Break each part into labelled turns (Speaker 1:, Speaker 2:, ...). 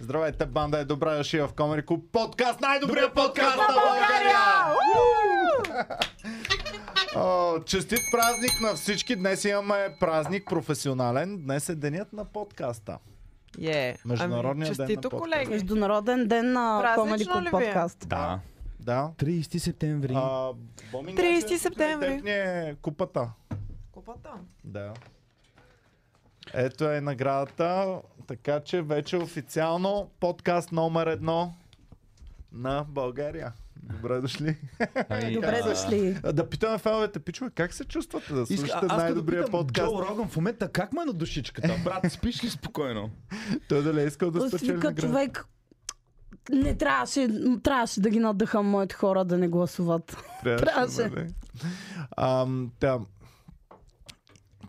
Speaker 1: Здравейте, банда е добра дошли в Комери Клуб подкаст, най-добрия подкаст на България!
Speaker 2: България!
Speaker 1: О, честит празник на всички! Днес имаме празник професионален. Днес е денят на подкаста.
Speaker 2: Е,
Speaker 1: Международния ден на
Speaker 2: честито,
Speaker 1: подкаста.
Speaker 2: колеги.
Speaker 3: Международен ден на
Speaker 2: Празнично
Speaker 3: Комеди
Speaker 2: ли ви
Speaker 3: Клуб
Speaker 2: е?
Speaker 3: подкаст.
Speaker 4: Да.
Speaker 1: Да.
Speaker 4: 30 септември.
Speaker 1: А, Боми,
Speaker 2: 30
Speaker 1: Ненче,
Speaker 2: септември.
Speaker 1: при теб ни е купата.
Speaker 2: Купата.
Speaker 1: Да. Ето е наградата, така че вече официално подкаст номер едно на България. Добре дошли.
Speaker 4: Ай,
Speaker 3: Добре
Speaker 1: е.
Speaker 4: а,
Speaker 3: дошли.
Speaker 1: А, Да питаме феновете, пичове, как се чувствате да
Speaker 4: Иска,
Speaker 1: слушате най-добрия подкаст?
Speaker 4: Джо Роган в момента как му е на душичката? Брат, спиш ли спокойно?
Speaker 1: Той дали е искал да спечели
Speaker 3: Свика
Speaker 1: награда?
Speaker 3: човек не трябваше, трябваше да ги надъхам моите хора да не гласуват. Трябваше.
Speaker 1: да бъде. Ам, да.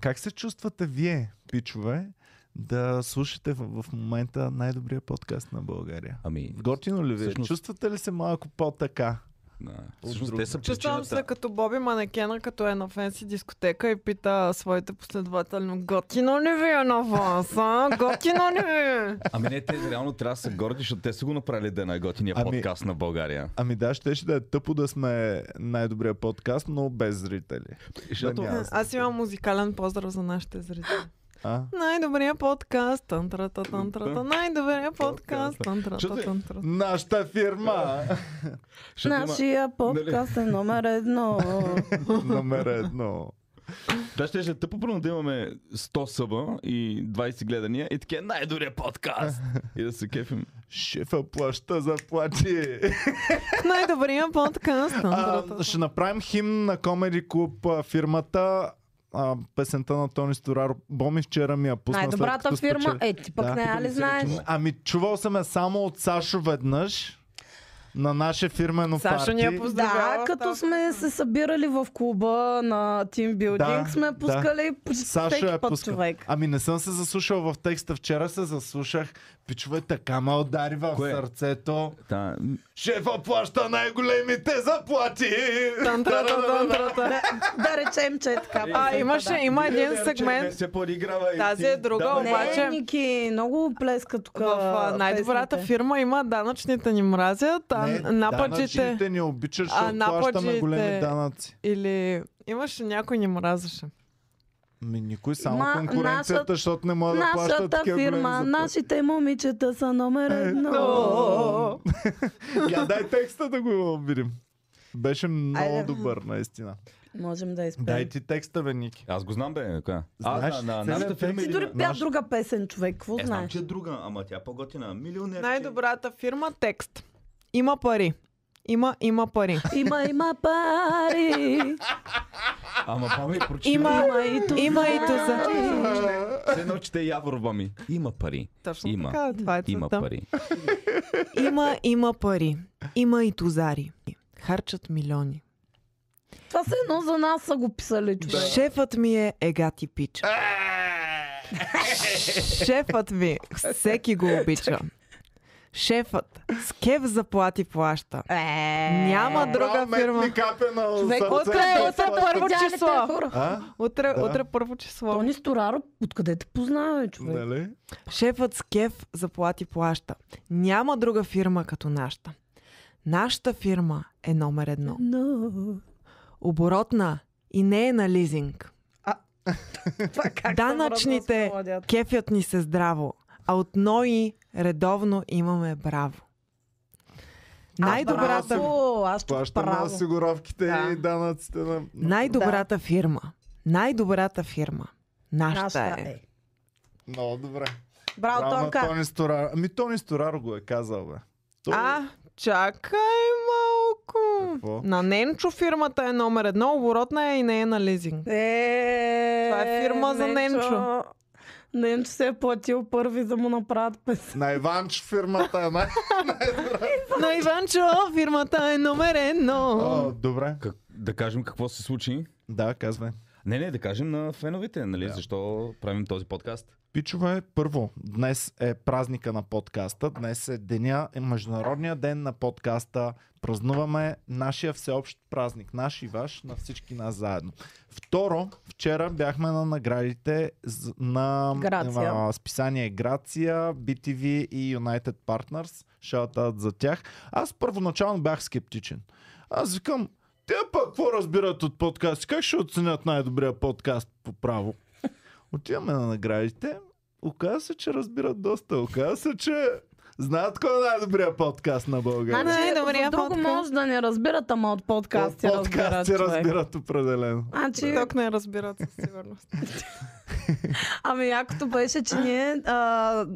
Speaker 1: Как се чувствате вие, пичове, да слушате в, в момента най-добрия подкаст на България?
Speaker 4: Ами,
Speaker 1: Готино ли ви? е?
Speaker 4: Всъщност-
Speaker 1: Чувствате ли се малко по-така?
Speaker 4: да.
Speaker 1: От
Speaker 4: всъщност
Speaker 1: друга.
Speaker 4: те са
Speaker 2: Чувствам се
Speaker 4: причината.
Speaker 2: като Боби Манекена, като е на фенси дискотека и пита своите последователи, готино ли ви е на вас, а? Готино ли ви?
Speaker 4: Ами не, те реално трябва да са горди, защото те са го направили да е най-готиния
Speaker 1: Ами-
Speaker 4: подкаст на България.
Speaker 1: Ами да, щеше да е тъпо да сме най-добрия подкаст, но без зрители.
Speaker 4: Защото-
Speaker 1: Да няма.
Speaker 2: Аз имам музикален поздрав за нашите зрители.
Speaker 1: А?
Speaker 2: Най-добрия подкаст, тантрата, тантрата, най-добрия подкаст, тантрата,
Speaker 4: Чувствай.
Speaker 2: тантрата.
Speaker 1: Нашата фирма!
Speaker 4: Защото има-
Speaker 1: нали?
Speaker 3: Нашия подкаст е номер едно.
Speaker 1: Номер едно.
Speaker 4: Това ще е тъпо, първо да имаме 100 съба и 20 гледания и така е най-добрия подкаст. И да се кефим.
Speaker 1: Шефа плаща заплати.
Speaker 2: Най-добрия подкаст,
Speaker 1: А,
Speaker 2: тантрата.
Speaker 1: ще направим химн на Комеди Клуб а, фирмата. А, песента на Тони Стораро. Боми вчера ми я пусна. след
Speaker 3: Най-добрата
Speaker 1: като
Speaker 3: фирма.
Speaker 1: спечели.
Speaker 3: Е, ти пък
Speaker 1: Да.
Speaker 3: не я ли знаеш?
Speaker 1: Ами чувал съм я само от Сашо веднъж. На наше фирмено
Speaker 2: Сашо
Speaker 1: парти.
Speaker 2: ни я пусна. Поздравява
Speaker 3: Да,
Speaker 2: в
Speaker 3: като
Speaker 2: тази
Speaker 3: сме се събирали в клуба на Team Building,
Speaker 1: Да,
Speaker 3: сме
Speaker 1: да.
Speaker 3: пускали почти
Speaker 1: Сашо я
Speaker 3: всеки път
Speaker 1: пуска.
Speaker 3: човек.
Speaker 1: Ами не съм се заслушал в текста. Вчера се заслушах. Пичове така ме удари в
Speaker 4: Кое?
Speaker 1: сърцето.
Speaker 4: Та, м,
Speaker 1: Шефа плаща най-големите заплати.
Speaker 2: Тантрата, тантрата.
Speaker 3: Да речем, че е така.
Speaker 2: А, имаше, има
Speaker 1: Е,
Speaker 2: един
Speaker 4: Не
Speaker 2: сегмент,
Speaker 4: се подиграва и
Speaker 2: Тази
Speaker 4: ти-
Speaker 2: е друга,
Speaker 4: давай,
Speaker 3: Не,
Speaker 2: обаче-
Speaker 3: Ники, много плеска тук. е.
Speaker 2: в а, най-добрата
Speaker 3: песните.
Speaker 2: фирма има данъчните ни мразят, а
Speaker 1: Не,
Speaker 2: нападжите
Speaker 1: Данъчните ни обичат,
Speaker 2: А,
Speaker 1: защото плащаме
Speaker 2: нападжите.
Speaker 1: големи данъци.
Speaker 2: или имаше някой ни мразеше.
Speaker 1: Ми никой, само
Speaker 3: Ма,
Speaker 1: конкуренцията,
Speaker 3: нашата-
Speaker 1: защото не мога да плащат
Speaker 3: Нашата
Speaker 1: такива
Speaker 3: фирма,
Speaker 1: големи заплати.
Speaker 3: нашите момичета са номер едно.
Speaker 2: Но.
Speaker 1: Я дай текста да го видим. Беше много
Speaker 3: Айде.
Speaker 1: добър, наистина.
Speaker 3: Можем да
Speaker 2: Е.
Speaker 1: Дай
Speaker 3: изпеем.
Speaker 1: ти текста, бе, Ники.
Speaker 4: Аз го знам, бе. Коя?
Speaker 1: Знаеш,
Speaker 4: а, на, на,
Speaker 1: целият
Speaker 4: нашата фирма
Speaker 1: текст.
Speaker 3: Ти
Speaker 4: или
Speaker 3: дори
Speaker 4: на-
Speaker 3: пя
Speaker 1: наш-
Speaker 3: друга песен, човек. Какво
Speaker 4: Е, знам,
Speaker 3: знаеш?
Speaker 4: че е друга, ама тя е по-готина. Милионер.
Speaker 2: Най-добрата фирма текст. Има пари. Има, има пари.
Speaker 3: Има, има пари.
Speaker 4: Ама пами прочи.
Speaker 2: Има,
Speaker 3: Има и туза.
Speaker 2: има и туза.
Speaker 4: Все едно чете Яворова ми. Има пари.
Speaker 2: Точно
Speaker 4: Има.
Speaker 2: така, това е
Speaker 4: Има
Speaker 2: целта.
Speaker 4: пари.
Speaker 2: Има, има пари. Има и тузари. Харчат милиони.
Speaker 3: Това са едно за нас са го писали, човек.
Speaker 2: Шефът ми е егати пича. Шефът ми всеки го обича. Шефът с кев заплати плаща.
Speaker 3: Е.
Speaker 2: Е, Няма друга
Speaker 1: Браво,
Speaker 2: фирма.
Speaker 1: Мет ми капе на
Speaker 3: Човек,
Speaker 1: сърцето.
Speaker 2: откъде
Speaker 1: Какво
Speaker 2: е
Speaker 1: плаща?
Speaker 2: това първо
Speaker 3: Идеалите
Speaker 2: число?
Speaker 3: хора.
Speaker 1: А?
Speaker 2: Утре,
Speaker 1: Да.
Speaker 2: утре първо число.
Speaker 3: Тони Стораро, откъде те познава, бе, човек?
Speaker 1: Нали?
Speaker 2: Шефът с кеф заплати плаща. Няма друга фирма като нашата. Нашата фирма е номер едно.
Speaker 3: Но.
Speaker 2: Оборотна и не е на лизинг.
Speaker 3: Това
Speaker 2: е
Speaker 3: как
Speaker 2: Данъчните.
Speaker 3: се връзна с мелодията?
Speaker 2: Кефят ни се здраво, а от НОИ редовно имаме браво. Най-добрата,
Speaker 3: Браво, аз чух
Speaker 1: Плащаме
Speaker 3: браво.
Speaker 1: осигуровките
Speaker 3: Да.
Speaker 1: и данъците на...
Speaker 2: най-добрата фирма. Най-добрата фирма. Нашата
Speaker 3: Нашата
Speaker 2: е.
Speaker 3: е.
Speaker 1: Много добре.
Speaker 3: Браво,
Speaker 1: Браво на
Speaker 3: Тонка.
Speaker 1: Тони Стораро. Ами Тони Стораро го е казал, бе. Той-
Speaker 2: А, чакай малко.
Speaker 1: Какво?
Speaker 2: На Ненчо фирмата е номер едно, оборотна е и не е на лизинг.
Speaker 3: Е,
Speaker 2: Това е фирма за Ненчо.
Speaker 3: Ненчо се е платил първи да му направят песен.
Speaker 1: е На Иванч фирмата е най...
Speaker 2: На Иванчо фирмата е номер едно.
Speaker 1: О, добре.
Speaker 4: Как, да кажем какво се случи.
Speaker 1: Да, казвай.
Speaker 4: Не, не, да кажем на феновете, нали?
Speaker 1: Да.
Speaker 4: Защо правим този подкаст?
Speaker 1: Пичове, първо, днес е празника на подкаста, днес е деня, е международния ден на подкаста, празнуваме нашия всеобщ празник, наш и ваш, на всички нас заедно. Второ, вчера бяхме на наградите з- на
Speaker 3: Грация.
Speaker 1: а, списание Грация, BTV и United Partners, шаутаут за тях. Аз първоначално бях скептичен. Аз викам, те пък какво разбират от подкаст? Как ще оценят най-добрия подкаст по право? Отиваме на наградите. Оказва се, че разбират доста. Оказва се, че знаят кой е най-добрия подкаст на България.
Speaker 2: Значи,
Speaker 3: Значи,
Speaker 2: добрия
Speaker 3: за друго
Speaker 2: подкаст.
Speaker 3: може да не разбират, ама от подкасти
Speaker 1: От подкасти
Speaker 3: разбират, човек.
Speaker 1: разбират определено.
Speaker 3: Значи,
Speaker 2: Ток не разбират със сигурност.
Speaker 3: Ами якото беше, че ние а,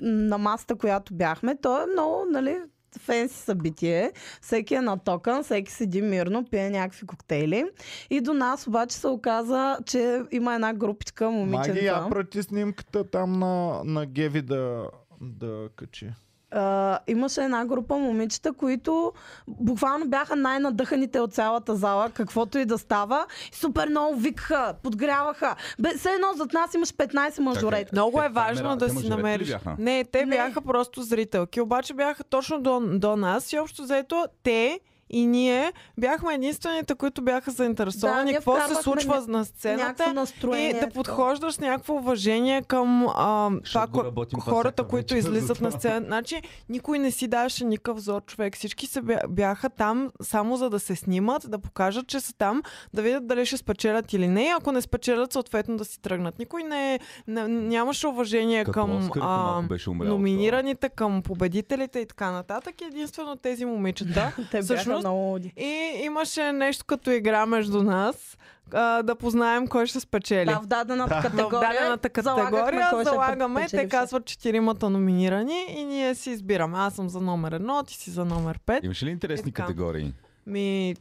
Speaker 3: на масата, която бяхме, то е много, нали, фенси събитие. Всеки е на токън, всеки седи мирно, пие някакви коктейли. И до нас обаче се оказа, че има една групичка
Speaker 1: Маги,
Speaker 3: момичета.
Speaker 1: я прати снимката там на, на Геви да, да качи.
Speaker 3: А, имаше една група момичета, които буквално бяха най-надъханите от цялата зала, каквото и да става. Супер много викаха, подгряваха. Бе, все едно зад нас имаш 15 мажорети.
Speaker 2: Много е
Speaker 4: Те камера-
Speaker 2: важно
Speaker 4: те
Speaker 2: да си
Speaker 4: мъжовете ли
Speaker 2: намериш.
Speaker 4: бяха?
Speaker 2: Не, те
Speaker 3: Не.
Speaker 2: бяха просто зрителки, обаче бяха точно до, до нас и общо заето те и ние бяхме единствените, които бяха
Speaker 3: Да,
Speaker 2: заинтересовани
Speaker 3: ние
Speaker 2: какво се
Speaker 3: вкарвахме
Speaker 2: случва
Speaker 3: ня-
Speaker 2: на
Speaker 3: Някакво
Speaker 2: сцената
Speaker 3: настроение.
Speaker 2: и да
Speaker 3: такова.
Speaker 2: подхождаш с някакво уважение към а, това,
Speaker 4: Защото
Speaker 2: ко-
Speaker 4: работим пазака
Speaker 2: хората,
Speaker 4: вече
Speaker 2: които
Speaker 4: за
Speaker 2: излизат
Speaker 4: това.
Speaker 2: на сцена. Значи никой не си даваше никакъв зор човек. Всички се бя- бяха там само за да се снимат, да покажат, че са там, да видят дали ще спечелят или не. Ако не спечелят, съответно да си тръгнат. Никой не, не нямаше уважение
Speaker 4: Като
Speaker 2: Е, към
Speaker 4: Оскарите
Speaker 2: а,
Speaker 4: малко беше умрял.
Speaker 2: номинираните, към победителите и така нататък. Единствено тези момичета.
Speaker 3: Те бяха
Speaker 2: Всъщност,
Speaker 3: много луди.
Speaker 2: И имаше нещо като игра между нас, а, да познаем кой ще спечели.
Speaker 3: Да, в дадената
Speaker 2: В
Speaker 3: категория.
Speaker 2: дадената категория
Speaker 3: кой ще
Speaker 2: залагаме,
Speaker 3: печели
Speaker 2: те казват четиримата номинирани и ние си избираме. Аз съм за номер едно, ти си за номер пет.
Speaker 4: Имаше ли интересни
Speaker 2: Е, така.
Speaker 4: категории?
Speaker 2: Ми,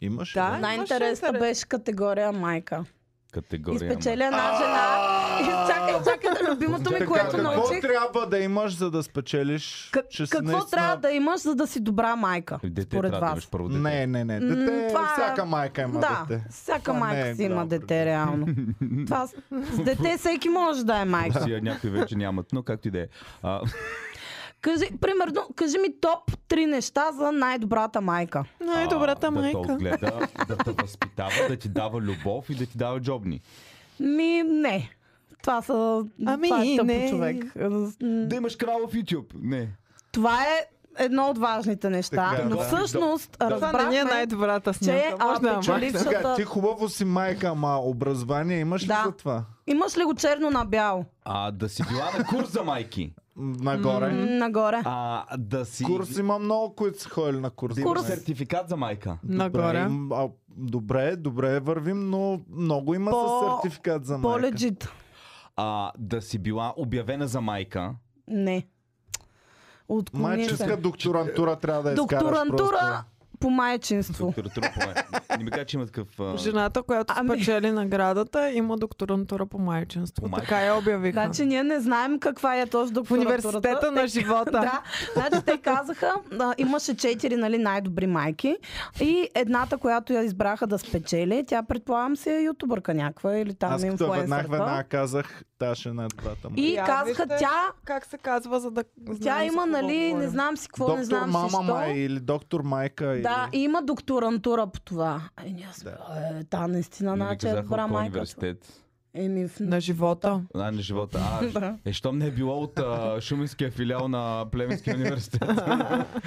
Speaker 1: Имаш
Speaker 2: Да.
Speaker 1: ли?
Speaker 3: Най-интересна
Speaker 2: интерес.
Speaker 3: беше категория майка.
Speaker 4: Категория. ама.
Speaker 3: Изпечели една жена. И чакай, чакай, любимото ми,
Speaker 1: Така,
Speaker 3: което
Speaker 1: какво
Speaker 3: научих.
Speaker 1: трябва да имаш, за да спечелиш?
Speaker 3: Как-
Speaker 1: Че си
Speaker 3: Какво
Speaker 1: наистина-
Speaker 3: трябва да имаш, за да си добра майка?
Speaker 4: Дете
Speaker 3: Според
Speaker 4: трябва да
Speaker 3: вас.
Speaker 4: имаш първо дете.
Speaker 1: Не, не, не.
Speaker 3: М,
Speaker 1: Дете,
Speaker 3: това е-
Speaker 1: всяка майка има
Speaker 3: Да,
Speaker 1: дете.
Speaker 3: всяка
Speaker 1: Това не е
Speaker 3: майка си има
Speaker 1: голямо
Speaker 3: дете,
Speaker 1: предвид.
Speaker 3: реално. Това с с дете всеки може да е майка.
Speaker 4: Сия някои вече нямат, но както и да е. А,
Speaker 3: Кажи, примерно, кажи ми топ 3 неща за най-добрата майка.
Speaker 2: най-добрата
Speaker 4: а, Да те
Speaker 2: е майка.
Speaker 4: отгледа, да те възпитава, да ти дава любов и да ти дава джобни.
Speaker 3: Ми, не. Това са...
Speaker 2: Ами,
Speaker 3: това е тъпо,
Speaker 2: не.
Speaker 3: човек. М,
Speaker 4: Да имаш канал в YouTube. Не.
Speaker 3: Това е едно от важните неща.
Speaker 1: Така,
Speaker 3: но
Speaker 1: да.
Speaker 3: всъщност
Speaker 2: Това не ни е
Speaker 3: разбрахме,
Speaker 2: най-добрата
Speaker 3: че
Speaker 2: снимка. Може да е я
Speaker 3: а,
Speaker 2: махнем.
Speaker 1: Чакай сега,
Speaker 3: печелившата...
Speaker 1: Е, ти хубаво си майка, ама образование имаш ли
Speaker 3: Да.
Speaker 1: за това?
Speaker 3: Имаш ли го черно на бяло?
Speaker 4: А да си била на курс за майки.
Speaker 1: М, Нагоре.
Speaker 3: М, Нагоре.
Speaker 4: А да си...
Speaker 1: Курс има много, които са ходили на курс.
Speaker 4: Да имаш
Speaker 3: Курс.
Speaker 4: сертификат за майка.
Speaker 2: Нагоре.
Speaker 1: Добре, им- а, добре, добре вървим, но много има
Speaker 3: По-
Speaker 1: със сертификат за майка.
Speaker 3: По-легит.
Speaker 4: А да си била обявена за майка.
Speaker 3: Не. Отклони
Speaker 1: Майческа
Speaker 3: се.
Speaker 1: докторантура трябва да изкараш
Speaker 3: Докторантура по майчинство.
Speaker 4: Докторатура по майка. Не ми кажа, че има такъв... а,
Speaker 2: Жената, която
Speaker 3: Ами-
Speaker 2: спечели наградата, има докторантура по майчинство.
Speaker 4: По майчинство.
Speaker 2: Така я обявиха.
Speaker 3: Значи ние не знаем каква е точно
Speaker 2: в университета на живота.
Speaker 3: Да, значи те казаха, а, имаше четири нали, най-добри майки и едната, която я избраха да спечели, тя предполагам си е ютубърка някаква или там
Speaker 1: Аз като веднага веднага
Speaker 3: инфлуенсърка.
Speaker 1: казах, тя ще е най-добрата му.
Speaker 3: И
Speaker 2: Я,
Speaker 3: казаха,
Speaker 2: Ами, вижте,
Speaker 3: тя,
Speaker 2: Как се казва, за да
Speaker 3: тя
Speaker 2: знаем за
Speaker 3: има,
Speaker 2: какво
Speaker 3: нали, не
Speaker 2: говорим.
Speaker 3: знам си какво,
Speaker 1: Доктор
Speaker 3: не знам
Speaker 1: мама е
Speaker 3: си що.
Speaker 1: май или доктор майка.
Speaker 3: Да,
Speaker 1: или...
Speaker 3: и има докторантура по това. Е, ние сме, е, та наистина,
Speaker 4: не ми
Speaker 3: значи е
Speaker 4: казаха
Speaker 3: добра
Speaker 4: от кой
Speaker 3: майка.
Speaker 4: университет.
Speaker 3: Еми, в...
Speaker 2: На живота.
Speaker 4: А, на живота. А,
Speaker 3: Да.
Speaker 4: е, щом не е било от а, Шуменския филиал на Плевенския университет.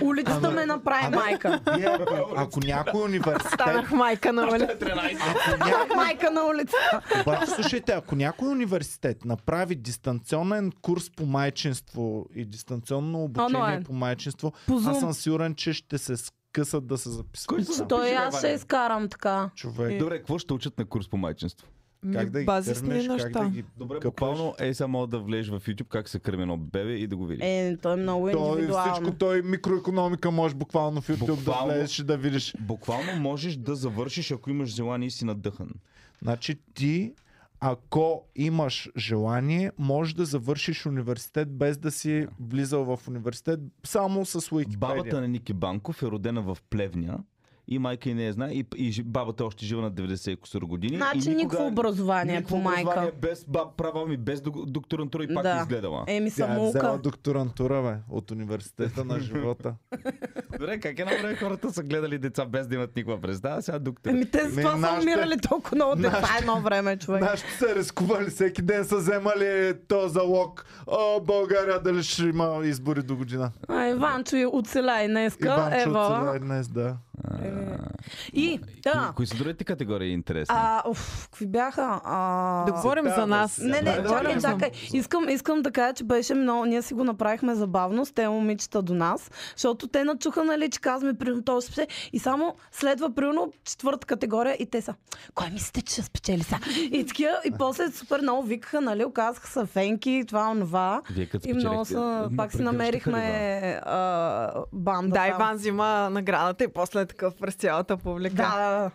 Speaker 3: улицата ме направи майка.
Speaker 1: Вие, ако- ако някой университет...
Speaker 2: Станах майка нали? на Валя.
Speaker 3: Станах майка на улицата.
Speaker 1: Обаче, слушайте, ако някой университет направи дистанционен курс по майчинство и дистанционно обучение
Speaker 3: Онлайн.
Speaker 1: по майчинство,
Speaker 3: По Zoom.
Speaker 1: аз съм сигурен, че ще се скъсат да се записват.
Speaker 4: са?
Speaker 3: Той
Speaker 4: Пиши, бе,
Speaker 3: аз ще
Speaker 4: Ваня.
Speaker 3: изкарам така.
Speaker 1: Човек.
Speaker 4: Добре, какво ще учат на курс по майчинство?
Speaker 1: Как
Speaker 3: Е,
Speaker 2: Ми,
Speaker 1: да ги
Speaker 2: Базисни
Speaker 1: дърнеш, как да
Speaker 2: неща.
Speaker 1: ги
Speaker 4: Добре,
Speaker 1: къпаш.
Speaker 4: буквално е само да влезеш в YouTube как се кърми едно бебе и да го видиш.
Speaker 3: Е, той е много
Speaker 1: Той всичко,
Speaker 3: индивидуално.
Speaker 1: той микроекономика може буквално в YouTube
Speaker 4: Буквално.
Speaker 1: да влезеш и да видиш.
Speaker 4: Буквално можеш да завършиш, ако имаш желание и си надъхан.
Speaker 1: Значи ти, ако имаш желание, можеш да завършиш университет без да си влизал в университет, само с Wikipedia.
Speaker 4: Бабата на Ники Банков е родена в е Плевня и майка и не я знае, и, и жи- бабата още жива на 90 и кусор години.
Speaker 3: Значи
Speaker 4: и
Speaker 3: никакво образование по
Speaker 4: никакво
Speaker 3: майка.
Speaker 4: образование, без баб, права ми, без док- докторантура и пак
Speaker 3: Да.
Speaker 4: да. изгледала.
Speaker 3: Еми
Speaker 1: Тя е взела
Speaker 3: самоука.
Speaker 1: докторантура, бе, от университета на живота.
Speaker 4: Добре, как едно време хората са гледали деца без да имат никаква представа, сега доктор.
Speaker 3: Еми те с
Speaker 1: Ми,
Speaker 3: това са
Speaker 1: нашите-
Speaker 3: умирали толкова много деца
Speaker 1: нашите-
Speaker 3: едно време, човек.
Speaker 1: Нашите са рискували, всеки ден са вземали този залог. О, България, дали ще има избори до година.
Speaker 3: А, Иванчо и оцеля и днеска.
Speaker 1: Иван Чуцева е
Speaker 3: Ева.
Speaker 1: днес, да.
Speaker 3: Е, И,
Speaker 4: Да.
Speaker 3: да.
Speaker 4: Кои са другите категории интересни?
Speaker 3: А, уф, какви бяха? А...
Speaker 2: Да говорим
Speaker 1: да,
Speaker 2: за нас.
Speaker 1: да,
Speaker 3: Не,
Speaker 1: Да,
Speaker 3: не,
Speaker 1: да,
Speaker 3: чакай,
Speaker 1: да.
Speaker 3: чакай. Искам, искам да кажа, че беше много. Ние си го направихме забавно с те момичета до нас, защото те начуха, нали, че казваме, примерно, то ще спечели. И само следва, примерно, четвърта категория и те са. Кой мислите, че ще спечели са? И такива, и после супер много викаха, нали, оказаха са фенки, това, онова.
Speaker 4: Вие като
Speaker 3: И много
Speaker 4: спечелихте,
Speaker 3: са,
Speaker 4: м,
Speaker 3: пак си
Speaker 4: прегръщаха ли
Speaker 3: намерихме а, банда.
Speaker 2: Да,
Speaker 3: там.
Speaker 2: Иван взима наградата и после е такъв през цялата публика.
Speaker 3: Да,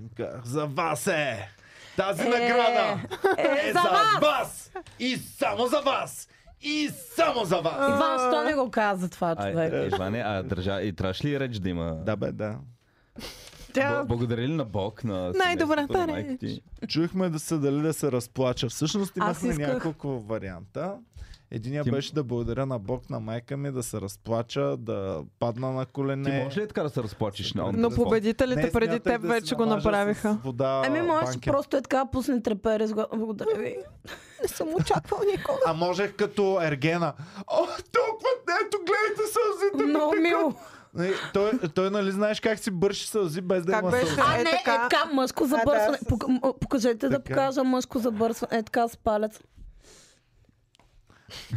Speaker 1: Им казах, за вас е! Тази
Speaker 3: Е,
Speaker 1: награда
Speaker 3: е,
Speaker 1: е
Speaker 3: за вас!
Speaker 1: вас! И само за вас! И само за вас!
Speaker 3: Иван, що не го каза това, човек?
Speaker 4: Ай, е, Иване, а държа, и трябваше ли е реч да има?
Speaker 1: Да, бе, да.
Speaker 4: е, Б- Благодаря ли на Бог, на
Speaker 2: Най-добрата
Speaker 4: семейството, на майка ти?
Speaker 2: реч.
Speaker 1: Чуехме да се дали да се разплача. Всъщност имахме
Speaker 3: исках-
Speaker 1: няколко варианта. Единия
Speaker 4: Ти-
Speaker 1: беше да благодаря на Бог, на майка ми, да се разплача, да падна на колене.
Speaker 4: Ти можеш ли е така да се разплачеш на
Speaker 2: Но
Speaker 4: онзи спот?
Speaker 2: победителите
Speaker 1: Не,
Speaker 2: преди
Speaker 1: смятах
Speaker 2: теб
Speaker 1: да си
Speaker 2: вече го
Speaker 1: намажа
Speaker 2: направиха.
Speaker 1: С вода,
Speaker 3: Ами можеш
Speaker 1: банкет.
Speaker 3: просто е така, пусни треперез. Благодаря ви.
Speaker 2: Не съм очаквал никога.
Speaker 1: А можех като Ергена. О, толкова, ето гледайте сълзите ми.
Speaker 3: Много мило.
Speaker 1: Нали, Той, той, нали знаеш как си бърши сълзи без да
Speaker 2: Как
Speaker 1: има
Speaker 2: беше?
Speaker 1: сълзи.
Speaker 3: А,
Speaker 2: Е,
Speaker 3: не, е
Speaker 2: така.
Speaker 3: така, мъжко забърсване.
Speaker 2: с-
Speaker 3: Пок- м- Покажете да
Speaker 1: Така.
Speaker 3: покажа мъжко забърсване. Е така с палец.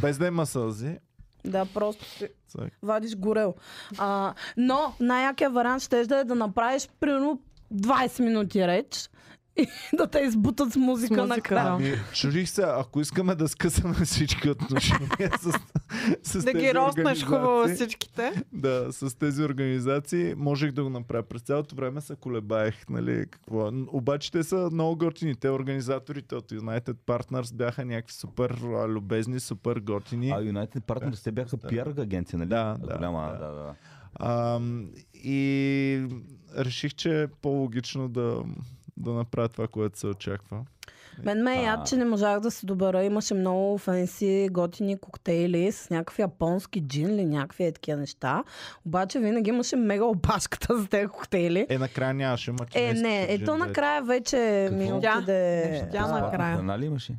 Speaker 1: Без да има сълзи.
Speaker 3: Да, просто си
Speaker 1: Цък.
Speaker 3: вадиш горел. А, но най-якия вариант ще да е да направиш примерно 20 минути реч и да те избутат с музика,
Speaker 2: С музика,
Speaker 3: на края.
Speaker 1: Ами, чудих се, ако искаме да скъсаме всички отношения с, с
Speaker 2: Да
Speaker 1: тези
Speaker 2: ги роснеш
Speaker 1: организации,
Speaker 2: хубаво всичките.
Speaker 1: Да, с тези организации можех да го направя. През цялото време се колебаех, нали, какво. е. Н- Обаче те са много готини. Те организаторите от United Partners бяха някакви супер а, любезни, супер готини.
Speaker 4: А United Partners, те бяха пиар агенция, нали?
Speaker 1: Да, да,
Speaker 4: Голяма,
Speaker 1: да.
Speaker 4: да, да.
Speaker 1: Ам, и реших, че е по-логично да, да направя това, което се очаква.
Speaker 3: Мен ме е яд, че не можах да се добера. Имаше много фенси, готини коктейли с някакъв японски джин или някакви е такива неща. Обаче винаги имаше мега опашката за тези коктейли.
Speaker 1: Е, накрая нямаше, ма че
Speaker 3: Е,
Speaker 1: искаш
Speaker 3: не, е
Speaker 1: джин
Speaker 3: то
Speaker 1: да
Speaker 3: накрая вече ми
Speaker 4: Какво?
Speaker 3: отиде...
Speaker 2: Нещо тя
Speaker 3: А,
Speaker 2: на- накрая.
Speaker 4: Храна Нали ли имаше?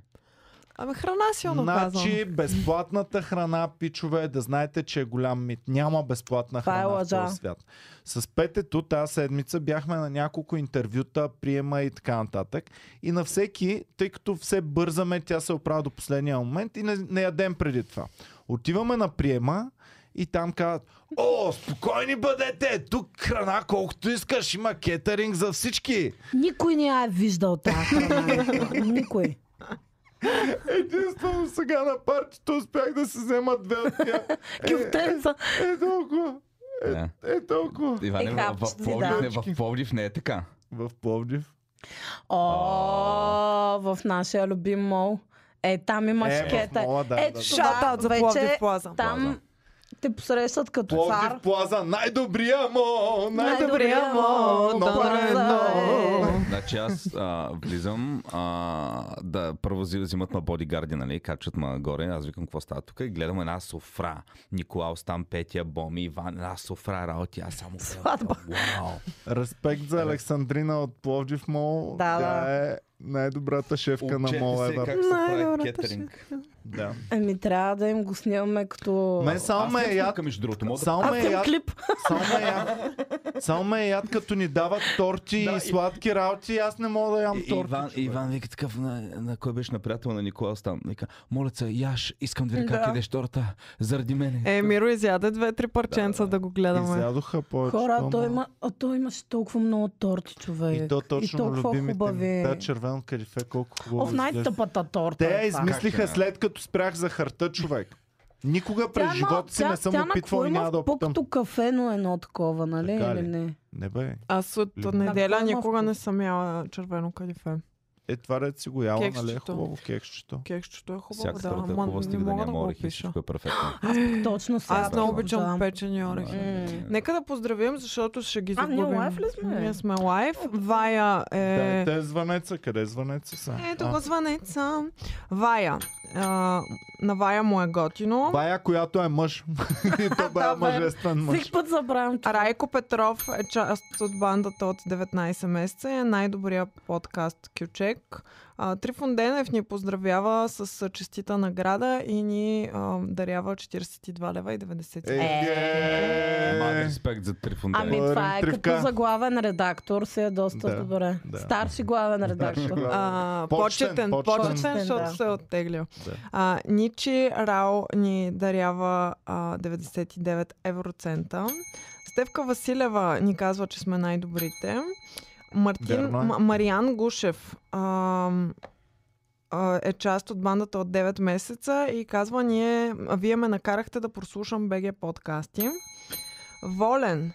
Speaker 2: Ами храна силно казвам.
Speaker 1: Значи, безплатната храна, пичове, да знаете, че е голям мит. Няма безплатна
Speaker 3: Това е
Speaker 1: храна в
Speaker 3: лъжа.
Speaker 1: този свят. С петето тази седмица бяхме на няколко интервюта, приема и така нататък. И на всеки, тъй като все бързаме, тя се оправя до последния момент и не, не ядем преди това. Отиваме на приема и там казват, о, спокойни бъдете, тук храна колкото искаш, има кетеринг за всички.
Speaker 3: Никой не я е виждал тази храна.
Speaker 1: Е.
Speaker 3: Никой.
Speaker 1: Единствено сега на партито успях да си взема две от тях.
Speaker 3: Кюфтенца.
Speaker 1: Е толкова.
Speaker 4: Да.
Speaker 1: Е толкова.
Speaker 4: Иване,
Speaker 3: Е,
Speaker 4: в- в
Speaker 3: хапчици, да.
Speaker 4: Пловдив не- в Пловдив не е така.
Speaker 1: В Пловдив.
Speaker 3: О, в нашия любим мол. Е, там имаш
Speaker 1: Е, в
Speaker 3: кета.
Speaker 1: мола, да,
Speaker 3: Ето
Speaker 1: да, да.
Speaker 3: това
Speaker 2: Шатаут за
Speaker 3: вече
Speaker 2: Пловдив Плаза.
Speaker 3: там те посрещат като цар.
Speaker 1: Пловдив плаза. Най-добрия му!
Speaker 3: е
Speaker 1: Най-добрия.
Speaker 2: Най-добрия му,
Speaker 3: Плаза е.
Speaker 2: дарено.
Speaker 4: Значи аз а, влизам, а, да, първо взи- взимат ма бодигарди, нали, качват ма горе, аз викам какво става тук и гледам една софра. Николаус там, Петя, Боми, Иван, една софра работи, аз само... гледам,
Speaker 3: Сватба.
Speaker 4: Вау!
Speaker 1: Респект за Александрина от Пловдив Мол.
Speaker 3: Да,
Speaker 1: Тя е най-добрата шефка на мола. е
Speaker 4: се
Speaker 1: Да.
Speaker 4: как се прави
Speaker 2: Най-добрата
Speaker 4: кетеринг.
Speaker 1: да.
Speaker 3: Ами трябва да им го снимаме като...
Speaker 1: Мен само
Speaker 4: Аз
Speaker 1: ме
Speaker 4: не
Speaker 1: е
Speaker 4: съм
Speaker 1: яд.
Speaker 4: тук, между другото, мога да
Speaker 1: Само ме е
Speaker 3: Съм
Speaker 1: яд.
Speaker 3: клип.
Speaker 1: Само ме е яд. Само ме е яд, като ни дават торти
Speaker 4: Да,
Speaker 1: и
Speaker 4: и-
Speaker 1: сладки работи. Аз не мога да ям
Speaker 4: И-
Speaker 1: торти.
Speaker 4: Иван,
Speaker 1: човек.
Speaker 4: Иван вика такъв, на, на кой беше на приятел на Николас там. Вика, моля се, Яш, искам да видя как
Speaker 3: Да.
Speaker 4: ядеш торта заради мене.
Speaker 2: Е, Миро изяде две-три парченца да, го гледаме.
Speaker 1: Изядоха повече.
Speaker 3: Хора, той, има, а той имаше толкова много торти, човек.
Speaker 1: И то точно
Speaker 3: и толкова
Speaker 1: любимите
Speaker 3: хубави.
Speaker 1: ми. Да, червено карифе, колко хубаво.
Speaker 3: О, в
Speaker 1: изглежда.
Speaker 3: най-тъпата торта.
Speaker 1: е Те я
Speaker 3: е това.
Speaker 1: измислиха
Speaker 4: Как не?
Speaker 1: след като спрях за харта човек. Никога през
Speaker 3: Тя има-
Speaker 1: живота си
Speaker 3: тя-
Speaker 1: не съм
Speaker 3: тя на
Speaker 1: опитвал
Speaker 3: какво
Speaker 1: и
Speaker 3: има
Speaker 1: няма да
Speaker 3: в
Speaker 1: опитам.
Speaker 3: Пъкто кафе, но едно такова, нали?
Speaker 1: Така
Speaker 3: Или
Speaker 1: ли?
Speaker 3: не?
Speaker 1: Не бе.
Speaker 2: Аз от
Speaker 1: Любим.
Speaker 2: неделя
Speaker 3: Такова
Speaker 2: никога
Speaker 3: вкус.
Speaker 2: не съм яла червено кадифе.
Speaker 1: Е, това ред си го яла, нали е
Speaker 2: Кексчето.
Speaker 1: хубаво кексчето.
Speaker 2: Кекщето е хубаво,
Speaker 4: Всяка
Speaker 2: да,
Speaker 4: страната е
Speaker 2: ама
Speaker 4: хубава,
Speaker 2: не
Speaker 4: стига да
Speaker 2: мога да
Speaker 4: няма
Speaker 2: го
Speaker 4: орехи,
Speaker 2: опиша.
Speaker 4: всичко е перфектно.
Speaker 3: Аз пък точно сега.
Speaker 2: Аз много
Speaker 4: Да.
Speaker 2: обичам
Speaker 3: да.
Speaker 2: печени орехи.
Speaker 4: М.
Speaker 2: Нека да поздравим, защото ще ги
Speaker 3: А, ние
Speaker 2: загубим.
Speaker 3: лайв ли сме?
Speaker 2: Ние сме лайв. Вая
Speaker 1: Да,
Speaker 2: е...
Speaker 1: и те звънеца, къде звънеца са?
Speaker 2: Ето
Speaker 1: А,
Speaker 2: го звънеца. Вая. А, на Вая му е готино.
Speaker 1: Бая, която е мъж. и то бая
Speaker 3: Да, бе.
Speaker 1: мъжествен мъж.
Speaker 3: Всеки път забравям, че
Speaker 2: Райко Петров е част от бандата от 19 месеца и е най-добрия подкаст Кючек. А, Трифон Денев ни поздравява с а, честита награда и ни а, дарява 42 лева и 90
Speaker 1: Е,
Speaker 2: е.
Speaker 1: е,
Speaker 4: Мад респект за Трифон
Speaker 3: Ами
Speaker 4: Денев.
Speaker 1: Говорим
Speaker 3: това е
Speaker 1: тривка.
Speaker 3: като за главен редактор, си е доста
Speaker 1: Да,
Speaker 3: добре.
Speaker 1: да.
Speaker 3: Старши главен
Speaker 1: Старши
Speaker 3: редактор.
Speaker 1: главен.
Speaker 2: а,
Speaker 1: Почетен,
Speaker 2: почетен,
Speaker 1: почетен.
Speaker 2: почетен,
Speaker 3: Почетен,
Speaker 2: защото
Speaker 3: да.
Speaker 2: се е оттеглил.
Speaker 1: Да.
Speaker 2: А, Ничи Рао ни дарява а, 99 евроцента. Стевка Василева ни казва, че сме най-добрите. Мартин,
Speaker 1: Вярно е.
Speaker 2: М- Мариан Гушев а, а, е част от бандата от 9 месеца и казва, ние, а, вие ме накарахте да прослушам БГ подкасти. Волен.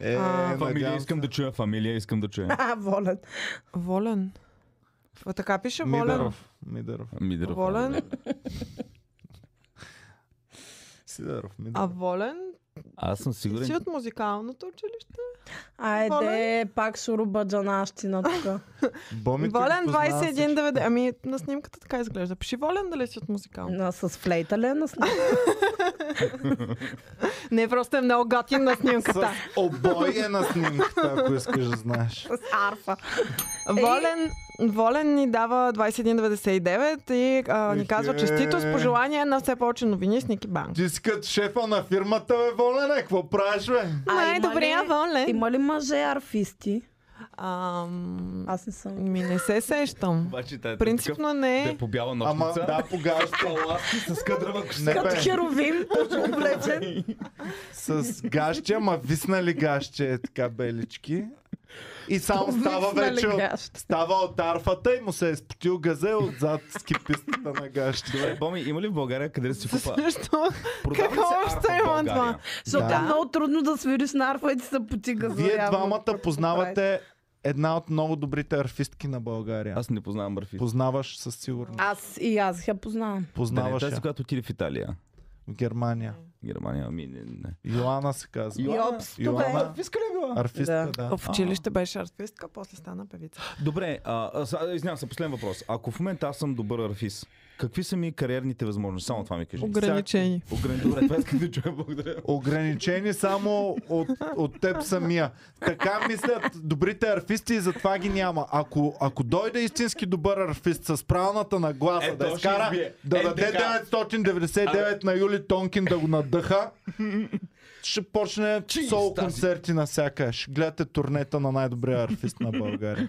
Speaker 1: Е,
Speaker 2: А,
Speaker 1: надявам
Speaker 4: Фамилия
Speaker 1: се.
Speaker 4: искам да чуя, фамилия искам да чуя.
Speaker 3: А, волен.
Speaker 2: Волен. А, Така пише Волен.
Speaker 1: Мидеров. Мидеров.
Speaker 2: Ами,
Speaker 4: Мидеров.
Speaker 2: Волен.
Speaker 1: Сидеров.
Speaker 2: А
Speaker 1: Мидеров.
Speaker 2: Волен?
Speaker 4: Аз съм
Speaker 2: Ти си
Speaker 4: сигурен.
Speaker 2: от музикалното училище?
Speaker 3: Айде, пак шурубаджанащина тук.
Speaker 1: Боми,
Speaker 2: Волен 2190. Ами на снимката така изглежда. Пиши Волен дали си от музикално.
Speaker 3: На- С флейта ли е на снимка?
Speaker 2: Не, просто е много готин на
Speaker 1: С
Speaker 2: снимката.
Speaker 1: обои на снимката, ако искаш да знаеш.
Speaker 3: С арфа.
Speaker 2: Волен, Волен ни дава 2199 и а, ни казва честито с пожелание на все повече новини с Ники Банк.
Speaker 1: Ти си като шефа на фирмата, бе, Волене, какво правиш, бе?
Speaker 3: А, има ли-
Speaker 2: Най-добрия Волен.
Speaker 3: Е, Има ли мъже арфисти?
Speaker 2: Ам,
Speaker 3: Аз не съм.
Speaker 2: Ми не се сещам.
Speaker 4: Обаче, тая е такъв,
Speaker 2: Принципно
Speaker 4: да
Speaker 2: не.
Speaker 4: е по бяла
Speaker 1: Ама,
Speaker 4: нощница.
Speaker 1: да, погажда.
Speaker 4: Палатки с кадрава
Speaker 1: Не,
Speaker 3: Като
Speaker 1: бе,
Speaker 3: херовим, облечен.
Speaker 1: с гащи, ама виснали гащи, е така белички. И само става
Speaker 3: Виснали
Speaker 1: вече от,
Speaker 3: гащи.
Speaker 1: става от арфата и му се е спотил газе отзад скипистата на гащи.
Speaker 4: Добре, Е, Боми, има ли в България къде да си купа?
Speaker 2: Защо?
Speaker 4: Продава ли
Speaker 2: Какво
Speaker 4: се
Speaker 2: общо
Speaker 4: арфа в
Speaker 2: има
Speaker 4: България?
Speaker 2: това?
Speaker 3: Защото
Speaker 1: Да.
Speaker 3: е много трудно да свириш на арфа и ти се потига за
Speaker 1: Вие
Speaker 3: явно.
Speaker 1: двамата познавате една от много добрите арфистки на България.
Speaker 4: Аз не познавам Мърфи.
Speaker 1: Познаваш със сигурност.
Speaker 3: Аз и аз я познавам.
Speaker 4: Да, не,
Speaker 1: Познаваш
Speaker 4: е тази,
Speaker 1: я.
Speaker 4: която отиде в Италия.
Speaker 1: В Германия.
Speaker 4: Германия, ами не, не.
Speaker 1: Йоана се казва.
Speaker 4: Йо- Йоана.
Speaker 3: Йопс,
Speaker 1: Йоана.
Speaker 3: добре.
Speaker 4: Арфистка ли е била?
Speaker 1: Арфистка, да.
Speaker 2: В училище беше артистка, после стана певица.
Speaker 4: Добре, а, а, сега- извинявам се, последен въпрос. Ако в момента аз съм добър арфист, какви са ми кариерните възможности? Само това ми кажи.
Speaker 2: Ограничени.
Speaker 4: Ограни, добре, това искам да чуя, благодаря.
Speaker 1: Ограничени само от, от теб самия. Така мислят добрите арфисти и затова ги няма. Ако, ако дойде истински добър арфист с правилната нагласа
Speaker 4: Е,
Speaker 1: да
Speaker 4: то ще
Speaker 1: изкара,
Speaker 4: избие.
Speaker 1: да
Speaker 4: Е,
Speaker 1: даде
Speaker 4: така.
Speaker 1: 999 на Юли Тонкин да го надъха, ще почне
Speaker 4: Чист
Speaker 1: соло
Speaker 4: тази.
Speaker 1: концерти навсякъде. Ще гледате турнета на най-добрия арфист на България.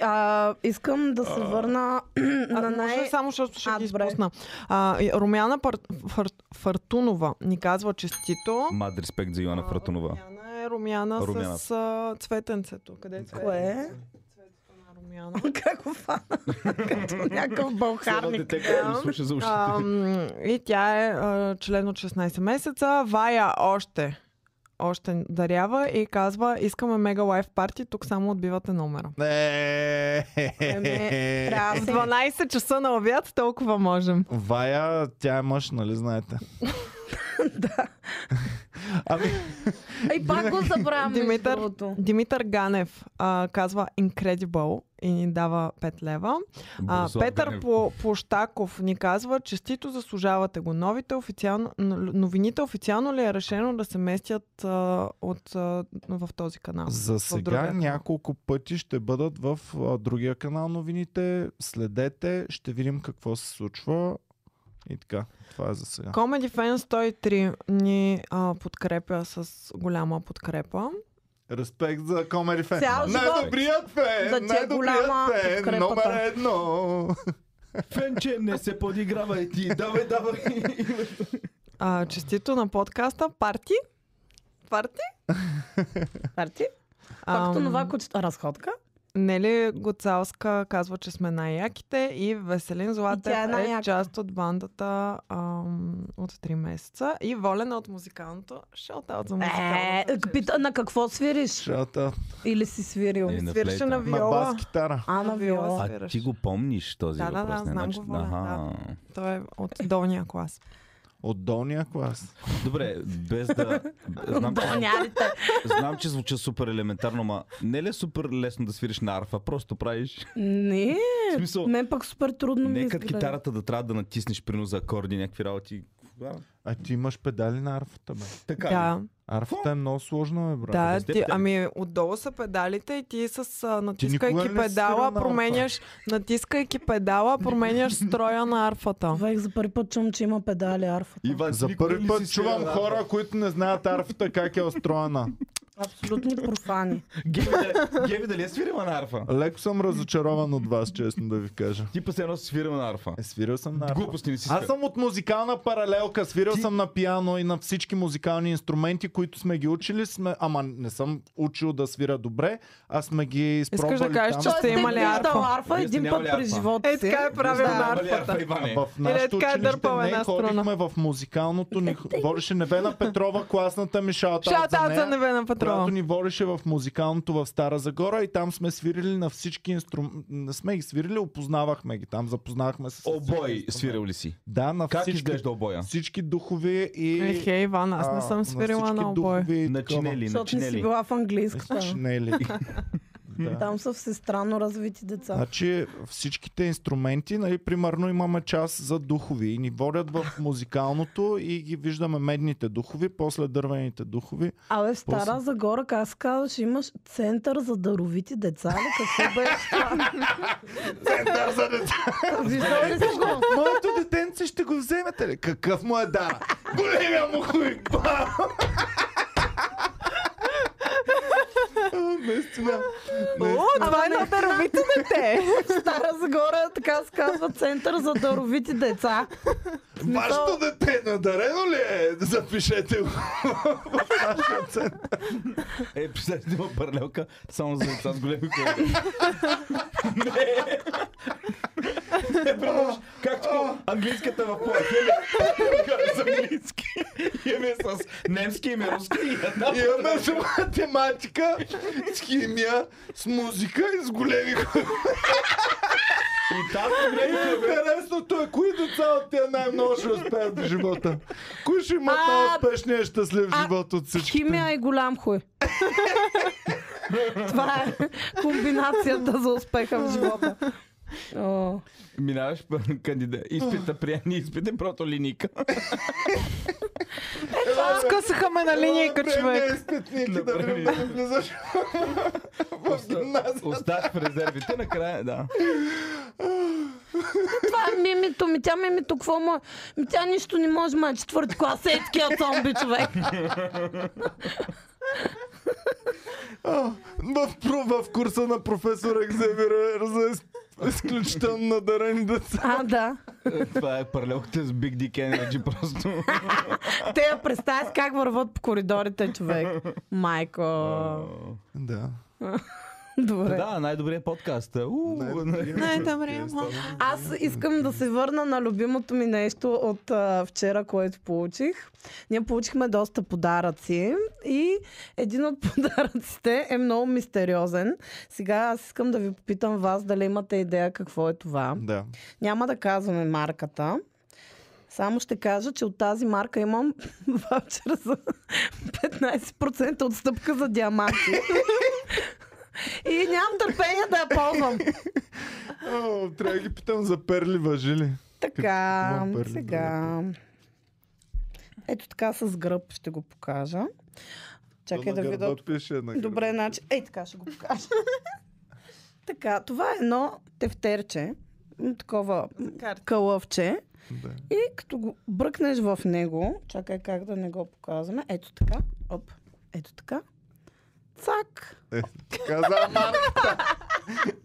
Speaker 3: А, искам да се върна
Speaker 2: А,
Speaker 3: на
Speaker 2: може
Speaker 3: най...
Speaker 2: Само защото ще
Speaker 3: А,
Speaker 2: ги
Speaker 3: добре.
Speaker 2: изпусна. А, и Румяна Пар... Фар... Фартунова ни казва честито.
Speaker 4: Мад респект за Йоанна Фратунова.
Speaker 2: Румяна е Румяна,
Speaker 4: Румяна.
Speaker 2: с а, цветенцето. Къде е цветенцето?
Speaker 3: Кое е?
Speaker 2: на Румяна?
Speaker 3: Как го фана? Като някакъв
Speaker 4: Едно
Speaker 3: бълхарник.
Speaker 4: дете, което не слуша за ушите.
Speaker 2: Ам, и тя е а, член от 16 месеца. Вая още още дарява и казва искаме мега лайф парти, тук само отбивате номера.
Speaker 1: Е,
Speaker 3: Еми, Ами, трябва
Speaker 2: С
Speaker 3: да
Speaker 2: 12 часа на обяд толкова можем.
Speaker 1: Вая, тя е мъж, нали знаете?
Speaker 3: Да.
Speaker 1: Ами,
Speaker 3: И пак го забравям.
Speaker 2: Димитър.
Speaker 3: между другото.
Speaker 2: Димитър Ганев а, казва Incredible и ни дава 5 лева. А,
Speaker 4: Борислав
Speaker 2: Петър
Speaker 4: Ганев.
Speaker 2: Пло- Площаков ни казва, честито заслужавате го. Новите официално, новините официално ли е решено да се местят а, от, а, в този канал?
Speaker 1: за
Speaker 2: другия
Speaker 1: сега
Speaker 2: канал.
Speaker 1: няколко пъти ще бъдат в а, другия канал новините. Следете, ще видим какво се случва. И така, това е за сега.
Speaker 2: Comedy Fan 103 ни а, подкрепя с голяма подкрепа.
Speaker 1: Респект за Comedy Fan.
Speaker 3: Цял живот
Speaker 1: най-добрият фен!
Speaker 3: да ти е
Speaker 1: най-добрият
Speaker 3: голяма
Speaker 1: фен!
Speaker 3: подкрепата.
Speaker 1: Номер едно!
Speaker 4: Фенче, не се подигравай ти. Давай, давай.
Speaker 2: А, честито на подкаста Парти. Парти?
Speaker 3: Парти.
Speaker 2: Ам,
Speaker 3: Както това кучета. Разходка.
Speaker 2: Нели Гоцалска казва, че сме най-яките и Веселин Златев
Speaker 3: И тя е
Speaker 2: е,
Speaker 3: най-яка.
Speaker 2: част от бандата ам, от 3 месеца и Волена от музикалното. Шелта за
Speaker 3: Е,
Speaker 2: музикалното.
Speaker 3: е, пита, на какво свириш?
Speaker 1: Шата
Speaker 3: Или си свирил?
Speaker 4: Е, на
Speaker 2: Свирше на
Speaker 4: флейта.
Speaker 1: на
Speaker 2: виола.
Speaker 1: бас китара.
Speaker 3: А, на виола.
Speaker 4: А ти го помниш този
Speaker 2: Да, да, да,
Speaker 4: въпрос? не?
Speaker 2: знам
Speaker 4: Значи-
Speaker 2: го, Валя,
Speaker 4: аха.
Speaker 2: Той е от долния клас.
Speaker 1: От долния клас.
Speaker 4: Добре, без да... Знам, че,
Speaker 3: Бонярите.
Speaker 4: знам, че звуча супер елементарно, ма не ли е супер лесно да свириш на арфа? Просто правиш...
Speaker 3: Не,
Speaker 4: В смисъл,
Speaker 3: мен пък супер трудно ми
Speaker 4: нека
Speaker 3: изглежда.
Speaker 4: китарата да трябва да натиснеш прино за акорди, някакви работи. А,
Speaker 1: А ти имаш педали на арфата, бе.
Speaker 4: Така ли?
Speaker 2: Да,
Speaker 1: Арфата е много сложно, бе, брат.
Speaker 2: да.
Speaker 4: без теб
Speaker 2: Ти,
Speaker 4: тя-
Speaker 2: ами отдолу са педалите и ти с а,
Speaker 1: никога
Speaker 2: натискайки
Speaker 1: не си
Speaker 2: педала
Speaker 1: свирал на
Speaker 2: променяш, натискайки педала променяш строя на арфата.
Speaker 3: Век, за първи път чувам, че има педали арфата.
Speaker 4: Иван,
Speaker 1: За
Speaker 4: никога ли
Speaker 1: първи
Speaker 4: си
Speaker 1: път
Speaker 4: свирал
Speaker 1: чувам
Speaker 4: на
Speaker 1: хора, които не знаят арфата как е устроена.
Speaker 3: Абсолютни профани.
Speaker 4: Геви, дали- Геви, дали е свирила на арфа?
Speaker 1: Леко съм разочарован от вас, честно да ви кажа.
Speaker 4: Ти пъс едно си свирила на арфа.
Speaker 1: Е, свирил съм на арфа.
Speaker 4: Глупости не си свирил.
Speaker 1: Аз съм от музикална паралелка, свирил
Speaker 4: Ти-
Speaker 1: съм на пиано и на всички музикални инструменти, които сме ги учили, сме... ама не съм учил да свира добре, а сме ги изпробвали
Speaker 2: кажеш,
Speaker 1: там.
Speaker 2: че сте
Speaker 3: Той
Speaker 2: имали
Speaker 3: е виждал
Speaker 2: арфа.
Speaker 3: арфа
Speaker 4: Вие сте
Speaker 3: един път
Speaker 4: нямали
Speaker 3: през
Speaker 4: арфа.
Speaker 3: живота
Speaker 2: Е,
Speaker 3: си.
Speaker 2: така е правилно
Speaker 3: Да.
Speaker 2: на
Speaker 4: Намали арфа,
Speaker 2: арфата.
Speaker 4: Иване.
Speaker 1: В нашето
Speaker 2: така е
Speaker 1: училище
Speaker 2: дърпала
Speaker 1: не
Speaker 2: една
Speaker 1: ходихме в музикалното, ни водеше Невена Петрова, класната ми шалта
Speaker 2: Шаут
Speaker 1: за
Speaker 2: аут
Speaker 1: нея.
Speaker 2: за Невена Петрова.
Speaker 1: Която ни водеше в музикалното в Стара Загора и там сме свирили на всички инструменти. Сме ги свирили, опознавахме ги там, запознахме се. с всички
Speaker 4: Обой
Speaker 1: инструменти.
Speaker 4: свирил ли си?
Speaker 1: Да, на
Speaker 4: Как
Speaker 1: всички,
Speaker 4: изглежда обоя?
Speaker 1: всички духови и...
Speaker 2: Ехе, Е, Иван, аз не
Speaker 1: а,
Speaker 2: съм свирила
Speaker 1: всички
Speaker 2: на обоя.
Speaker 1: духови и такова.
Speaker 4: Начинели,
Speaker 3: Защото не си
Speaker 4: начинели.
Speaker 3: била в английската.
Speaker 1: Чинели. е
Speaker 4: е.
Speaker 1: да.
Speaker 3: Там са всестранно развити деца.
Speaker 1: Значи всичките инструменти, нали, примерно имаме час за духови и ни водят в музикалното и ги виждаме медните духови, после дървените духови.
Speaker 3: Абе, в Стара
Speaker 1: После-
Speaker 3: Загора, как се казваш, имаш център за даровити деца ли? Какво беше това?
Speaker 1: Център Е, за деца.
Speaker 3: Виждал ли си го?
Speaker 1: Моето детенце ще го вземете ли? Какъв му е дар? Големия му хуй! Бам! А, Наистина.
Speaker 2: О, това е на дървите дете!
Speaker 3: В Стара Загора така се казва център за даровити деца.
Speaker 1: Вашето дете надарено ли е? Запишете го. в нашия център.
Speaker 4: Е, представете има паралелка, само за деца с големи коли. Не! Е, примерно, както английската в поехели. С английски. Име с немски, име руски. и една-
Speaker 1: Имаме с математика, с химия, с музика и с големи хора.
Speaker 4: И там
Speaker 1: Интересното е, кои деца от тия най-много ще успеят в живота? Кои ще имат
Speaker 3: А,
Speaker 1: най-успешния и щастлив
Speaker 3: а,
Speaker 1: живот от всички?
Speaker 3: Химия и голям хуй. Това е комбинацията за успеха в живота. О,
Speaker 4: минаваш кандидат. Изпита, прияни изпита, прото линика.
Speaker 2: Скъсаха ме на линейка, човек.
Speaker 1: Изпитники е да
Speaker 4: Направи.
Speaker 1: влизаш- влизаш в гимназия.
Speaker 4: Осташ в резервите, накрая, да.
Speaker 3: Това е мимито ми, тя мимито, какво му е? Ми тя нищо не може, ма е четвърти клас, е такива зомби, човек.
Speaker 1: А, В, про- в курса на професора Екзевера за из- изключително надарени деца.
Speaker 3: А, да.
Speaker 4: Това е паралелката с Big Dick Energy просто.
Speaker 3: Те я представят как върват по коридорите, човек. Майко.
Speaker 1: Да.
Speaker 3: Добре.
Speaker 4: Да, най-добрият подкаст. Уу,
Speaker 1: Най-добрият.
Speaker 2: Най-добре,
Speaker 3: Аз искам да се върна на любимото ми нещо от а, вчера, което получих. Ние получихме доста подаръци и един от подаръците е много мистериозен. Сега аз искам да ви попитам вас дали имате идея какво е това.
Speaker 1: Да.
Speaker 3: Няма да казваме марката. Само ще кажа, че от тази марка имам ваучер за 15% отстъпка за диаманти. И нямам търпение да я ползвам.
Speaker 1: О, трябва да ги питам за перли въжи ли?
Speaker 3: Така,
Speaker 1: Какво бърли,
Speaker 3: сега. Ето така с гръб ще го покажа. Чакай
Speaker 1: То на
Speaker 3: да видя.
Speaker 1: гърба Пише на гърба.
Speaker 3: Добре, значи. Ей, така ще го покажа. така, това е едно тефтерче. М, Такова м,
Speaker 2: Карта.
Speaker 3: кълъвче.
Speaker 1: Да.
Speaker 3: И като го бръкнеш в него, чакай как да не го показваме. Ето така. Оп. Ето така. Цак.
Speaker 1: Е, Каза марката.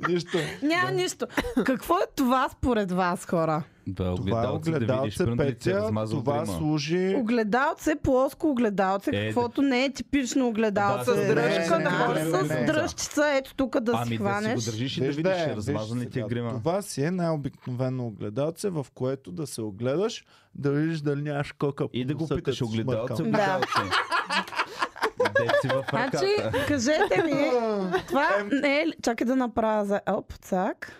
Speaker 1: Нищо.
Speaker 3: Няма нищо. Какво е това според вас, хора?
Speaker 4: Да,
Speaker 1: Това е
Speaker 4: огледалци, да видиш,
Speaker 1: огледалце,
Speaker 4: примерно, да ти се
Speaker 1: Петя,
Speaker 4: размазва
Speaker 1: това
Speaker 4: грима.
Speaker 1: служи...
Speaker 3: Огледалце, плоско огледалце,
Speaker 4: Е,
Speaker 3: каквото не е типично огледалце.
Speaker 4: Да,
Speaker 3: с дръжка,
Speaker 1: не,
Speaker 3: да
Speaker 1: не,
Speaker 3: можеш
Speaker 1: не, не, не.
Speaker 3: с дръжчица, ето тук да си
Speaker 4: Ами да си
Speaker 3: хванеш.
Speaker 4: го държиш и да
Speaker 1: Виж
Speaker 4: видиш
Speaker 1: е, виж
Speaker 4: размазаните
Speaker 1: сега,
Speaker 4: грима.
Speaker 1: Това си е най-обикновено огледалце, в което да се огледаш, да видиш дали нямаш кока по
Speaker 4: И да го
Speaker 1: носа,
Speaker 4: питаш,
Speaker 1: като
Speaker 4: огледалце,
Speaker 1: смъркам.
Speaker 3: Да.
Speaker 4: огледалце. Деци в
Speaker 3: Значи,
Speaker 4: ръката.
Speaker 3: кажете ми, това не е ли... Чакай да направя за оп, цак.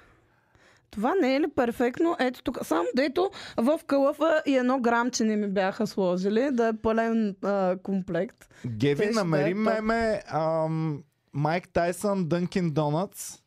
Speaker 3: Това не е ли перфектно? Ето тук, само дето в кълъфа и едно грамче не ми бяха сложили, да е пълен а, комплект.
Speaker 1: Геви,
Speaker 3: Те ще
Speaker 1: намери
Speaker 3: бъдат топ.
Speaker 1: меме ам, Майк Тайсън, Дънкин Донатс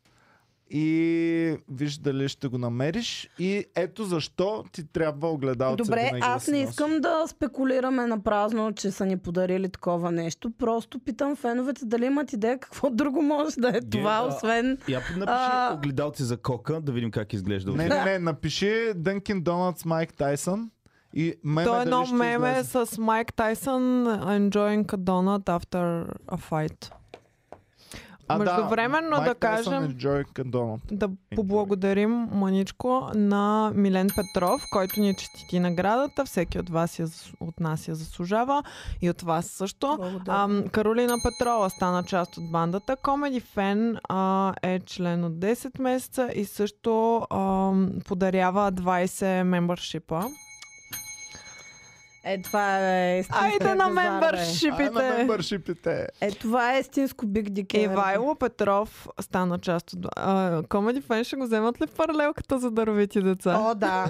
Speaker 1: и виж дали ще го намериш. И ето защо ти трябва огледалце.
Speaker 3: Добре,
Speaker 1: винаги да
Speaker 3: аз
Speaker 1: си
Speaker 3: не
Speaker 1: носиш.
Speaker 3: искам да спекулираме на празно, че са ни подарили такова нещо. Просто питам феновете дали имат идея какво друго може да е това,
Speaker 4: а,
Speaker 3: освен...
Speaker 4: Я
Speaker 3: А-
Speaker 4: напиши огледалци за кока, да видим как изглежда.
Speaker 1: Не, не, не, напиши Дънкин Донатс, Майк Тайсън и меме
Speaker 2: То е
Speaker 1: дали
Speaker 2: едно
Speaker 1: ще
Speaker 2: меме
Speaker 1: излезе.
Speaker 2: с Майк Тайсън enjoying a donut after a fight.
Speaker 1: А,
Speaker 2: Междувременно
Speaker 1: Майк
Speaker 2: да
Speaker 1: Тайсън
Speaker 2: кажем-
Speaker 1: и Дънкин Донатс.
Speaker 2: Да поблагодарим маничко на Милен Петров, който ни честити наградата. Всеки от вас я, зас- от нас я заслужава и от вас също.
Speaker 3: Благодаря.
Speaker 2: А, Каролина Петрова стана част от бандата. Comedy Fan а, е член от 10 месеца и също а, подарява 20 мембършипа.
Speaker 3: Е, това е истинско.
Speaker 2: Айде на
Speaker 1: Ай, на
Speaker 2: мембършипите!
Speaker 1: мембършипите.
Speaker 3: Е, това е истинско биг дик.
Speaker 2: Ивайло Петров стана част от... А, Comedy Fan ще го вземат ли в паралелката за дървите деца?
Speaker 3: О, да.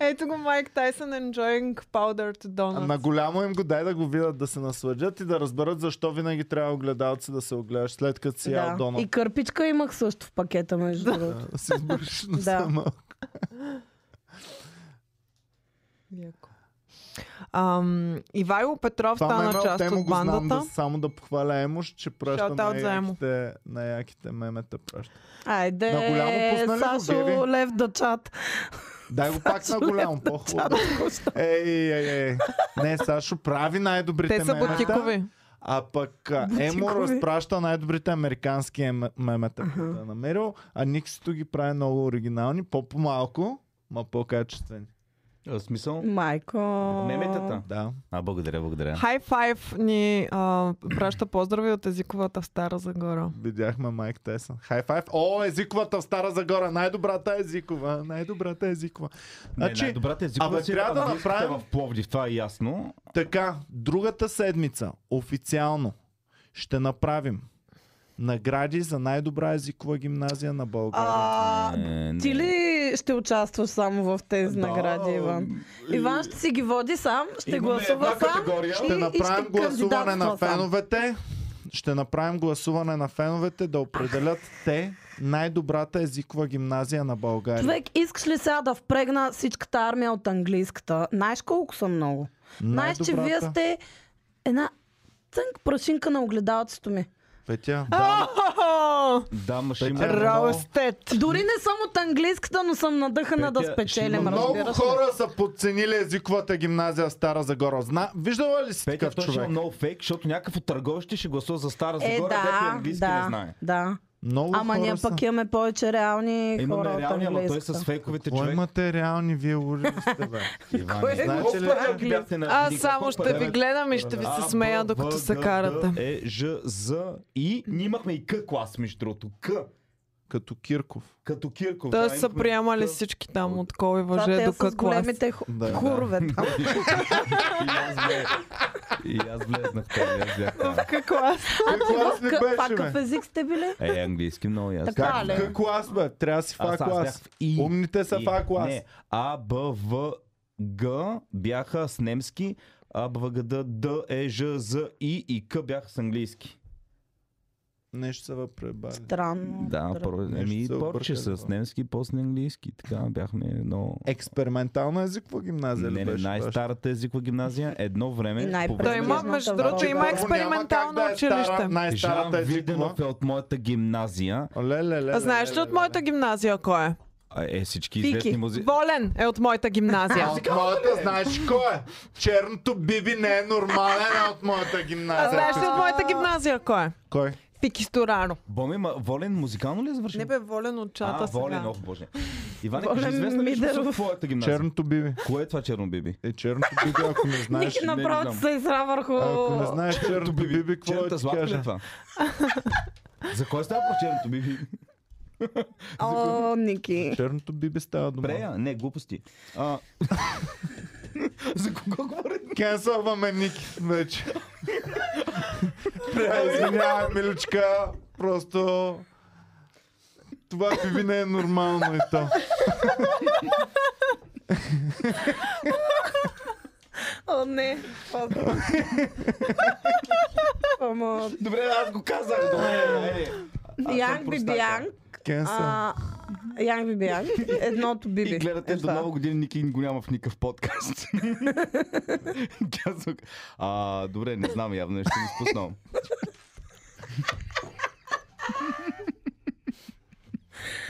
Speaker 2: Ето го Майк Тайсън enjoying powdered donuts.
Speaker 1: На голямо им го дай да го видят, да се насладят и да разберат защо винаги трябва огледалци да се огледаш след като си ял
Speaker 3: да.
Speaker 1: донат.
Speaker 3: И кърпичка имах също в пакета, между другото.
Speaker 1: Да Си избършиш на
Speaker 3: Да.
Speaker 1: само.
Speaker 2: Яко. Ам, Ивайло Петров
Speaker 1: Това е меме
Speaker 2: стана
Speaker 1: от
Speaker 2: част
Speaker 1: Емо
Speaker 2: от
Speaker 1: го знам,
Speaker 2: бандата.
Speaker 1: да, само да похваля Емош, че праща
Speaker 2: Shout out за Емо.
Speaker 1: най-яките, най-яките мемета. Праща.
Speaker 3: Айде,
Speaker 1: На голямо пусна ли го,
Speaker 3: Сашо
Speaker 1: Геви?
Speaker 3: Лев да чат.
Speaker 1: Дай го пак на голямо, по-хубаво. Ей, ей, ей. Не, Сашо прави най-добрите
Speaker 2: Те са
Speaker 1: мемета,
Speaker 2: бутикови.
Speaker 1: а пък а, Емо
Speaker 3: Бутикови.
Speaker 1: разпраща най-добрите американски ем- мемета, които е намерил, а Никсито ги прави много оригинални, по-помалко, ма по-качествени.
Speaker 4: В смисъл?
Speaker 3: Майко.
Speaker 4: Меметата.
Speaker 1: Да.
Speaker 4: А, благодаря, благодаря.
Speaker 2: Хай файв ни а, праща поздрави от езиковата в Стара Загора.
Speaker 1: Видяхме Майк Тесън. Хай файв. О, езиковата в Стара Загора. Най-добрата е езикова. Най-добрата е езикова.
Speaker 4: Значи,
Speaker 1: Значи,
Speaker 4: не, най-добрата
Speaker 1: абе,
Speaker 4: езикова си е
Speaker 1: трябва да
Speaker 4: английската
Speaker 1: направим-
Speaker 4: в Пловдив, това е ясно.
Speaker 1: така, другата седмица официално ще направим награди за най-добра езикова гимназия на България.
Speaker 3: А,
Speaker 4: Е,
Speaker 3: ти
Speaker 4: не.
Speaker 3: ли ще участваш само в тези награди, Иван? Иван ще си ги води сам, ще
Speaker 4: Имаме
Speaker 3: гласува
Speaker 4: една
Speaker 3: сам.
Speaker 4: категория.
Speaker 3: и-
Speaker 1: Ще
Speaker 3: и
Speaker 1: направим
Speaker 3: ще
Speaker 1: гласуване на
Speaker 3: кандидатства сам.
Speaker 1: феновете. Ще направим гласуване на феновете да определят те най-добрата езикова гимназия на България.
Speaker 3: Човек, искаш ли сега да впрегна всичката армия от английската? Знаеш колко са много? Знаеш, че
Speaker 1: Най-добрата-
Speaker 3: вие сте една цънк прашинка на огледалцето ми.
Speaker 1: Петя,
Speaker 4: Да,
Speaker 2: О,
Speaker 4: да, ще има...
Speaker 1: Петя, е
Speaker 4: много-
Speaker 2: Роустет!
Speaker 3: Дори не съм от английската, но съм надъхана да
Speaker 4: Петя,
Speaker 3: спечелим,
Speaker 4: ще има
Speaker 1: Много
Speaker 3: разбираш. ли?
Speaker 2: нали?
Speaker 1: хора са подценили езиковата гимназия в Стара Загора. Зна... Виждала ли си
Speaker 4: Петя,
Speaker 1: такъв
Speaker 4: той ще има
Speaker 1: човек?
Speaker 4: много фейк, защото някакъв от търговище ще гласува за Стара
Speaker 3: Е,
Speaker 4: Загора, дето и
Speaker 3: да,
Speaker 4: английски не
Speaker 3: да,
Speaker 4: знае.
Speaker 3: да.
Speaker 1: Много
Speaker 3: Ама
Speaker 1: хора
Speaker 3: ние
Speaker 1: са.
Speaker 3: пък
Speaker 2: е-
Speaker 3: имаме повече реални
Speaker 4: Имаме
Speaker 3: хора от
Speaker 4: реални, ама той
Speaker 3: английската.
Speaker 4: с фейковите
Speaker 1: Кой
Speaker 4: човек.
Speaker 1: имате реални, вие луди ли сте, бе?
Speaker 4: Иван,
Speaker 3: Кой е
Speaker 1: знаете
Speaker 4: колко
Speaker 1: ли-
Speaker 4: пък бяхте на
Speaker 2: Аз
Speaker 4: Велико?
Speaker 2: само ще ви
Speaker 4: Пък-
Speaker 2: гледам и ще ви
Speaker 4: А,
Speaker 2: се смея,
Speaker 4: Б,
Speaker 2: докато
Speaker 4: В,
Speaker 2: се
Speaker 4: Г,
Speaker 2: карате.
Speaker 4: Д, Е, Ж, З и ние имахме и К клас, между другото. К, като
Speaker 1: Кирков.
Speaker 4: като Кирков.
Speaker 2: Те
Speaker 4: да,
Speaker 2: са
Speaker 4: имахме
Speaker 2: приемали
Speaker 4: К.
Speaker 2: всички там от коли
Speaker 3: Това
Speaker 2: въже до
Speaker 3: те с
Speaker 2: каква.
Speaker 3: големите ху-
Speaker 1: Да, да.
Speaker 3: хурове там.
Speaker 4: И аз вле- И аз влезнах там, и аз бях там.
Speaker 2: Каква?
Speaker 1: Кой клас не
Speaker 3: Къ-
Speaker 1: беше,
Speaker 3: Пакъв
Speaker 1: бе?
Speaker 3: език сте били?
Speaker 4: Е, английски много ясно.
Speaker 3: Така ли?
Speaker 1: Кой клас, бе? Трябва да си в
Speaker 4: Аз, аз бях
Speaker 1: А-клас.
Speaker 4: в И.
Speaker 1: Умните са
Speaker 4: И-
Speaker 1: в А-клас.
Speaker 4: Не, А, Б, В, Г бяха с немски, А, Б, Г, Д, Д, Е, Ж, З, И и К бяха с английски.
Speaker 1: Нещо са въпребали.
Speaker 3: Странно.
Speaker 4: Да,
Speaker 3: Дра-
Speaker 4: първо,
Speaker 1: Нещо
Speaker 4: еми,
Speaker 1: се
Speaker 4: повече
Speaker 1: объркали,
Speaker 4: с
Speaker 1: да.
Speaker 4: немски, после на английски. Така бяхме едно...
Speaker 1: Е, Експериментална езикова гимназия
Speaker 4: Не,
Speaker 1: ли
Speaker 4: не,
Speaker 1: беше?
Speaker 4: най-старата езикова гимназия. Едно
Speaker 3: И
Speaker 4: време... по
Speaker 3: най-престижната
Speaker 2: Той е
Speaker 4: време
Speaker 2: има, между другото,
Speaker 3: Значи,
Speaker 2: има
Speaker 1: Първо, няма
Speaker 2: експериментално
Speaker 1: как да е стара-
Speaker 2: училище.
Speaker 1: Най-старата
Speaker 4: Жан
Speaker 1: езикова.
Speaker 4: Виденов е от моята гимназия.
Speaker 1: Оле, ле, ле,
Speaker 2: А знаеш
Speaker 1: ле,
Speaker 2: ли
Speaker 1: ле,
Speaker 2: от моята гимназия кой е?
Speaker 4: А, Е, всички
Speaker 3: Пики.
Speaker 4: известни музи...
Speaker 2: Волен е от моята гимназия.
Speaker 1: А от моята, знаеш кой е? Черното биби не е нормален а от моята
Speaker 2: А
Speaker 1: гимназия.
Speaker 2: знаеш ли от моята гимназия кой е?
Speaker 1: Кой?
Speaker 2: Пики Стораро.
Speaker 4: Боми, ма, волен музикално ли е завършил?
Speaker 2: Не бе волен от чата
Speaker 4: а,
Speaker 2: сега.
Speaker 4: волен, ох боже. Иване,
Speaker 3: Волен
Speaker 4: кажи, известна ли е,
Speaker 3: Мидеров.
Speaker 4: в твоята гимназия?
Speaker 1: Черното биби.
Speaker 4: Кое е това черно биби?
Speaker 1: Е, черното биби, ако не знаеш.
Speaker 3: Ники
Speaker 4: не, не
Speaker 3: направо
Speaker 4: знам.
Speaker 3: ти се изра върху...
Speaker 1: Ако не знаеш черното биби, какво да
Speaker 4: Черната
Speaker 1: ти
Speaker 4: златка ли е
Speaker 1: кажа?
Speaker 4: това? За кой става про черното биби?
Speaker 3: О, Ники.
Speaker 1: Черното биби става дума.
Speaker 4: Прея? Не, глупости. А... За кого говорим?
Speaker 1: Кенсълваме Ники вече. Прея, извинявай, миличка. Просто... Това биби не е нормално и то.
Speaker 3: О, не. Ама...
Speaker 4: Добре, аз го казах. Добре, е, е. Аз съм
Speaker 3: Янг
Speaker 4: простака.
Speaker 3: Бибиянг.
Speaker 1: Кенсъл.
Speaker 3: а, Янг Бибиянг. Едното Биби.
Speaker 4: И гледате
Speaker 3: Е
Speaker 4: до
Speaker 3: това.
Speaker 4: нова година Ники го няма в никакъв подкаст. Казах. А, добре, не знам, явно не ще го спуснам.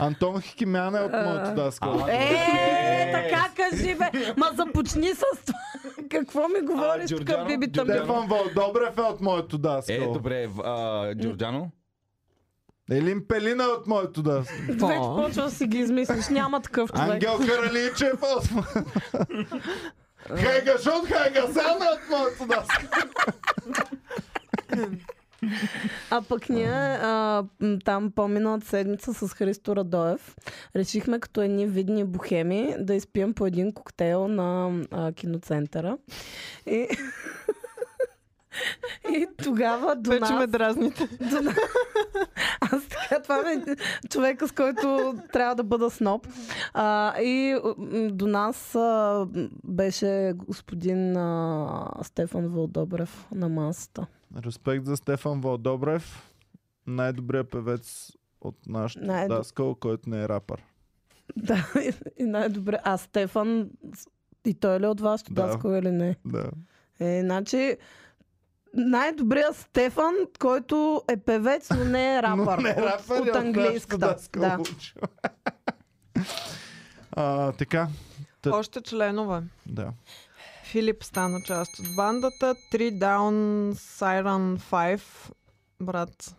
Speaker 1: Антон Хикимян е от моята
Speaker 4: А,
Speaker 1: даска.
Speaker 3: Е,
Speaker 4: Е,
Speaker 3: така кажи бе. Ма започни с това. Какво ми говориш тук,
Speaker 4: Джорджано,
Speaker 3: бибита ми?
Speaker 4: Джорджано.
Speaker 1: Стефан Валдобрев е от моето даска.
Speaker 4: Е, добре, в- а, Джорджано.
Speaker 1: Елин Пелина е от моето даска.
Speaker 3: Вече почва да си ги измислиш. Няма такъв човек.
Speaker 1: Ангел Караличев е от моето. Хайга Шот, Хайга Сан е от моето даска.
Speaker 3: А пък ние а, м, там по-миналата седмица с Христо Радоев решихме като едни видни бухеми да изпием по един коктейл на а, киноцентъра. И, и тогава до
Speaker 2: Вече ме
Speaker 3: нас...
Speaker 2: дразните.
Speaker 3: До нас... Аз така, това ме е човека, с който трябва да бъда сноб. А, и м, до нас а, м, беше господин а, Стефан Вълдобрев на масата.
Speaker 1: Респект за Стефан Валдобрев. Най-добрият певец от нашата
Speaker 3: Най-доб-
Speaker 1: даска, който не е рапър.
Speaker 3: Да, и- и най-добре. А Стефан, с- и той ли е от вас,
Speaker 1: Да.
Speaker 3: Даско или не?
Speaker 1: Да.
Speaker 3: Е, значи, най-добрият Стефан, който е певец, но не е рапър.
Speaker 1: Но не е
Speaker 3: От-
Speaker 1: рапър
Speaker 3: от,
Speaker 1: и
Speaker 3: английската.
Speaker 1: нашата
Speaker 3: Да.
Speaker 1: получил. а, така, Та-
Speaker 2: Още членове.
Speaker 1: да.
Speaker 2: Филип стана част от бандата. 3 Down Siren 5. Брат.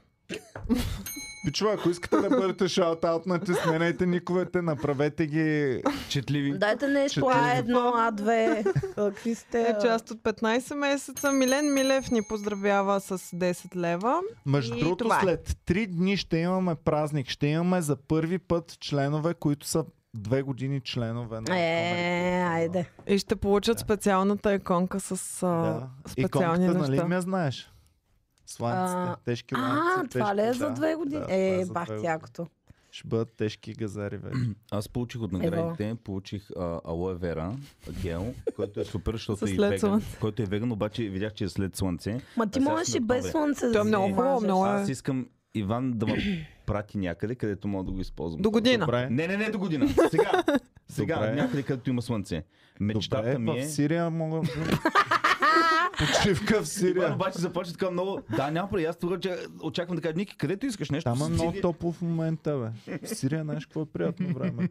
Speaker 1: Пичува, ако искате да бъдете шаутаутнати, сменете никовете, направете ги
Speaker 4: Четливи.
Speaker 3: Дайте е нещо
Speaker 1: Четири.
Speaker 3: А1, А2. А, Какви сте?
Speaker 2: Е
Speaker 3: а?
Speaker 2: част от 15 месеца. Милен Милев ни поздравява с 10 лева.
Speaker 1: Между
Speaker 2: И
Speaker 1: другото,
Speaker 2: това е.
Speaker 1: след три дни ще имаме празник. Ще имаме за първи път членове, които са две години членове на
Speaker 3: Е,
Speaker 1: Комери Клуба.
Speaker 3: айде.
Speaker 2: И ще получат специалната иконка с а,
Speaker 1: Да.
Speaker 2: специални
Speaker 1: Иконката, нали
Speaker 2: неща.
Speaker 1: им я знаеш? Сланците,
Speaker 3: А,
Speaker 1: тежки ланци.
Speaker 3: А, това
Speaker 1: тежки-
Speaker 3: ли е за
Speaker 1: да,
Speaker 3: две години?
Speaker 1: да, това
Speaker 3: Е,
Speaker 1: за
Speaker 3: бах
Speaker 1: две години.
Speaker 3: тякото.
Speaker 1: Ще бъдат тежки газари вече.
Speaker 4: Аз получих от наградите, получих а, алоe вера, гел, който е супер, защото
Speaker 2: Със
Speaker 4: е и
Speaker 2: след
Speaker 4: веган.
Speaker 2: слънце.
Speaker 4: Който е веган, обаче видях, че е след слънце.
Speaker 3: Ма ти
Speaker 4: А сега
Speaker 3: можеш
Speaker 4: сме
Speaker 3: и без
Speaker 4: октомври.
Speaker 3: слънце.
Speaker 2: Той е
Speaker 3: да
Speaker 2: много
Speaker 3: си
Speaker 2: хубаво,
Speaker 3: мажеш.
Speaker 2: много е.
Speaker 4: Аз искам Иван да ме прати някъде, където мога да го използвам.
Speaker 2: До година.
Speaker 1: Добре.
Speaker 4: Не, не, не до година. Сега. Сега,
Speaker 1: Добре.
Speaker 4: някъде където има слънце. Мечтата
Speaker 1: Добре,
Speaker 4: ми е...
Speaker 1: в Сирия мога... Почивка в
Speaker 4: Иван
Speaker 1: Сирия.
Speaker 4: обаче започва така много. Да, няма проблем. Аз тогава че- очаквам да кажа, Ники, където искаш нещо.
Speaker 1: Там е
Speaker 4: си
Speaker 1: много
Speaker 4: седи-
Speaker 1: топло в момента, бе. В Сирия, знаеш какво е приятно време.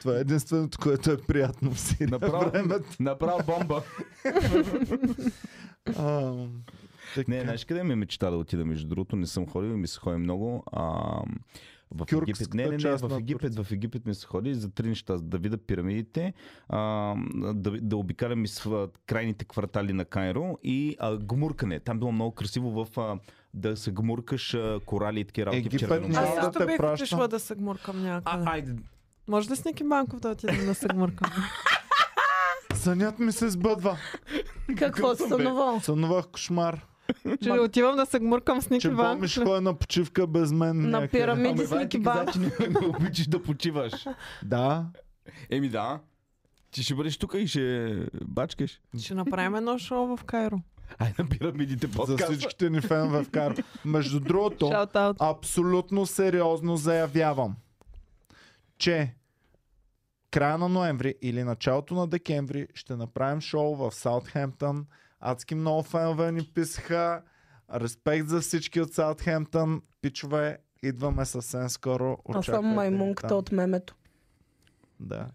Speaker 1: Това е единственото, което е приятно в Сирия.
Speaker 4: Направо,
Speaker 1: Времето.
Speaker 4: направо бомба.
Speaker 1: А, така.
Speaker 4: Не, знаеш къде ми е мечта да отида, между другото, не съм ходил и ми се ходи много. А, в
Speaker 1: Кюркската
Speaker 4: Египет. Не, не, не,
Speaker 1: част на
Speaker 4: в Египет, в Египет ми се ходи за три неща. Да видя пирамидите, а, да, да обикалям из а, крайните квартали на Кайро и а, гмуркане. Там било много красиво в а, да се гмуркаш а, корали и такива работи в
Speaker 1: Египет
Speaker 4: червено.
Speaker 1: не
Speaker 4: море.
Speaker 2: Аз
Speaker 1: Да,
Speaker 2: също
Speaker 1: те
Speaker 2: бих
Speaker 1: пращам.
Speaker 2: отишла да се гмуркам някъде.
Speaker 4: А, айде,
Speaker 2: Може ли с Ники Банков да отидем да се гмуркам?
Speaker 1: Сънят ми се сбъдва.
Speaker 3: Какво си сънувал?
Speaker 1: Сънувах кошмар.
Speaker 2: Че ли отивам да се гмуркам с Ники
Speaker 1: Че
Speaker 2: Банков?
Speaker 1: Бомиш ходи на почивка без мен.
Speaker 3: На
Speaker 1: някъде.
Speaker 3: пирамиди.
Speaker 4: Ама
Speaker 3: Миди с
Speaker 4: Иван ти
Speaker 3: Ники
Speaker 4: каза, че не, не обичаш да почиваш.
Speaker 1: Да.
Speaker 4: Еми да. Ти ще бъдеш тук и ще бачкаш.
Speaker 2: Ще направим едно шоу в Кайро.
Speaker 4: Ай на пирамидите
Speaker 1: За
Speaker 4: подкаста.
Speaker 1: всичките ни фенове в Каро. Между другото,
Speaker 2: Shout out.
Speaker 1: абсолютно сериозно заявявам, че края на ноември или началото на декември ще направим шоу в Саутхемптън. Адски много фенове ни писаха. Респект за всички от Саутхемптън. Пичове, идваме съвсем скоро.
Speaker 3: Аз
Speaker 1: Очаквайте
Speaker 3: съм
Speaker 1: ни
Speaker 3: маймунката
Speaker 1: там.
Speaker 3: от мемето.
Speaker 1: Да.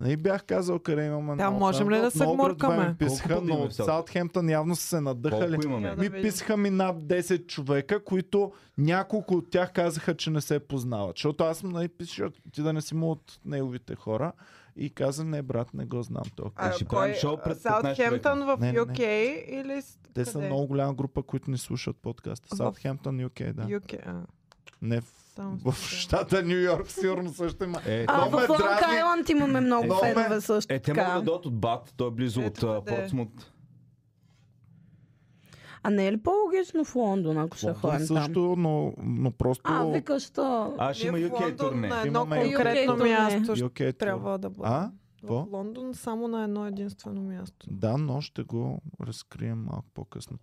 Speaker 1: Не бях казал къде имаме
Speaker 2: Да,
Speaker 1: много
Speaker 2: можем ли
Speaker 1: фенове.
Speaker 2: да се
Speaker 1: Много
Speaker 2: гмуркаме?
Speaker 1: градове ми Писаха,
Speaker 4: Колко пъти
Speaker 1: но
Speaker 4: има
Speaker 1: от
Speaker 4: все още?
Speaker 1: Саутхемптън явно са се надъхали.
Speaker 4: Колко имаме?
Speaker 2: Да
Speaker 1: Ми
Speaker 2: видим.
Speaker 1: писаха ми над 10 човека, които няколко от тях казаха, че не се познават. Защото аз му напиша, ти да не си му от неговите хора. И каза, не брат, не го знам толкова.
Speaker 4: Е, ще правим шоу пред 15 човека.
Speaker 2: Саутхемптън в
Speaker 1: Не, не, не.
Speaker 2: UK или... с-
Speaker 1: Те са
Speaker 2: къде?
Speaker 1: много голяма група, които ни слушат подкаста.
Speaker 2: В-
Speaker 1: Саутхемптън, UK, да.
Speaker 2: UK, а.
Speaker 1: Не в,
Speaker 2: Само
Speaker 1: в щата Нью Йорк, сигурно също има.
Speaker 4: Е,
Speaker 3: А,
Speaker 1: Много ме
Speaker 3: в Лонг
Speaker 1: дразни.
Speaker 3: Айланд имаме много
Speaker 1: Много ме-
Speaker 3: фенове също
Speaker 4: е, те могат
Speaker 3: така.
Speaker 4: да дойдат от Бат, той е близо
Speaker 2: Ето
Speaker 4: от а,
Speaker 2: къде е.
Speaker 4: Портсмут.
Speaker 3: А не е ли по-логично в Лондон, ако ще
Speaker 1: Лондон
Speaker 3: ходим там?
Speaker 1: също, но, но просто...
Speaker 3: А, викаш, що...
Speaker 4: А, ще има
Speaker 2: Ние в
Speaker 4: UK
Speaker 2: Лондон
Speaker 4: турне.
Speaker 2: На едно
Speaker 1: Имаме
Speaker 2: конкретно
Speaker 3: UK турне.
Speaker 2: място ще
Speaker 1: UK тур.
Speaker 2: трябва да бъде.
Speaker 1: А?
Speaker 2: В
Speaker 1: Какво?
Speaker 2: Лондон само на едно единствено място.
Speaker 1: Да, но ще го разкрием малко по-късно.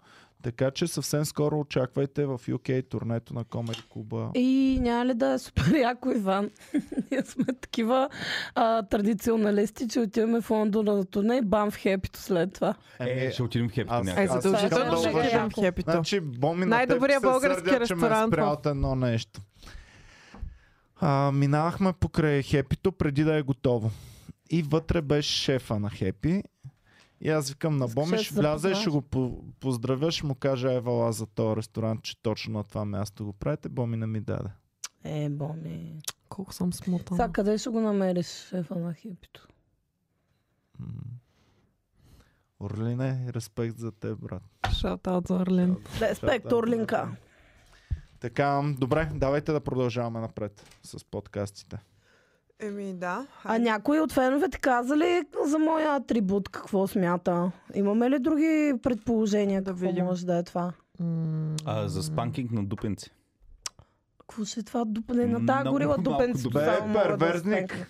Speaker 1: Така че съвсем скоро очаквайте в UK турнето на Comedy Куба.
Speaker 3: И няма ли да е супер яко, Иван? Ние сме такива а, традиционалисти, че отиваме в Лондон на турне и бам в хепито след това.
Speaker 4: Е, ще отидем в хепито
Speaker 1: аз-
Speaker 2: Е,
Speaker 1: аз-
Speaker 4: някъде.
Speaker 3: искам да
Speaker 2: задължително ще
Speaker 3: уважа.
Speaker 2: гледам хепито.
Speaker 1: Значи, Боми на теб
Speaker 2: Най-добрия
Speaker 1: ще се
Speaker 2: български
Speaker 1: сърдя, че ме
Speaker 2: ресторант
Speaker 1: спря
Speaker 2: в-
Speaker 1: от едно нещо. А, минавахме покрай хепито преди да е готово. И вътре беше шефа на хепи. И аз викам на
Speaker 3: Искаш
Speaker 1: Боми,
Speaker 3: да
Speaker 1: ще
Speaker 3: се
Speaker 1: вляза и ще го
Speaker 3: запознаеш?
Speaker 1: по- поздравя, ще му кажа Евала за този ресторант, че точно на това място го правите. Боми не ми даде.
Speaker 3: Е, боми.
Speaker 2: Колко съм
Speaker 3: Сега
Speaker 2: смутана.
Speaker 3: къде ще го намериш шефа на хепито?
Speaker 1: М. Орлине, респект за теб, брат.
Speaker 2: Шаутаут за Орлин.
Speaker 3: Респект, Орлинка.
Speaker 4: е.
Speaker 1: Така, м, добре, давайте да продължаваме напред с подкастите.
Speaker 2: Еми да.
Speaker 3: А
Speaker 2: хайде.
Speaker 3: някой от феновете каза ли за моя атрибут какво смята? Имаме ли други предположения
Speaker 2: Да
Speaker 3: какво
Speaker 2: видим.
Speaker 3: може да е това?
Speaker 2: М,
Speaker 4: А, за спанкинг на дупенци.
Speaker 3: Какво ще е това дупане? На тази
Speaker 4: Много
Speaker 3: горила
Speaker 4: малко
Speaker 3: дупенцето
Speaker 4: дупе.
Speaker 3: само мога да
Speaker 1: Е, Перверзник.
Speaker 3: успея.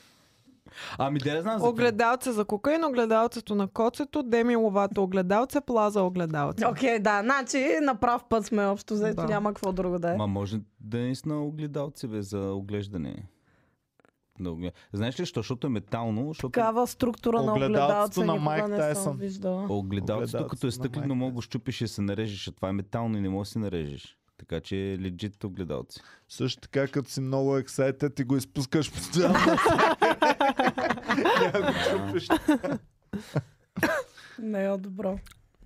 Speaker 4: Ами да я знам за това.
Speaker 2: Огледалце за кокаин, огледалцето на коцето, Деми Ловато огледалце, Плаза огледалце.
Speaker 3: Окей, да, значи на прав път сме общо, взето
Speaker 2: Да.
Speaker 3: няма какво друго да е.
Speaker 4: Ма може да не си на огледалци, бе, за оглеждане. Да огле- Знаеш ли, защо? защото е метално, защото
Speaker 3: Такава структура на
Speaker 1: Огледалцето
Speaker 3: огледалца
Speaker 1: на е
Speaker 3: никога
Speaker 1: Майк
Speaker 3: не
Speaker 1: Тайсън.
Speaker 3: съм виждала.
Speaker 4: огледалцето,
Speaker 1: Огледалцето
Speaker 4: като е
Speaker 1: на
Speaker 4: стъклено,
Speaker 1: майка.
Speaker 4: мога го щупиш и се нарежеш, а това е метално и не можеш да се нарежеш. Така че е легит огледалци.
Speaker 1: Също така, като си много ексайтед и го изпускаш постоянно. Няма го чупиш.
Speaker 3: Не е добро.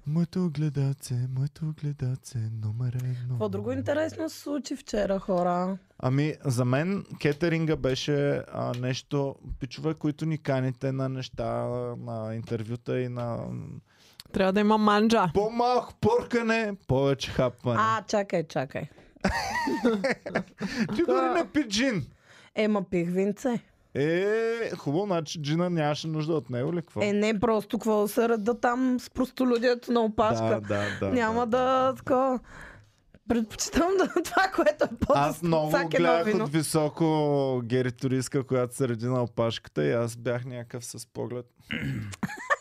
Speaker 1: Моето огледалце, моето огледалце, номер едно.
Speaker 3: Какво друго интересно се случи вчера, хора?
Speaker 1: Ами, за мен кетеринга беше а, нещо, пичове, които ни каните на неща, на интервюта и на...
Speaker 2: Трябва да има манджа.
Speaker 1: По-малко поркане, повече хапване.
Speaker 3: А, чакай, чакай.
Speaker 1: Ти дори не пи джин.
Speaker 3: Ема пих винце.
Speaker 1: Е, хубаво, значи Джина нямаше нужда от него ли какво?
Speaker 3: Е, не просто какво да се рада там с простолюдието на
Speaker 1: да,
Speaker 3: опашка.
Speaker 1: да, да.
Speaker 3: Няма
Speaker 1: да.
Speaker 3: да така. Предпочитам да това, което е по
Speaker 1: Аз много гледах от високо геритуриска, която се реди на опашката и аз бях някакъв с поглед.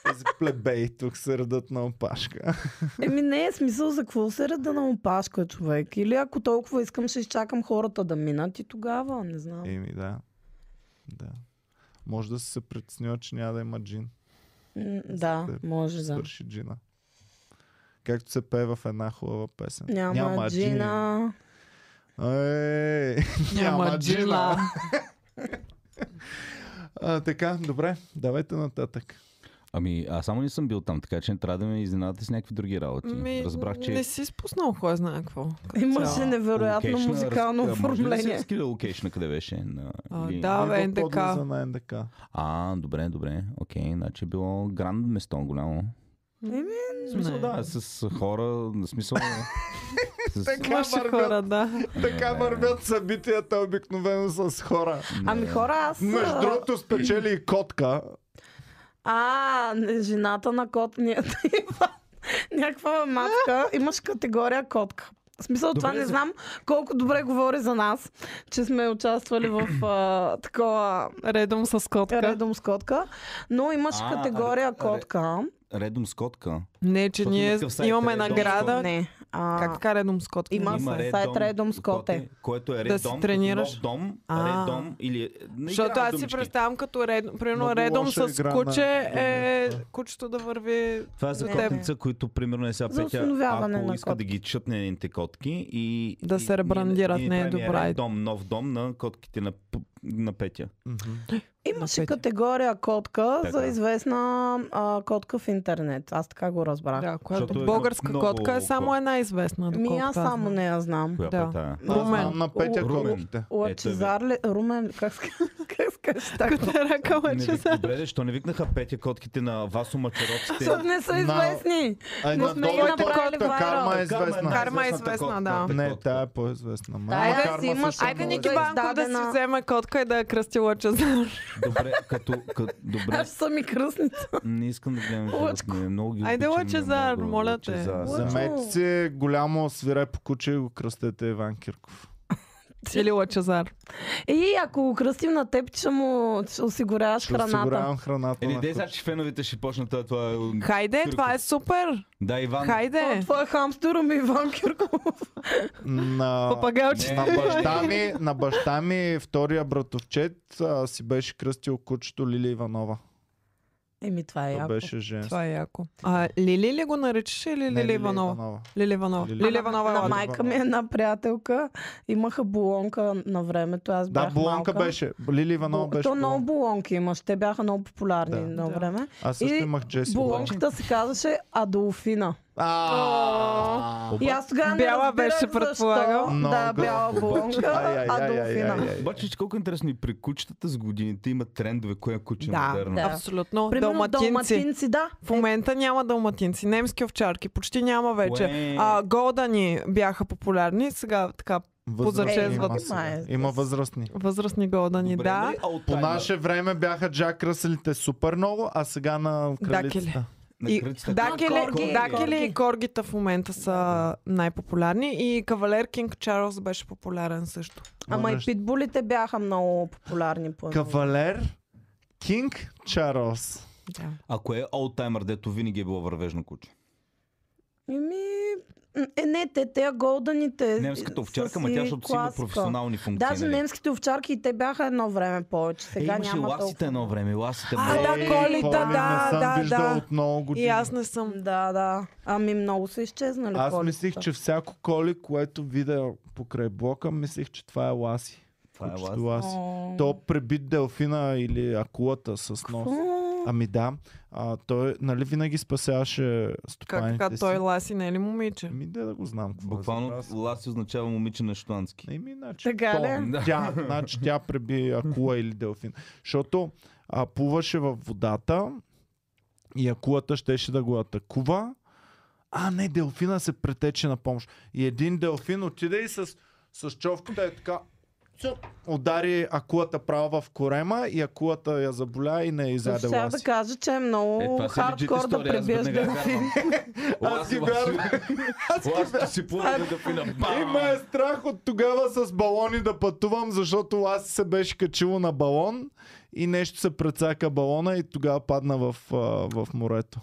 Speaker 1: Тези плебеи тук се редат на опашка.
Speaker 3: Еми не е смисъл за какво се рада на опашка, човек. Или ако толкова искам, ще изчакам хората да минат и тогава, не знам.
Speaker 1: Еми да. Да. Може да си се притеснила, че няма да има джин.
Speaker 3: М, Да,
Speaker 1: Да.
Speaker 3: може да.
Speaker 1: Свърши джина. Както се пее в една хубава песен.
Speaker 3: Няма,
Speaker 1: джин.
Speaker 3: джина.
Speaker 1: Ей, няма джина. А, така, добре, давайте нататък.
Speaker 4: Ами, аз само не съм бил там, така че не трябва да ме изненадате с някакви други работи.
Speaker 2: Ми,
Speaker 4: Разбрах, че... е-
Speaker 2: Не си спуснал кой знае какво. като
Speaker 3: Имаше
Speaker 2: цяло.
Speaker 3: невероятно
Speaker 4: локейшна
Speaker 3: музикално
Speaker 4: раз- а, Може ли да
Speaker 3: оформление.
Speaker 4: се разкрие локейшна къде беше? На...
Speaker 2: А,
Speaker 4: или-
Speaker 2: да, бе,
Speaker 1: Идва
Speaker 2: НДК.
Speaker 1: подлиза на НДК.
Speaker 4: А, добре, добре. Окей, значи е било гранд место голямо.
Speaker 3: Еми,
Speaker 4: В смисъл,
Speaker 2: Не.
Speaker 4: да, е с хора, в смисъл... с...
Speaker 2: Имаше хора, да.
Speaker 1: Така вървят събитията обикновено с хора.
Speaker 3: ами хора, аз...
Speaker 1: Между другото спечели и котка.
Speaker 3: А, не, жената на кот. Ние- Някаква мацка. Имаш категория котка. В смисъл, това
Speaker 4: Добре,
Speaker 3: не
Speaker 4: за-
Speaker 3: знам колко добре говори за нас, че сме участвали в а, такова
Speaker 2: Редом с котка.
Speaker 3: редом с котка, но имаш
Speaker 4: А,
Speaker 3: категория
Speaker 4: ре- ре-
Speaker 3: котка.
Speaker 4: Редом с котка.
Speaker 2: Не, че
Speaker 4: Защото
Speaker 2: ние
Speaker 4: има такъв сайт,
Speaker 2: имаме
Speaker 4: редом с
Speaker 2: награда.
Speaker 3: Не. А,
Speaker 2: Как така редом с котка?
Speaker 3: Има-
Speaker 2: Няма.
Speaker 3: се, сайт Редом с коте.
Speaker 4: Което е
Speaker 2: Да
Speaker 4: редом,
Speaker 2: си
Speaker 4: като
Speaker 2: тренираш.
Speaker 4: нов дом,
Speaker 2: А.
Speaker 4: редом или... Не
Speaker 2: Защото
Speaker 4: играем
Speaker 2: аз си
Speaker 4: думички.
Speaker 2: представям като редом, примерно
Speaker 1: Много
Speaker 2: редом
Speaker 1: лоша
Speaker 2: с
Speaker 1: игра на
Speaker 2: куче е
Speaker 1: думички.
Speaker 2: кучето да върви
Speaker 4: Това е за
Speaker 3: Не.
Speaker 4: котница, които примерно не сега
Speaker 3: За
Speaker 4: Петя,
Speaker 3: установяване
Speaker 4: ако
Speaker 3: на
Speaker 4: иска
Speaker 3: котки.
Speaker 4: да ги чат нейните котки и...
Speaker 2: Да
Speaker 4: и,
Speaker 2: се ребрандират,
Speaker 4: ние-
Speaker 2: не е
Speaker 4: ние правим
Speaker 2: добра
Speaker 4: Дом, нов дом на котките на п- на Петя.
Speaker 3: Имаше
Speaker 2: Петя.
Speaker 3: категория котка
Speaker 4: Така.
Speaker 3: за известна а, котка в интернет. Аз така го разбрах.
Speaker 2: Да, която
Speaker 4: Защото е
Speaker 2: българска
Speaker 4: много
Speaker 2: котка е само
Speaker 4: кот.
Speaker 2: една известна.
Speaker 3: Ми аз
Speaker 2: доколкото
Speaker 3: само
Speaker 2: знам.
Speaker 3: не я знам.
Speaker 4: Коя
Speaker 2: Да.
Speaker 4: да. Петя е?
Speaker 1: Аз
Speaker 2: Румен.
Speaker 1: знам на Петя
Speaker 4: Румен.
Speaker 1: колките.
Speaker 3: Лъчезар ли? Румен, как ска- как скаш така?
Speaker 2: Като ръка
Speaker 4: Не
Speaker 2: мъче
Speaker 4: вик- Добре, защо не викнаха Петя котките на Васо Мачаровците?
Speaker 3: Защото не са
Speaker 1: На-
Speaker 3: известни.
Speaker 1: Ай,
Speaker 3: Не
Speaker 1: на
Speaker 3: сме ги
Speaker 1: Доли
Speaker 3: направили
Speaker 1: Котка,
Speaker 3: вайрал.
Speaker 1: Карма е
Speaker 4: Карма е
Speaker 1: известна.
Speaker 2: Карма е
Speaker 4: най-известната
Speaker 2: известна, да.
Speaker 4: котка.
Speaker 1: Не,
Speaker 4: котка.
Speaker 1: тая е по-известна. Ма,
Speaker 3: Тая
Speaker 1: Ама
Speaker 3: си
Speaker 1: Карма
Speaker 3: имаш-
Speaker 1: също
Speaker 2: Айде
Speaker 1: много
Speaker 2: Ники
Speaker 1: е.
Speaker 2: Банков да си
Speaker 3: Издадена.
Speaker 2: вземе котка и да я кръсти Лъчезар.
Speaker 4: Добре, като, като добре,
Speaker 3: Аз съм и кръсница.
Speaker 4: не искам да гледам
Speaker 3: Лъчко.
Speaker 4: животни. Много ги
Speaker 2: Айде,
Speaker 4: обичам,
Speaker 2: Лъчезар,
Speaker 4: много,
Speaker 2: моля те.
Speaker 4: Лъчезар.
Speaker 3: Лъчо.
Speaker 1: Вземете си голямо свире по куче и го кръстете Иван Кирков.
Speaker 2: Или Лъчезар.
Speaker 3: И ако го кръстим на теб, ще му ще осигуряваш
Speaker 1: Ще
Speaker 3: храната.
Speaker 1: осигурявам храната
Speaker 4: Или
Speaker 1: на
Speaker 4: дей
Speaker 1: куче.
Speaker 4: сега, че феновете ще почнат това- това.
Speaker 2: Хайде, това е супер!
Speaker 4: Да, Иван.
Speaker 2: Хайде!
Speaker 3: Това е хамстера ми, Иван Кирков.
Speaker 1: На...
Speaker 2: Папагалче.
Speaker 1: На баща, ми, на баща ми втория братовчет а, си беше кръстил кучето Лили Иванова.
Speaker 3: Еми, това е
Speaker 1: То
Speaker 3: яко.
Speaker 1: беше женско.
Speaker 2: Това е яко. А, Лили ли го наричаше или
Speaker 1: Не,
Speaker 2: Лили Иванова? Лили Иванова.
Speaker 1: Лили.
Speaker 2: Лили
Speaker 1: Ама
Speaker 2: Иванова е
Speaker 3: на
Speaker 1: Ладо.
Speaker 2: Ладо.
Speaker 3: майка ми една приятелка. Имаха булонка на времето. Аз
Speaker 1: Да,
Speaker 3: бях
Speaker 1: Булонка
Speaker 3: малка.
Speaker 1: беше. Лили Иванова
Speaker 3: Бу-
Speaker 1: беше.
Speaker 3: То
Speaker 1: Булонка.
Speaker 3: много булонки имаш. Те бяха много популярни
Speaker 1: Да.
Speaker 3: едно
Speaker 2: Да.
Speaker 3: време.
Speaker 1: Аз също
Speaker 3: И
Speaker 1: имах Джеси. Булонка.
Speaker 3: Булонката се казваше Адолфина.
Speaker 1: А,
Speaker 3: И аз тогава не
Speaker 2: Бяла
Speaker 3: разбирах
Speaker 2: беше,
Speaker 3: защо.
Speaker 2: предполагам.
Speaker 3: Да,
Speaker 1: Много.
Speaker 3: бяла булонка,
Speaker 1: Ай, ай, ай, ай, ай,
Speaker 3: Адолфина.
Speaker 1: ай.
Speaker 4: Обаче, че колко е интересно и при кучетата с годините има трендове, кое е куче
Speaker 2: Да,
Speaker 4: модерно.
Speaker 3: да.
Speaker 2: Абсолютно.
Speaker 3: Примерно
Speaker 2: Далматинци.
Speaker 3: далматинци, да.
Speaker 2: В момента няма далматинци, немски овчарки, почти няма вече.
Speaker 4: Уе.
Speaker 2: А, голдани бяха популярни, сега така
Speaker 1: Възрастни
Speaker 2: Позачезват.
Speaker 1: има,
Speaker 3: Е,
Speaker 1: сега.
Speaker 3: има е.
Speaker 1: има възрастни.
Speaker 2: възрастни голдани,
Speaker 4: Добре,
Speaker 2: да.
Speaker 4: нали? А от
Speaker 1: По
Speaker 4: тайна-
Speaker 1: наше време бяха Джак Ръселите супер много, а сега на кралицата.
Speaker 2: Келе.
Speaker 4: на
Speaker 2: И
Speaker 4: кръцата-
Speaker 2: дакели,
Speaker 4: е?
Speaker 3: Корги.
Speaker 2: дакели и
Speaker 3: Корги.
Speaker 2: коргите в момента са най-популярни и Кавалер Кинг Чарлз беше популярен също.
Speaker 3: Ама и
Speaker 1: Можеш.
Speaker 3: питбулите бяха много популярни по едно време.
Speaker 1: Кавалер Кинг Чарлз.
Speaker 2: Да.
Speaker 4: Ако е олдтаймър, дето винаги е било вървежно куче.
Speaker 3: Еми, м, е, не, те, те голданите.
Speaker 4: Немската
Speaker 3: с-
Speaker 4: овчарка,
Speaker 3: са
Speaker 4: ма тя
Speaker 3: си
Speaker 4: защото си има
Speaker 3: класика.
Speaker 4: професионални функции.
Speaker 3: Даже
Speaker 4: нали?
Speaker 3: немските овчарки и те бяха едно време повече.
Speaker 4: Е,
Speaker 3: Сега
Speaker 4: имаше
Speaker 3: няма
Speaker 4: ласите едно време, ласите
Speaker 2: А,
Speaker 4: много.
Speaker 2: да,
Speaker 1: Ей,
Speaker 2: колита,
Speaker 1: Поли,
Speaker 2: да,
Speaker 1: не съм
Speaker 2: да,
Speaker 1: виждал
Speaker 2: да.
Speaker 1: от много години.
Speaker 2: И аз не съм.
Speaker 3: Да, да. Ами много са изчезнали.
Speaker 1: Аз
Speaker 3: колите.
Speaker 1: мислих, че всяко коли, което видя покрай блока, мислех, че това е ласи.
Speaker 4: Това е
Speaker 1: Кучето
Speaker 4: ласи.
Speaker 1: ласи.
Speaker 3: О.
Speaker 1: То пребит делфина или акулата с нос.
Speaker 3: О.
Speaker 1: Ами да, а, той нали винаги спасяваше
Speaker 2: Как
Speaker 1: стопаните
Speaker 2: така,
Speaker 1: си.
Speaker 2: той ласи, не е ли момиче?
Speaker 1: Ми да, да го знам. какво е
Speaker 4: Буквално
Speaker 1: забравя се.
Speaker 4: ласи означава момиче на штуански.
Speaker 1: Еми, значи,
Speaker 3: Така
Speaker 1: то,
Speaker 3: ли?
Speaker 4: Да.
Speaker 1: Тя, значи, тя преби акула или делфин. Защото а, плуваше във водата и акулата щеше да го атакува. А, не, делфина се претече на помощ. И един делфин отиде и с, с човката е така цук, удари акулата право в корема и акулата я заболя и не е
Speaker 3: Сега
Speaker 1: изяде ласи.
Speaker 3: да кажа, че е много
Speaker 4: Е, това са легит
Speaker 3: хардкор да
Speaker 4: истории, аз
Speaker 3: пребиеш
Speaker 4: веднага
Speaker 3: да.
Speaker 4: вярвам.
Speaker 1: Аз ги вярвам.
Speaker 4: Ласи е си плува да пина.
Speaker 1: И ме е страх от тогава с балони да пътувам, защото аз се беше качило на балон и нещо се прецака балона и тогава падна в, а, в морето.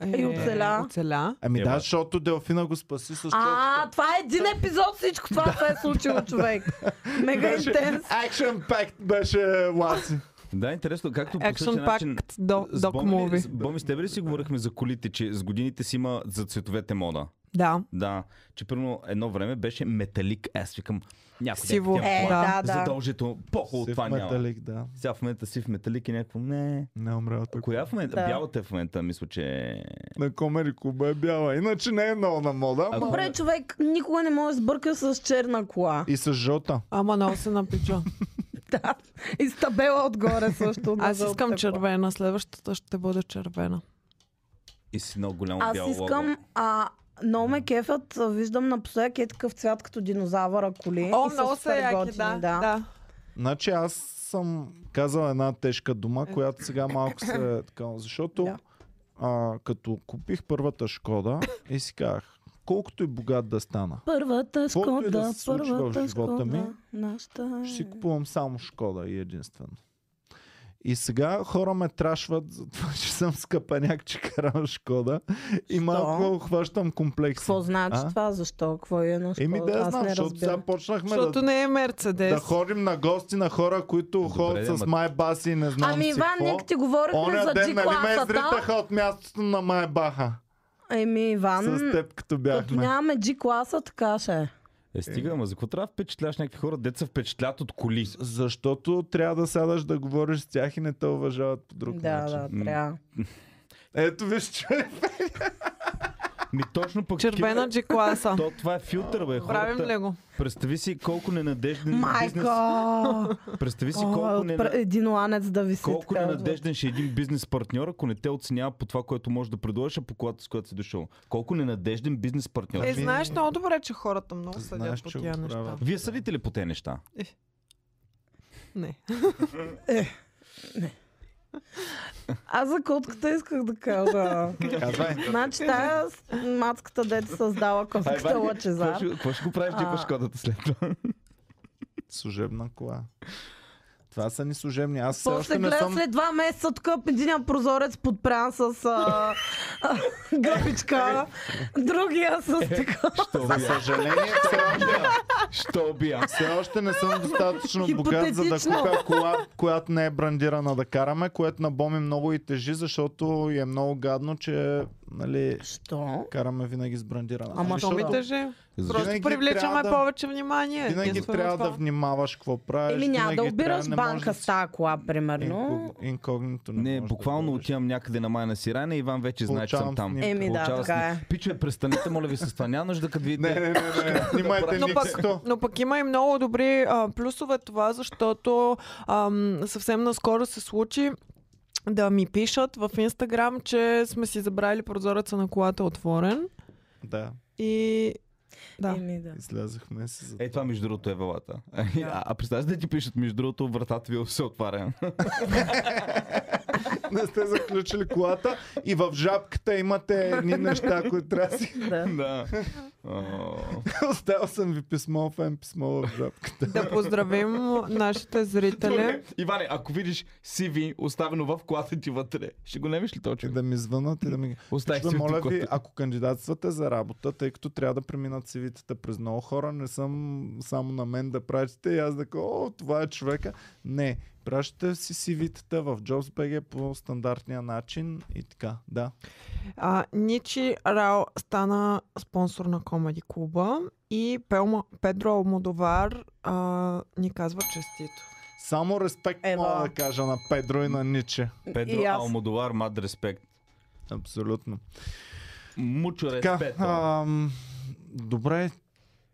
Speaker 2: Е,
Speaker 3: И оцеля.
Speaker 2: Оцеля.
Speaker 1: Ами
Speaker 4: Е,
Speaker 1: да,
Speaker 4: бе.
Speaker 1: защото Делфина го спаси с
Speaker 3: А, това е един епизод, всичко това се е случило, човек. Мега интенс.
Speaker 1: Action Pact беше Ласи.
Speaker 4: Да, интересно, както по същия
Speaker 2: Action
Speaker 4: начин...
Speaker 2: Pact Doc
Speaker 4: с Боми ли-
Speaker 2: Movie.
Speaker 4: с Боми, с тебе ли си говорихме за колите, че с годините си има за цветовете мода?
Speaker 2: Да.
Speaker 4: Да, че примерно едно време беше металик. Аз викам, някой
Speaker 2: Сиво.
Speaker 4: някакъв
Speaker 3: Е,
Speaker 4: план,
Speaker 3: да, да.
Speaker 4: Задължително, по-хубаво от
Speaker 1: Сив
Speaker 4: това няма.
Speaker 1: металик, да.
Speaker 4: Сега в момента си в металик и някакво, не.
Speaker 1: Не е умрял тук.
Speaker 4: Коя в момента?
Speaker 3: Да.
Speaker 4: Бялата е в момента, мисля, че...
Speaker 1: На Комери Куба е бяла. Иначе не е много на мода. Ама...
Speaker 4: Ако-
Speaker 3: Добре, човек никога не може да сбърка с черна кола.
Speaker 1: И с жълта.
Speaker 2: Ама много се напича.
Speaker 3: Да. И с табела отгоре също. на
Speaker 2: Аз искам
Speaker 3: жълтата кола.
Speaker 2: червена. Следващата ще бъде червена.
Speaker 4: И си много голямо
Speaker 3: Аз
Speaker 4: бяло
Speaker 3: искам...
Speaker 4: лого.
Speaker 3: А, много ме кефят, а, виждам напоследък е такъв цвят като динозавъра коли.
Speaker 2: О,
Speaker 3: Е, и
Speaker 2: много
Speaker 3: са
Speaker 2: са
Speaker 3: супер
Speaker 2: яки,
Speaker 3: готини,
Speaker 2: да. да.
Speaker 1: Значи аз съм казал една тежка дума, която сега малко се е така, защото
Speaker 3: Да.
Speaker 1: а, като купих първата Шкода и си казах, колкото и богат да стана,
Speaker 3: Първата
Speaker 1: Каквото и
Speaker 3: Шкода,
Speaker 1: да се случва в
Speaker 3: първата
Speaker 1: живота
Speaker 3: Шкода,
Speaker 1: ми,
Speaker 3: нашата
Speaker 1: ще
Speaker 3: е.
Speaker 1: си купувам само Шкода и единствено. И сега хора ме трашват за това, че съм скъпаняк, че карам Шкода и
Speaker 3: Що?
Speaker 1: малко хващам комплекси.
Speaker 3: Какво значи
Speaker 1: А?
Speaker 3: това? Защо? Какво е на Шкода?
Speaker 1: Еми да,
Speaker 3: Аз
Speaker 1: знам,
Speaker 3: не
Speaker 1: защото
Speaker 3: разбирам.
Speaker 1: сега почнахме
Speaker 2: Защото
Speaker 1: да,
Speaker 2: не е
Speaker 1: да
Speaker 2: Мерцедес.
Speaker 1: ходим на гости на хора, които
Speaker 4: Добре,
Speaker 1: ходят
Speaker 4: де,
Speaker 1: с
Speaker 4: ма-
Speaker 1: майбаси и не знам
Speaker 3: Ами,
Speaker 1: си
Speaker 3: Иван,
Speaker 1: какво.
Speaker 3: нека ти говорихме
Speaker 1: Оня
Speaker 3: за
Speaker 1: ден, нали ме
Speaker 3: G-класата.
Speaker 1: изритаха от мястото на Майбаха
Speaker 3: Еми, Иван,
Speaker 1: с теб, като
Speaker 3: като
Speaker 1: бяхме.
Speaker 3: нямаме G-класа, така ще е.
Speaker 4: Е, стига, ама за какво трябва да впечатляш някакви хора, деца впечатлят от коли?
Speaker 1: Защото трябва да сядаш да говориш с тях и не те уважават по друг
Speaker 3: да,
Speaker 1: начин.
Speaker 3: да, трябва.
Speaker 1: Ето виж, че
Speaker 4: Ми точно пък...
Speaker 2: Червена
Speaker 4: такива-
Speaker 2: G-класа.
Speaker 4: То, това е филтър, бе.
Speaker 2: Правим ли
Speaker 4: Хората,
Speaker 2: го?
Speaker 4: представи си колко ненадежден бизнес...
Speaker 3: Майко!
Speaker 4: Представи си
Speaker 3: О,
Speaker 4: колко,
Speaker 1: е
Speaker 3: отпра-
Speaker 4: нена...
Speaker 3: Един ланец да виси
Speaker 4: колко
Speaker 3: така. значи.
Speaker 4: ненадежден ще е един бизнес партньор, ако не те оценява по това, което можеш да предложиш, а по колата, с която си дошъл. Колко ненадежден бизнес партньор.
Speaker 2: Е,
Speaker 1: Ами-
Speaker 2: знаеш много добре, че хората много съдят
Speaker 1: Знаеш,
Speaker 2: по
Speaker 1: че
Speaker 2: тия
Speaker 1: го
Speaker 2: неща.
Speaker 1: правят.
Speaker 4: Вие съдите ли по те неща?
Speaker 2: Не.
Speaker 3: Аз за котката исках да кажа.
Speaker 1: казвай.
Speaker 3: значи тая с- мацката дете създала котката
Speaker 4: какво
Speaker 3: лъчезар.
Speaker 4: ще, какво ще го правиш,
Speaker 3: А.
Speaker 4: дипаш кодата след това?
Speaker 1: Служебна кола. Това са ни служебни. Аз все
Speaker 3: После
Speaker 1: още не
Speaker 3: гледа
Speaker 1: съм...
Speaker 3: след два месеца тук единия прозорец подпрян с а, а, гъбичка, другия с
Speaker 1: Е.
Speaker 3: така.
Speaker 4: Що
Speaker 1: За
Speaker 4: убия?
Speaker 1: съжаление, все още,
Speaker 4: Що убия?
Speaker 1: все още не съм достатъчно богат, за да
Speaker 3: Хипотетично.
Speaker 1: купя кола, която не е брандирана да караме, което на Боми много и тежи, защото е много гадно, че нали,
Speaker 3: Що?
Speaker 1: караме винаги с брандирана.
Speaker 3: Ама
Speaker 2: Що
Speaker 1: Защото
Speaker 2: ми държи?
Speaker 4: Защо?
Speaker 2: е, Просто
Speaker 1: Винаги
Speaker 2: привличаме
Speaker 1: трябва да-
Speaker 2: повече внимание.
Speaker 1: Винаги
Speaker 2: Единствено
Speaker 1: трябва
Speaker 2: това.
Speaker 1: да внимаваш какво правиш.
Speaker 3: Е, Или няма да
Speaker 1: винаги е
Speaker 3: обираш
Speaker 1: трябва- не може
Speaker 3: банка
Speaker 1: да
Speaker 3: с
Speaker 1: си Е,
Speaker 3: тази кола, примерно.
Speaker 1: инког- Инкогнито не
Speaker 4: Не,
Speaker 1: може да
Speaker 4: буквално
Speaker 1: говориш.
Speaker 4: отивам някъде на майна сиране и Иван вече знае, че съм
Speaker 1: Получавам
Speaker 4: там.
Speaker 1: снимка.
Speaker 3: Еми да,
Speaker 4: Получава
Speaker 3: така е.
Speaker 4: снимка. Пичове, престанете, моля ви с това. Няма нужда като
Speaker 1: Не,
Speaker 4: видите.
Speaker 1: не, не, не, не. Внимайте
Speaker 2: Но пък-
Speaker 1: никто.
Speaker 2: Но пък има и много добри а, плюсове това, защото ам, съвсем наскоро се случи да ми пишат в Инстаграм, че сме си забрали прозореца на колата отворен
Speaker 1: Да,
Speaker 2: и да.
Speaker 3: Еми да.
Speaker 1: излязахме си за...
Speaker 4: Е, това между другото е велата. А, а представяш да ти пишат, между другото, вратата ви е се отваря.
Speaker 1: не сте заключили колата и в жабката имате едни неща, които трябва да си...
Speaker 3: да.
Speaker 4: да. О.
Speaker 1: Оставил съм ви писмо, фен писмо в жабката.
Speaker 2: Да поздравим нашите зрители.
Speaker 4: Иване, ако видиш CV, оставено в колата ти вътре, ще го немеш ли
Speaker 1: И
Speaker 4: точно?
Speaker 1: да ми звънат и да ми...
Speaker 4: Оставих
Speaker 1: Чува,
Speaker 4: си
Speaker 1: моля ви,
Speaker 4: колата.
Speaker 1: ако кандидатствате за работа, тъй като трябва да преминат CV-тата през много хора, не съм само на мен да пратите и аз да кажа, о, това е човека. Не, пращате си CV-тата в JobsBG по стандартния начин и така, да.
Speaker 2: А, Ничи Рао стана спонсор на Комеди Клуба и Пелма, Педро Алмодовар а, ни казва честито.
Speaker 1: Само респект
Speaker 3: Ева.
Speaker 1: мога да кажа на Педро и на Ниче.
Speaker 4: Педро
Speaker 3: И аз.
Speaker 4: Алмодовар, мад респект.
Speaker 1: Абсолютно.
Speaker 4: Мучо
Speaker 1: Така,
Speaker 4: респект.
Speaker 1: ам, добре,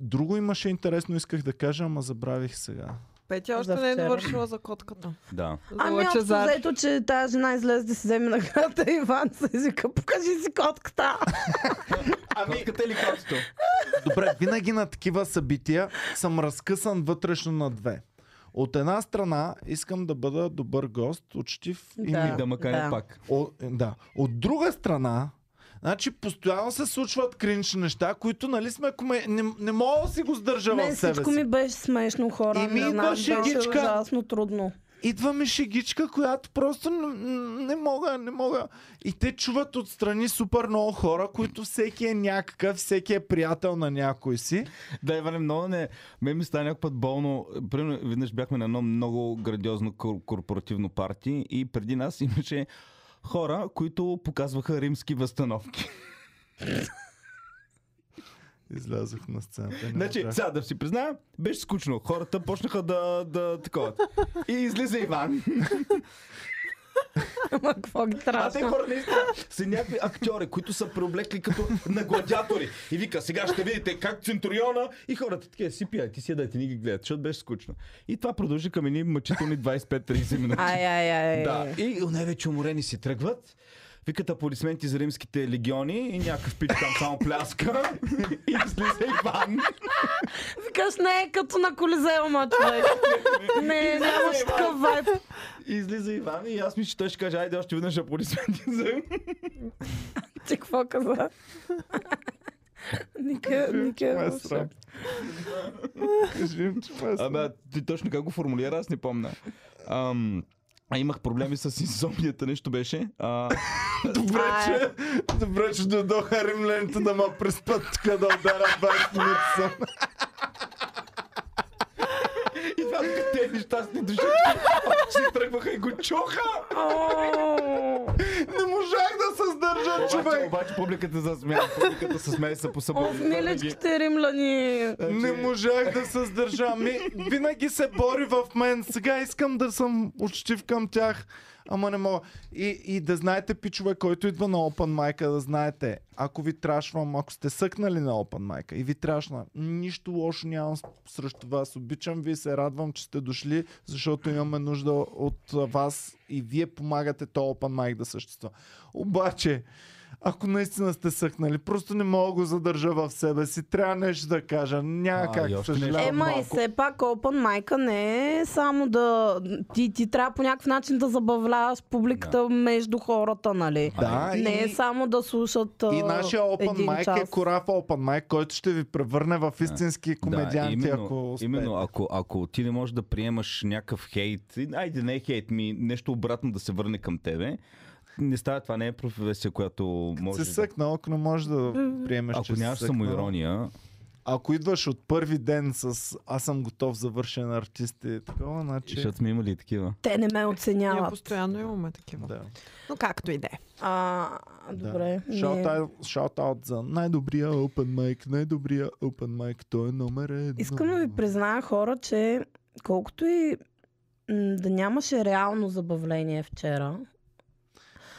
Speaker 1: друго имаше интересно, исках да кажа, ама забравих сега.
Speaker 2: Петя
Speaker 3: За
Speaker 2: още не е
Speaker 3: вчера.
Speaker 2: довършила за котката.
Speaker 4: Да.
Speaker 2: За
Speaker 3: Ами общо
Speaker 2: Лъчезар.
Speaker 3: взето, че тази жена излезе да си вземе наградата и Иван се извика, покажи си котката.
Speaker 4: Ами, искате ли котото?
Speaker 1: Добре, винаги на такива събития съм разкъсан вътрешно на две. От една страна искам да бъда добър гост, учтив и
Speaker 3: Да.
Speaker 1: да.
Speaker 4: И да макане
Speaker 3: да.
Speaker 4: пак.
Speaker 1: О, е, да. От друга страна, значи постоянно се случват кринч неща, които нали сме, коме... не, не мога да си го сдържа
Speaker 3: Мен
Speaker 1: в себе
Speaker 3: всичко
Speaker 1: си.
Speaker 3: ми беше смешно, хора.
Speaker 1: И ми
Speaker 3: не знам,
Speaker 1: идваше
Speaker 3: беше
Speaker 1: гичка.
Speaker 3: ужасно трудно.
Speaker 1: идва ми шегичка, която просто не, не мога, не мога. И те чуват отстрани супер много хора, които всеки е някакъв, всеки е приятел на някой си.
Speaker 4: Да, Иване, много не. Мен ми стана някой път болно. Примерно, веднъж бяхме на едно много грандиозно кор- корпоративно парти и преди нас имаше хора, които показваха римски възстановки.
Speaker 1: Излязох на сцената. не
Speaker 4: Значи,
Speaker 1: можах.
Speaker 4: сега да си призная, беше скучно. Хората почнаха да, да такова. И излиза Иван.
Speaker 3: Ама какво ги
Speaker 4: А те
Speaker 3: трябва?
Speaker 4: хора наистина са някакви актьори, които са преоблекли като нагладятори. И вика, сега ще видите как Центуриона и хората такива си пия, ти си ядете, ни ги гледат, защото беше скучно. И това продължи към едни мъчителни 25-30 минути.
Speaker 3: Ай, ай, ай.
Speaker 4: Да. И най-вече уморени си тръгват. Викат аплодисменти за римските легиони и някакъв пич там само пляска. и излиза Иван.
Speaker 3: Викаш, не е като на Колизеума, човек. не, нямаш Е, такъв
Speaker 2: е
Speaker 3: вайб.
Speaker 4: И излиза Иван и аз мисля, че той ще каже, айде още веднъж аплодисменти за
Speaker 3: Ти какво каза? Ника,
Speaker 1: Ме е
Speaker 3: Ника.
Speaker 1: срам. Кажи им, че ме е срам.
Speaker 4: Абе, ти точно как го формулира, аз не помня. Ам, а имах проблеми с инсомнията, нещо беше. А,
Speaker 1: Добре, че,
Speaker 4: е-
Speaker 1: добре, че дойдоха римляните да ма преспат тук да удара 20 минути съм.
Speaker 4: и това те нещастни души, че си тръгваха и го чуха.
Speaker 3: О,
Speaker 1: Не можах да се сдържа,
Speaker 4: Обаче,
Speaker 1: човек.
Speaker 4: обаче публиката се смее, публиката се смее и се посъбва.
Speaker 3: Оф, миличките римляни.
Speaker 1: Не можах да се сдържа. Ми, винаги се бори в мен. Сега искам да съм учтив към тях. Ама не мога. И, и да знаете, пичове, който идва на Open Майка, да знаете, ако ви трашвам, ако сте съкнали на Open Майка и ви трашна, нищо лошо нямам с- срещу вас. Обичам ви и се радвам, че сте дошли, защото имаме нужда от а, вас и вие помагате то Open Майк да съществува. Обаче, ако наистина сте съкнали, просто не мога да го задържа в себе си. Трябва нещо да кажа. Няма
Speaker 4: А, и
Speaker 1: как,
Speaker 4: още нещо.
Speaker 1: съжалявам.
Speaker 3: Ема и
Speaker 4: малко.
Speaker 3: все пак Open майка не е само да... Ти, ти трябва по някакъв начин да забавляваш публиката между хората, нали?
Speaker 1: Да,
Speaker 3: не е
Speaker 1: и,
Speaker 3: само да слушат а,
Speaker 1: и нашия Open
Speaker 3: един
Speaker 1: Mic е
Speaker 3: час.
Speaker 1: корав Open Mic, който ще ви превърне в истински комедианти,
Speaker 4: Е. да, именно,
Speaker 1: ако успеете.
Speaker 4: именно ако, ако ти не можеш да приемаш някакъв хейт, и, айде не е хейт ми, нещо обратно да се върне към тебе, не става, това не е професия, която може
Speaker 1: се съкнал, ако не можеш да приемеш,
Speaker 4: Ако
Speaker 1: че си
Speaker 4: нямаш
Speaker 1: съкнал.
Speaker 4: самоирония,
Speaker 1: Ако идваш от първи ден с аз съм готов завършен артист и такова, значи...
Speaker 4: защото сме имали и такива.
Speaker 3: Те не ме
Speaker 2: Ние
Speaker 3: оценяват.
Speaker 2: постоянно имаме такива.
Speaker 1: Да,
Speaker 2: Но както и да е.
Speaker 3: А,
Speaker 1: да.
Speaker 3: добре.
Speaker 1: Shout
Speaker 3: не. е
Speaker 1: out, shout out за най-добрия Open Mic, най-добрия Open Mic, той е номер едно.
Speaker 3: Искам да ви призная хора, че колкото и м, да нямаше реално забавление вчера,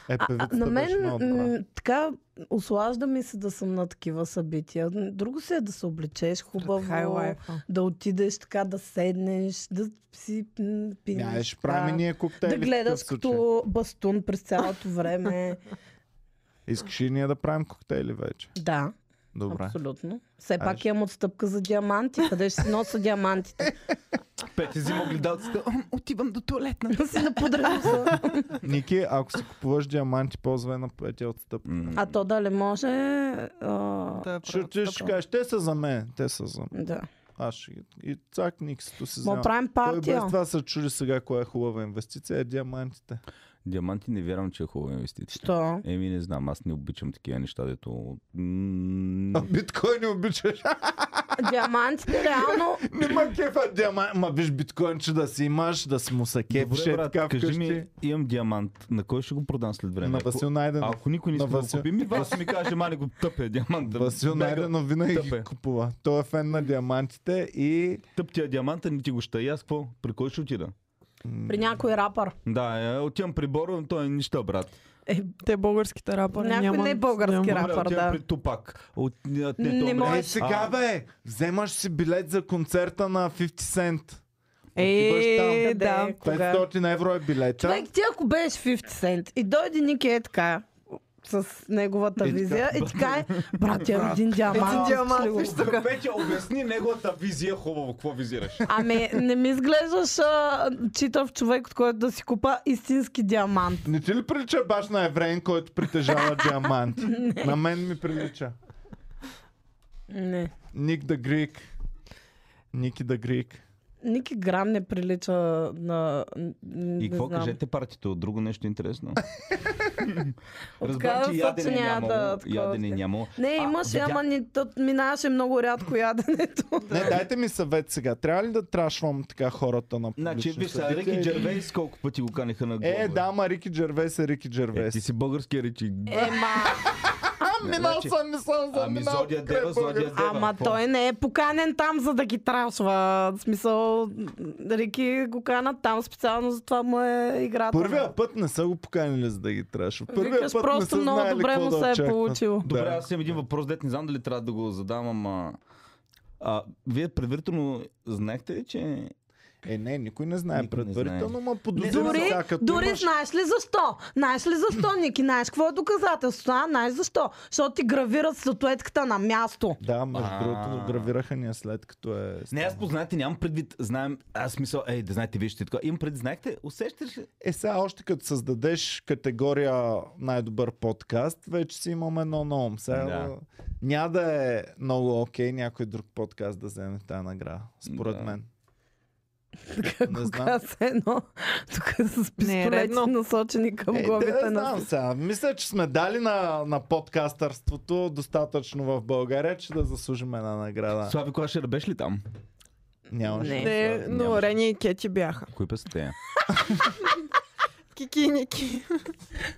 Speaker 1: Е,
Speaker 3: А, а,
Speaker 1: певицата
Speaker 3: на
Speaker 1: беше
Speaker 3: мен
Speaker 1: много добра.
Speaker 3: м, така ослажда ми се да съм на такива събития. М, Друго се е да се облечеш
Speaker 2: е
Speaker 1: е,
Speaker 3: хубаво,
Speaker 2: Хайлайфа.
Speaker 3: да отидеш така, да седнеш, да си м, пиеш.
Speaker 1: Мя, ще
Speaker 3: така,
Speaker 1: правим ние коктейли.
Speaker 3: да
Speaker 1: в такъв
Speaker 3: гледаш
Speaker 1: случай.
Speaker 3: като бастун през цялото време.
Speaker 1: Искаш и ние да правим коктейли вече.
Speaker 3: да,
Speaker 1: Добре.
Speaker 3: абсолютно. Все
Speaker 1: Айде
Speaker 3: пак
Speaker 1: ще-
Speaker 3: имам отстъпка за диаманти. Къде ще си носа диамантите?
Speaker 4: Пети взима огледалците, «М, отивам до туалетна.
Speaker 3: Да си наподрежа.
Speaker 1: Ники, ако си купуваш диаманти, ползвай на петия отстъп.
Speaker 4: М,
Speaker 3: А то да ли може... А...
Speaker 2: Да,
Speaker 1: Ще ти ще кажеш, те са за мен, те са за мен.
Speaker 3: Да.
Speaker 1: Аз ще ги... И цак Никсито си
Speaker 3: Ма
Speaker 1: взема.
Speaker 3: правим
Speaker 1: Той без
Speaker 3: партия.
Speaker 1: това се чуди сега коя е хубава инвестиция, е диамантите.
Speaker 4: Диаманти не вярвам, че е хубава инвестиция.
Speaker 3: Що?
Speaker 4: Еми, не знам, аз не обичам такива неща, дето...
Speaker 1: А
Speaker 4: м,
Speaker 1: биткоин не обичаш.
Speaker 3: Диамантите реално
Speaker 1: Не ма кефа диамант. Ма виж биткоин, че да си имаш, да си му се кефиш. е
Speaker 4: Добре, брат,
Speaker 1: така
Speaker 4: кажи
Speaker 1: вкъщи.
Speaker 4: ми, имам диамант, на кой ще го продам след време?
Speaker 1: На
Speaker 4: Ако-
Speaker 1: Васил Найденов.
Speaker 4: Ако никой не
Speaker 1: На
Speaker 4: иска да го
Speaker 1: Е, Васил-
Speaker 4: купи, ми Васил ми каже, мали го тъпя диамант. Да
Speaker 1: Васил
Speaker 4: бега,
Speaker 1: Найденов винаги ги
Speaker 4: Тъпе.
Speaker 1: купува. Той е фен на диамантите и...
Speaker 4: Тъп тия диаманта, не ти го ще. И аз какво? При кой ще отида?
Speaker 3: при някой рапър.
Speaker 4: Да, е, отивам при Боро, той е нищо, брат.
Speaker 2: Е, те българските рапъри
Speaker 3: Някой
Speaker 2: няма...
Speaker 3: не е български
Speaker 2: няма-
Speaker 3: рапър.
Speaker 4: Добре, отивам
Speaker 3: да.
Speaker 4: при Тупак. От, не, не,
Speaker 3: Не
Speaker 4: добре.
Speaker 3: може.
Speaker 1: Е, сега бе! Вземаш си билет за концерта на 50 Cent. Отиваш там.
Speaker 2: Е, да.
Speaker 3: Къде? Кога?
Speaker 1: 500 евро е билета.
Speaker 3: Човек, ти ако беше 50 Cent и дойде Ники е така с неговата
Speaker 4: Е,
Speaker 1: И така,
Speaker 3: визия и ти кае, брат, имам един диамант.
Speaker 2: Един диамант,
Speaker 3: искаш ли го?
Speaker 2: виж тук.
Speaker 4: Е, Петя, обясни неговата визия хубаво. Какво визираш?
Speaker 3: Ами, не ми изглеждаш а, читав човек, от който да си купа истински диамант.
Speaker 1: Не ти ли прилича баш на евреин, който притежава диамант? на мен ми прилича.
Speaker 3: Не.
Speaker 1: Ник да Грик. Ники да Грик.
Speaker 3: Ники Грам не прилича на... н- н- не
Speaker 4: И какво
Speaker 3: знам.
Speaker 4: кажете партито? Друго нещо интересно.
Speaker 3: Откъде
Speaker 4: Разбрах, че
Speaker 3: да
Speaker 4: ядене
Speaker 3: съчиня
Speaker 4: нямало.
Speaker 3: да- Е,
Speaker 4: Ядене нямало.
Speaker 3: Не, имаше,
Speaker 4: видя-
Speaker 3: ама ни, тът, минаваше много рядко яденето.
Speaker 1: Не, дайте ми съвет сега. Трябва ли да трашвам така хората на
Speaker 4: Значи,
Speaker 1: публични
Speaker 4: виж, сега,
Speaker 1: събития
Speaker 4: Рики
Speaker 1: или-
Speaker 4: Джервейс колко пъти го канеха на
Speaker 1: Е,
Speaker 4: глоба.
Speaker 1: да, ма Рики Джервес е Рики
Speaker 4: Е,
Speaker 1: Джервес.
Speaker 4: ти си българския речи.
Speaker 3: Ема,
Speaker 1: А, минал
Speaker 4: Значи-
Speaker 1: съм, не съм за
Speaker 4: Ами Зодия Дева, Зодия Дева.
Speaker 3: Ама
Speaker 4: какво?
Speaker 3: той не е поканен там, за да ги трашва. В смисъл, Рики го канат там специално, затова му е играта.
Speaker 1: Първия път не са го поканили за да ги трашва. Първия
Speaker 3: Викаш,
Speaker 1: път не
Speaker 3: просто
Speaker 1: са
Speaker 3: много
Speaker 1: знаели
Speaker 3: добре
Speaker 1: какво
Speaker 3: му
Speaker 1: да
Speaker 3: се е
Speaker 1: очакват.
Speaker 3: получило.
Speaker 4: Добре,
Speaker 1: Да.
Speaker 4: аз имам един въпрос, дет не знам дали трябва да го задам, ама... А, вие предварително знаехте ли, че...
Speaker 1: Е, не, никой не знае
Speaker 4: Никой не
Speaker 1: предварително, ма подозира
Speaker 3: Дори,
Speaker 1: сега, като
Speaker 3: дори
Speaker 1: имаш-
Speaker 3: знаеш ли защо? Знаеш ли защо, Ники? Знаеш какво е доказателството? А, знаеш защо? Защото ти гравират статуетката на място.
Speaker 1: Да, между
Speaker 4: А.
Speaker 1: другото, гравираха ни я след като е...
Speaker 4: Не, аз
Speaker 1: станало.
Speaker 4: познайте, нямам предвид, знаем, аз смисъл, ей, да знаете, вие ще така. Имам предвид, знаехте, усещаш ли?
Speaker 1: Е, сега още като създадеш категория най-добър подкаст, вече си имам едно на ум. Сега
Speaker 4: Да.
Speaker 1: няма да е много окей някой друг подкаст да вземе тази награда, според
Speaker 4: Да.
Speaker 1: мен. не знам.
Speaker 3: Кога се едно, тук с
Speaker 2: Не е
Speaker 3: пистолети
Speaker 2: редно.
Speaker 3: насочени към
Speaker 1: Е, да,
Speaker 3: главите
Speaker 1: да,
Speaker 3: на...
Speaker 1: знам сега. Мисля, че сме дали на, на подкастърството достатъчно в България, че да заслужим една награда.
Speaker 4: Слави Клашер, беше ли там?
Speaker 1: Нямаш.
Speaker 3: Не.
Speaker 1: ли?
Speaker 2: Не, Е, но
Speaker 4: Нямаше.
Speaker 2: Рени и Кети бяха.
Speaker 4: Кои песните?
Speaker 2: Кики и Ники.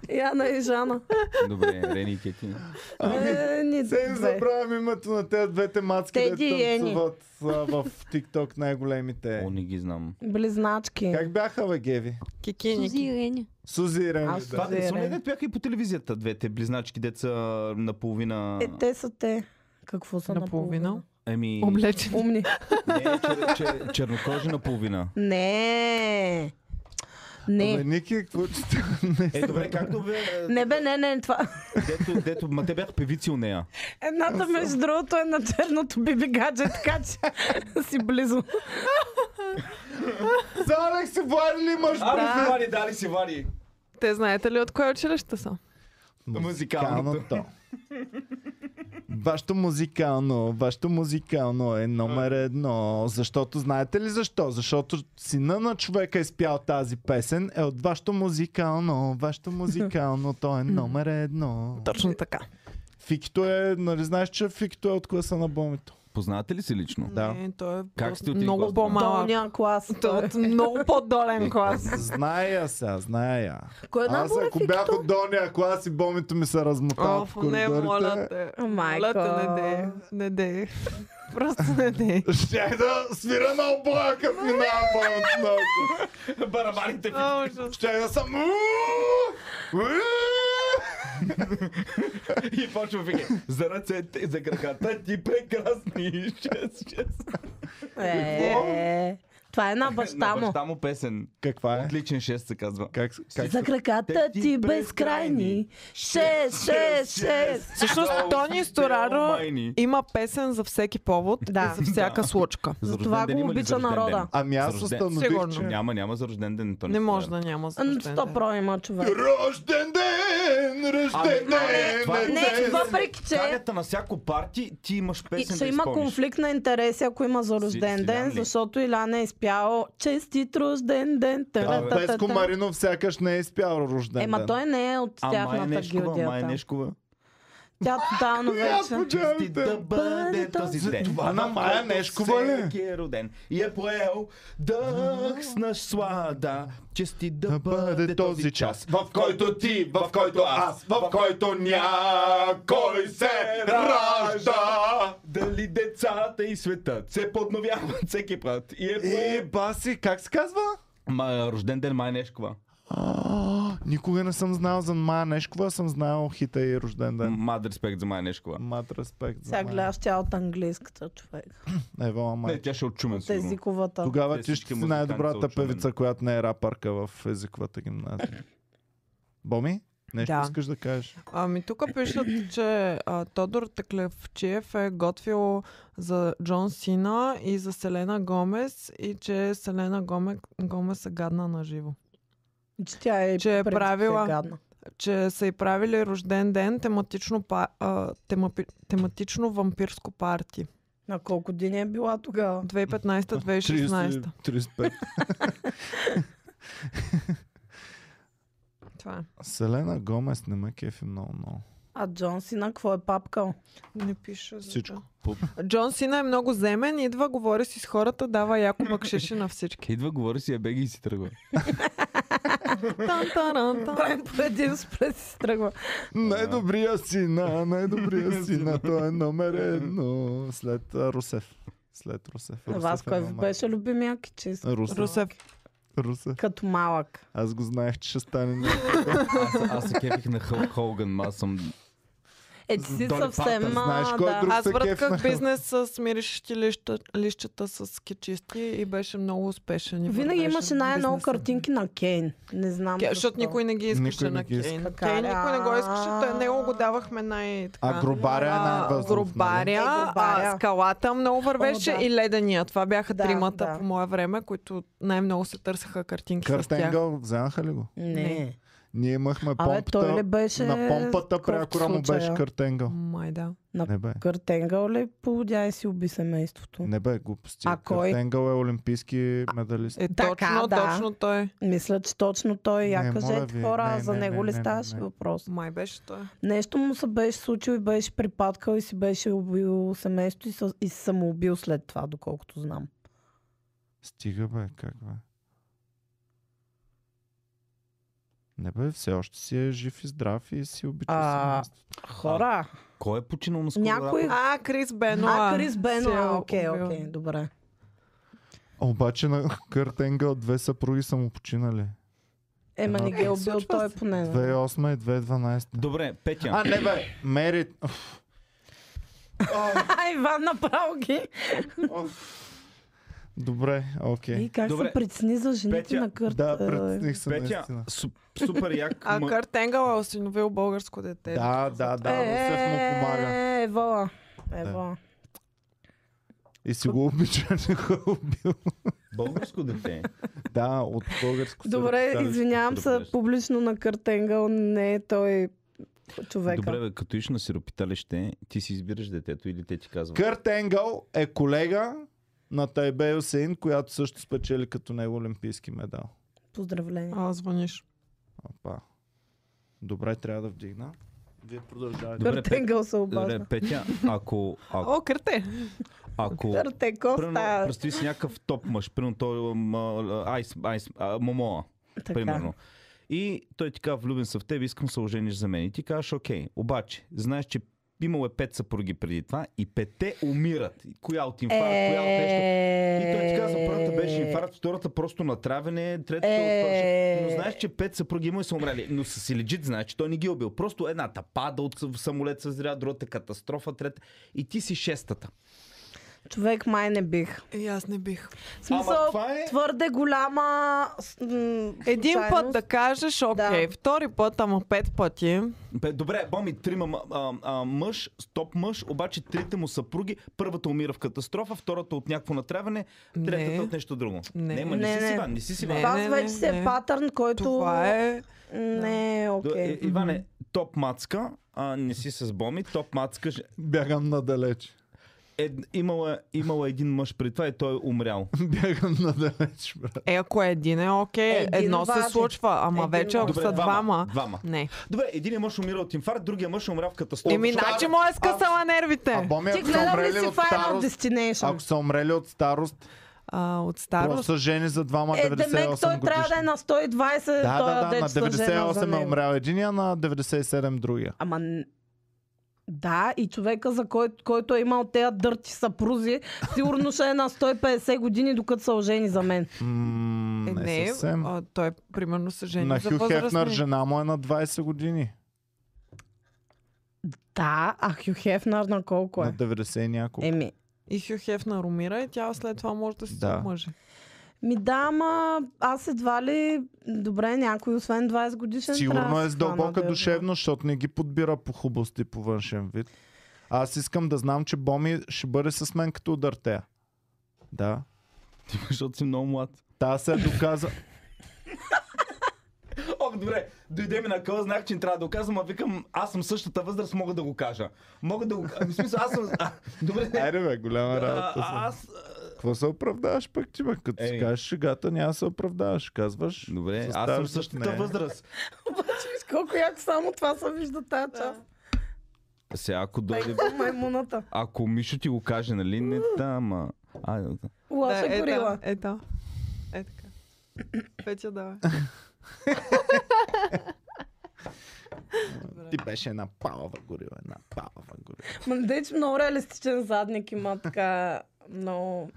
Speaker 3: Яна и Жана.
Speaker 4: Добре, Рени и
Speaker 3: Е,
Speaker 4: Кики.
Speaker 3: ни
Speaker 1: Ами, Се
Speaker 3: две.
Speaker 1: забравям името на тези двете мацки,
Speaker 3: Теди
Speaker 1: дето
Speaker 3: и Ени.
Speaker 1: танцуват а, в TikTok най-големите.
Speaker 4: О, не ги знам.
Speaker 3: Близначки.
Speaker 1: Как бяха, бе, Геви?
Speaker 2: Кики и
Speaker 5: Сузи
Speaker 2: Ники.
Speaker 5: и Рени.
Speaker 1: Сузи и Рен.
Speaker 3: Аз
Speaker 1: Да.
Speaker 4: Това
Speaker 3: Зерен.
Speaker 4: не са ли дето бяха и по телевизията двете близначки деца наполовина...
Speaker 3: Е, те са те. Какво са
Speaker 2: Наполовина?
Speaker 3: наполовина?
Speaker 4: Еми,
Speaker 2: Облечен.
Speaker 3: Умни.
Speaker 4: не, чер, чер, чернокожи наполовина.
Speaker 3: Не.
Speaker 1: Бе,
Speaker 3: Не.
Speaker 1: Ники, какво чете? Не
Speaker 4: Е, добре, както бе, е,
Speaker 3: Не бе, не, не, това.
Speaker 4: дето, дето, ма те бяха певици у нея.
Speaker 3: Едната, между другото, е на черното биби гадже, така че си близо.
Speaker 1: За Алекс се вари ли имаш
Speaker 4: Али си вари, дали си вари.
Speaker 2: Те знаете ли от кое училище са?
Speaker 4: Музикалното.
Speaker 1: Вашето музикално, вашето музикално е номер едно. Защото знаете ли защо? Защото сина на човека изпял тази песен е от вашето музикално, вашето музикално, то е номер едно.
Speaker 2: Точно така.
Speaker 1: Фикито е, нали знаеш, че Фикито е от класа на бомито.
Speaker 4: Познавате ли се лично?
Speaker 1: Да.
Speaker 2: Е, той е
Speaker 4: Как
Speaker 2: от
Speaker 4: сте отишли
Speaker 2: много
Speaker 4: клас?
Speaker 2: по-малък.
Speaker 3: Долния клас.
Speaker 2: Той е От много по-долен клас.
Speaker 1: Зная сега, зная.
Speaker 3: Кой е
Speaker 1: Аз
Speaker 3: набор е
Speaker 1: ако бях от долния клас и бомито ми се размотава в
Speaker 2: Оф, не, моля
Speaker 1: коридорите,
Speaker 2: те.
Speaker 3: Майко.
Speaker 2: Моля те, не дей. Не дей. Просто не дей.
Speaker 1: щях да свира на обоя, като минава бомито наоколо.
Speaker 4: Барабаните
Speaker 2: О, ужас.
Speaker 1: Ще да съм...
Speaker 4: и почва вика. За ръцете и за краката ти прекрасни.
Speaker 3: Е, това е на баща му.
Speaker 4: Баща му песен.
Speaker 1: Каква е?
Speaker 4: Отличен шест се казва.
Speaker 1: Как, как...
Speaker 3: За краката
Speaker 4: Те ти
Speaker 3: ти
Speaker 4: безкрайни.
Speaker 3: безкрайни. Шест, шест, шест.
Speaker 2: Всъщност Тони Стораро има песен за всеки повод,
Speaker 3: Да.
Speaker 2: за всяка случка.
Speaker 3: За това го обича народа.
Speaker 1: Ами аз
Speaker 4: За рожден-
Speaker 1: установих,
Speaker 2: Сигурно.
Speaker 1: че...
Speaker 4: Няма, няма за рожден ден. Тони
Speaker 2: Не
Speaker 4: Столяров.
Speaker 2: може
Speaker 3: е.
Speaker 2: да няма за рожден
Speaker 3: Сто
Speaker 2: ден.
Speaker 3: про има човек.
Speaker 1: Рожден ден! Рожден ден!
Speaker 4: това е-
Speaker 1: е
Speaker 3: Не,
Speaker 1: ден!
Speaker 3: въпреки че
Speaker 4: Калята на всяко парти, ти имаш
Speaker 3: и
Speaker 4: песен
Speaker 3: ще
Speaker 4: да
Speaker 3: има
Speaker 4: изпълниш.
Speaker 3: конфликт на интереси, ако има за
Speaker 4: Си-
Speaker 3: рожден
Speaker 4: Илян
Speaker 3: ден,
Speaker 4: ли?
Speaker 3: защото Илян е изпял честит рожден ден.
Speaker 1: А,
Speaker 3: тара-та-та-та.
Speaker 1: Песко Маринов сякаш не е изпял рожден
Speaker 3: Ема
Speaker 1: ден.
Speaker 3: той не е от
Speaker 4: А май
Speaker 3: тяхната
Speaker 4: нешкова, май е
Speaker 3: гилдията.
Speaker 4: нешкова.
Speaker 3: Тя тотално вече.
Speaker 4: Ти да бъде този ден.
Speaker 1: това на
Speaker 4: в
Speaker 1: Мая
Speaker 4: който
Speaker 1: Нешкова ли?
Speaker 4: всеки е роден и е поел дъх с наслада. Чести да бъде този час.
Speaker 1: в който ти, в който аз, в който някой се ражда.
Speaker 4: Дали децата и светът се подновяват всеки път. И е
Speaker 1: Е,
Speaker 4: поел...
Speaker 1: баси, как се казва?
Speaker 4: Ма, рожден ден Мая Нешкова.
Speaker 1: А, никога не съм знал за Мая Нешкова, съм знал хита и рожден ден.
Speaker 4: Мад респект за Мая Нешкова.
Speaker 1: Мат респект за
Speaker 3: Сега
Speaker 4: е.
Speaker 1: Мая.
Speaker 3: гледаш тя от английската човек.
Speaker 1: Ева, май.
Speaker 4: Не, тя ще е от Чумен,
Speaker 3: От
Speaker 4: сигурно.
Speaker 3: езиковата.
Speaker 1: Тогава
Speaker 4: Те
Speaker 1: ти ще
Speaker 4: всички
Speaker 1: си
Speaker 4: музиканти са
Speaker 1: най-добрата
Speaker 4: от Шумен.
Speaker 1: певица, която не е рапърка в езиковата гимназия. Боми, нещо
Speaker 2: Да.
Speaker 1: искаш да кажеш?
Speaker 2: Ами тук пишат, че а, Тодор Теклевчиев е готвил за Джон Сина и за Селена Гомес и че Селена Гоме, Гомес е гадна на живо.
Speaker 3: Че тя е,
Speaker 2: Че е
Speaker 3: в принцип,
Speaker 2: правила.
Speaker 3: е гадна.
Speaker 2: Че са и правили рожден ден тематично, па, а, темапи, тематично вампирско парти.
Speaker 3: На колко години е била тогава?
Speaker 2: 2015-2016.
Speaker 1: 35.
Speaker 2: Това е.
Speaker 1: Селена Гомес не ме кефи много, много.
Speaker 3: А Джон си на какво е папкал?
Speaker 2: Не пише. за
Speaker 1: Всичко.
Speaker 2: това. Джон Сина е много земен, идва, говори си с хората, дава яко бакшиши на всички.
Speaker 4: Идва, говори си, е беги и си тръгва.
Speaker 2: Тан, таран, тан.
Speaker 3: Той е по един спред си тръгва.
Speaker 1: Най-добрия сина, най-добрия сина, той е номер едно. След а, Русев. След Русев.
Speaker 3: На
Speaker 1: Русев
Speaker 3: вас
Speaker 1: е
Speaker 3: кой ви
Speaker 1: номер-
Speaker 3: беше любимия кичист?
Speaker 1: Русев.
Speaker 2: Русев.
Speaker 1: Русев.
Speaker 3: Като малък.
Speaker 1: Аз го знаех, че ще стане. нещо.
Speaker 4: Аз, аз се кефих на Хълк Хоган, ма аз съм...
Speaker 3: Е, ти си
Speaker 4: Доли
Speaker 3: съвсем...
Speaker 4: Партън,
Speaker 3: а,
Speaker 1: знаеш кой е
Speaker 3: да.
Speaker 1: друг?
Speaker 2: Аз
Speaker 1: се
Speaker 2: въртках
Speaker 1: кефнаха.
Speaker 2: бизнес с миришещи лища, лищата с кичисти и беше много успешен. и
Speaker 3: Винаги
Speaker 2: вървеше
Speaker 3: имаше най-много
Speaker 2: бизнеса.
Speaker 3: картинки на Кейн. Не знам.
Speaker 2: Ке-
Speaker 3: защо.
Speaker 2: Защото никой не ги искаше
Speaker 1: Никой не
Speaker 2: на
Speaker 1: ги иска.
Speaker 2: Кейн.
Speaker 3: Така
Speaker 2: Кейн
Speaker 3: ли?
Speaker 2: никой не го искаше, той него го давахме най- така.
Speaker 1: А Гробаря е
Speaker 2: А,
Speaker 1: най-възрастен.
Speaker 2: Гробаря,
Speaker 3: нали? Е, Гробаря.
Speaker 2: а, скалата много вървеше
Speaker 3: О, да.
Speaker 2: и ледения. Това бяха
Speaker 3: Да,
Speaker 2: тримата
Speaker 3: да.
Speaker 2: по мое време, които най-много се търсаха картинки с тях.
Speaker 1: Къртенгъл, вземаха ли го?
Speaker 3: Не.
Speaker 1: Ние имахме
Speaker 3: Абе, той ли
Speaker 1: помпата.
Speaker 3: беше...
Speaker 1: На помпата
Speaker 3: такъв
Speaker 1: прякора му
Speaker 3: случая?
Speaker 1: беше Къртенгъл.
Speaker 2: Май да.
Speaker 1: Не бе.
Speaker 3: Къртенгъл ли полудя и си уби семейството?
Speaker 1: Не бе, глупости.
Speaker 3: А кой?
Speaker 1: Къртенгъл е олимпийски медалист.
Speaker 2: Е,
Speaker 3: Така,
Speaker 2: точно,
Speaker 3: да.
Speaker 2: точно той.
Speaker 3: Мисля, че точно той.
Speaker 1: Не,
Speaker 3: Я
Speaker 1: моля
Speaker 3: кажете
Speaker 1: ви,
Speaker 3: хора,
Speaker 1: не,
Speaker 3: за
Speaker 1: не, не,
Speaker 3: него ли
Speaker 1: не, не,
Speaker 3: ставаше
Speaker 1: не.
Speaker 3: въпрос?
Speaker 2: Май беше той.
Speaker 3: Нещо му се беше случило и беше припадкал и си беше убил семейството и се- и се самоубил след това, доколкото знам.
Speaker 1: Стига бе, как бе. Не бе, все още си е жив и здрав и си обича
Speaker 3: А,
Speaker 1: семейството.
Speaker 3: Хора.
Speaker 4: Кой е починал на скоро?
Speaker 3: Някой-
Speaker 4: рапър?
Speaker 2: А, Крис Бенуа.
Speaker 3: А, Крис Бенуа,
Speaker 2: Се е
Speaker 3: окей,
Speaker 2: убил.
Speaker 3: окей, добре.
Speaker 1: Обаче на Кърт Енгъл две съпруги са му починали.
Speaker 3: Ема не ги е убил
Speaker 2: Случва
Speaker 3: той
Speaker 2: се.
Speaker 3: поне. нали?
Speaker 1: 2008 и 2012.
Speaker 4: Добре, Петя.
Speaker 1: А, не бе, Мери... Уф.
Speaker 3: А, Иван направо ги.
Speaker 1: Добре, окей.
Speaker 3: И как
Speaker 4: Е, Добре.
Speaker 3: се притесни за жените
Speaker 4: Петя,
Speaker 3: на Кърт?
Speaker 1: Да,
Speaker 3: е,
Speaker 1: прецених се
Speaker 4: Петя,
Speaker 1: наистина.
Speaker 4: су- супер як.
Speaker 2: А
Speaker 4: ма-
Speaker 2: Кърт Енгъл е осиновил българско дете.
Speaker 1: Да, да, да, Русев му помага.
Speaker 3: Е, Евола. Евола.
Speaker 1: И си го обича, не го е убил.
Speaker 4: Българско дете.
Speaker 1: Да, от българско
Speaker 3: Добре,
Speaker 1: сърце.
Speaker 3: извинявам се
Speaker 4: добре.
Speaker 3: публично на Кърт Енгъл, не е той човека.
Speaker 4: Добре, бе, като иш на сиропиталище, ти си избираш детето или те ти казват.
Speaker 1: Кърт Енгъл е колега на Тайбе Юсейн, която също спечели като него олимпийски медал.
Speaker 3: Поздравления.
Speaker 2: А, звъниш.
Speaker 1: Опа. Добре, трябва да вдигна. Вие продължавате.
Speaker 4: Добре,
Speaker 3: Кърт
Speaker 4: Пет-
Speaker 3: Енгъл се
Speaker 4: Добре,
Speaker 3: обажда.
Speaker 4: Петя, ако, ако,
Speaker 2: О, Кърте!
Speaker 4: ако
Speaker 3: Кърт Енгъл
Speaker 4: Примерно,
Speaker 3: става.
Speaker 4: представи си някакъв топ мъж, примерно той ам, а, айс, айс, а, Момоа,
Speaker 3: Така.
Speaker 4: примерно. И той ти казва, влюбен съм в теб, искам да се ожениш за мен. И ти казваш, окей, обаче, знаеш, че имало е пет съпруги преди това и петте умират. И Коя от инфаркт,
Speaker 3: Е,
Speaker 4: коя от нещо. И той ти казва, първата беше инфаркт, втората просто натравене, третата
Speaker 3: Е.
Speaker 4: от парша. Но знаеш, че пет съпруги има и са умрели. Но са си лежит, знаеш, че той не ги е убил. Просто едната пада от съ- самолет с зря, другата катастрофа, трета. И ти си шестата.
Speaker 3: Човек май не бих.
Speaker 2: И аз не бих.
Speaker 3: В смисъл,
Speaker 4: това е-
Speaker 3: твърде голяма... с- м,
Speaker 2: Един
Speaker 3: случайност.
Speaker 2: път да кажеш, окей,
Speaker 3: Да.
Speaker 2: втори път, ама пет пъти.
Speaker 4: Бе, добре, Боми, трима м- а, а, мъж, стоп мъж, обаче трите му съпруги, първата умира в катастрофа, втората от някакво натравяне, третата
Speaker 2: Не.
Speaker 4: от нещо друго.
Speaker 2: Не.
Speaker 4: не, ма, не,
Speaker 3: Не,
Speaker 4: си
Speaker 3: не.
Speaker 4: Сиван, не си Сиван.
Speaker 2: Не,
Speaker 3: Това
Speaker 2: не,
Speaker 3: вече
Speaker 2: не,
Speaker 3: си е
Speaker 2: не.
Speaker 3: патърн, който...
Speaker 2: Това е...
Speaker 3: Не, е
Speaker 4: Д-
Speaker 3: окей.
Speaker 4: е, Иване, топ мацка, а, не си с Боми, топ мацка. ж-
Speaker 1: Бягам надалеч.
Speaker 4: Е, имала, имала един мъж при това и той е умрял.
Speaker 1: Бягам надалеч, брат.
Speaker 2: Е, ако е един е окей,
Speaker 3: Един
Speaker 2: едно
Speaker 3: вади.
Speaker 2: се случва, ама
Speaker 3: Един
Speaker 2: вече ако
Speaker 3: вади.
Speaker 2: са двама...
Speaker 4: Двама.
Speaker 2: Не.
Speaker 4: Добре, един е мъж умира от инфаркт, другия мъж умря в катастрофа.
Speaker 2: Еми,
Speaker 4: Това е-
Speaker 2: значи му е скъсала
Speaker 1: А
Speaker 2: нервите.
Speaker 1: боми,
Speaker 3: Ти
Speaker 1: ако са
Speaker 3: гледал ли
Speaker 1: Е, умрели
Speaker 3: си
Speaker 1: от
Speaker 3: Final
Speaker 1: старост, ако
Speaker 3: Destination?
Speaker 1: са умрели от старост,
Speaker 2: А, от
Speaker 1: просто
Speaker 2: старост.
Speaker 1: са жени за двама
Speaker 3: Е, демек,
Speaker 1: 98
Speaker 3: той трябва да е
Speaker 1: годишни.
Speaker 3: на 120,
Speaker 1: Да,
Speaker 3: той е
Speaker 1: да, да, на 98 е
Speaker 3: умря.
Speaker 1: умрял единия, на 97 другия.
Speaker 3: Ама н- да, и човека, за кой, който е имал тези дърти съпрузи, сигурно ще е на 150 години, докато са ожени за мен.
Speaker 1: М,
Speaker 2: Е,
Speaker 1: не
Speaker 2: не,
Speaker 1: съвсем.
Speaker 2: а, той е примерно са жени
Speaker 1: На
Speaker 2: за
Speaker 1: Хю Хефнер
Speaker 2: възрастни.
Speaker 1: жена му е на 20 години.
Speaker 3: Да, а Хю Хефнер на колко
Speaker 1: На
Speaker 3: е?
Speaker 1: 90 и няколко.
Speaker 3: Еми,
Speaker 2: И Хю Хефнер умира и тя след това може да си
Speaker 1: Да.
Speaker 2: да. мъже.
Speaker 3: ми да, ама аз едва ли, добре, някой освен 20 годишен
Speaker 1: Сигурно
Speaker 3: трябва да
Speaker 1: е
Speaker 3: се
Speaker 1: с
Speaker 3: хвана да
Speaker 1: дълбока
Speaker 3: я
Speaker 1: душевно, защото не ги подбира по хубост и по външен вид. Аз искам да знам, че Боми ще бъде с мен като дъртея. Да.
Speaker 4: Защото си много млад.
Speaker 1: Та се доказа.
Speaker 4: Ох, добре, дойде ми на къл, знах, че не трябва да го казвам, а викам, аз съм същата възраст, мога да го кажа. Мога да го кажа. В смисъл, аз съм. А, добре.
Speaker 1: Айде бе, голяма
Speaker 4: а,
Speaker 1: работа.
Speaker 4: а,
Speaker 1: Аз...
Speaker 4: аз.
Speaker 1: Какво се оправдаваш пък ти, бе? Като си
Speaker 4: Ей.
Speaker 1: кажеш шегата, няма да се оправдаваш. Казваш.
Speaker 4: Добре,
Speaker 1: с
Speaker 4: аз съм
Speaker 1: старост
Speaker 4: същата
Speaker 1: не е.
Speaker 4: възраст.
Speaker 3: Обаче, виж колко яко само това се вижда тази част.
Speaker 4: Сега, ако дойде.
Speaker 3: Маймуната.
Speaker 4: Ако Мишо ти го каже, нали? Не там, а. а да.
Speaker 3: Лоша
Speaker 2: е,
Speaker 3: горила.
Speaker 2: да, е, да. Е така. Петя, да.
Speaker 1: Ти беше една палава горила, една палава горила.
Speaker 3: Ма не дей, че много реалистичен задник има така много...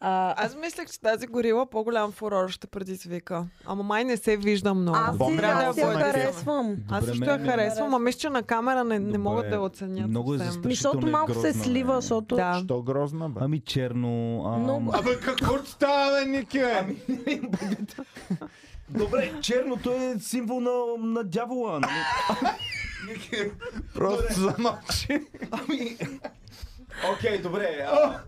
Speaker 3: А,
Speaker 2: Аз мислех, че тази горила е по-голям фурор ще предизвика. Ама май не се вижда много.
Speaker 3: аз
Speaker 1: Бомбер
Speaker 3: си, аз
Speaker 1: малко
Speaker 3: си я
Speaker 1: ме интересува.
Speaker 3: харесвам.
Speaker 2: Аз също
Speaker 1: е
Speaker 2: я харесвам, а мисля, че на камера не, не
Speaker 4: Добре.
Speaker 2: могат да я оценят.
Speaker 4: Много е
Speaker 2: съвсем.
Speaker 4: застрашително.
Speaker 3: Ми, Защото
Speaker 4: е
Speaker 3: малко се
Speaker 4: грозно, бе.
Speaker 3: слива, защото...
Speaker 2: Да.
Speaker 1: Що грозна, бе?
Speaker 4: Ами черно. А...
Speaker 3: Много.
Speaker 1: Абе, какво ти става, бе, Ники, бе?
Speaker 4: Добре, черното е символ на, на дявола. Нали?
Speaker 1: Просто замълчи.
Speaker 4: Ами. Окей, добре. А...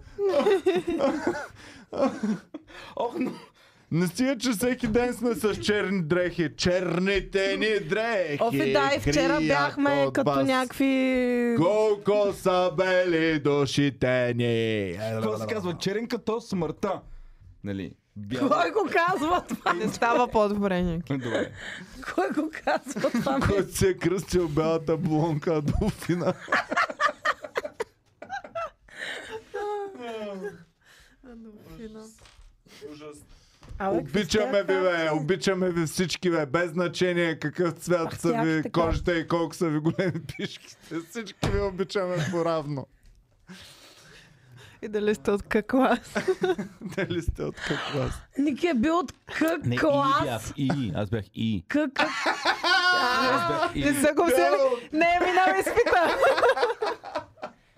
Speaker 4: Ох, но.
Speaker 1: Не стига, че всеки ден сме с черни дрехи. Черните ни дрехи.
Speaker 3: Офи, да, и вчера
Speaker 1: крият
Speaker 3: бяхме
Speaker 1: Е, от
Speaker 3: като
Speaker 1: вас.
Speaker 3: някакви...
Speaker 1: Колко са бели душите ни.
Speaker 4: Какво се казва? Черен като смъртта. Нали? Бял.
Speaker 3: Кой го казва това? е
Speaker 2: Не става по-добре, Ники.
Speaker 4: Добре.
Speaker 3: Кой го казва това?
Speaker 1: Който се е кръстил бялата блонка Дуфина. Ужас.
Speaker 3: Абе, какви
Speaker 1: Обичаме
Speaker 3: сте,
Speaker 1: ви, бе,
Speaker 3: бе?
Speaker 1: обичаме ви всички, бе, без значение какъв цвят
Speaker 3: Ах,
Speaker 1: са
Speaker 3: тях
Speaker 1: ви
Speaker 3: така.
Speaker 1: кожите и колко са ви големи пишките. Всички ви обичаме по-равно.
Speaker 2: И дали сте от каква?
Speaker 1: Дали сте от каква са?
Speaker 3: Ники е бил от К
Speaker 4: Не, и бях,
Speaker 3: клас.
Speaker 4: и. Аз бях и.
Speaker 3: К, К.
Speaker 4: Аз бях
Speaker 2: Не
Speaker 4: и.
Speaker 2: са го взели? Не, минава изпита.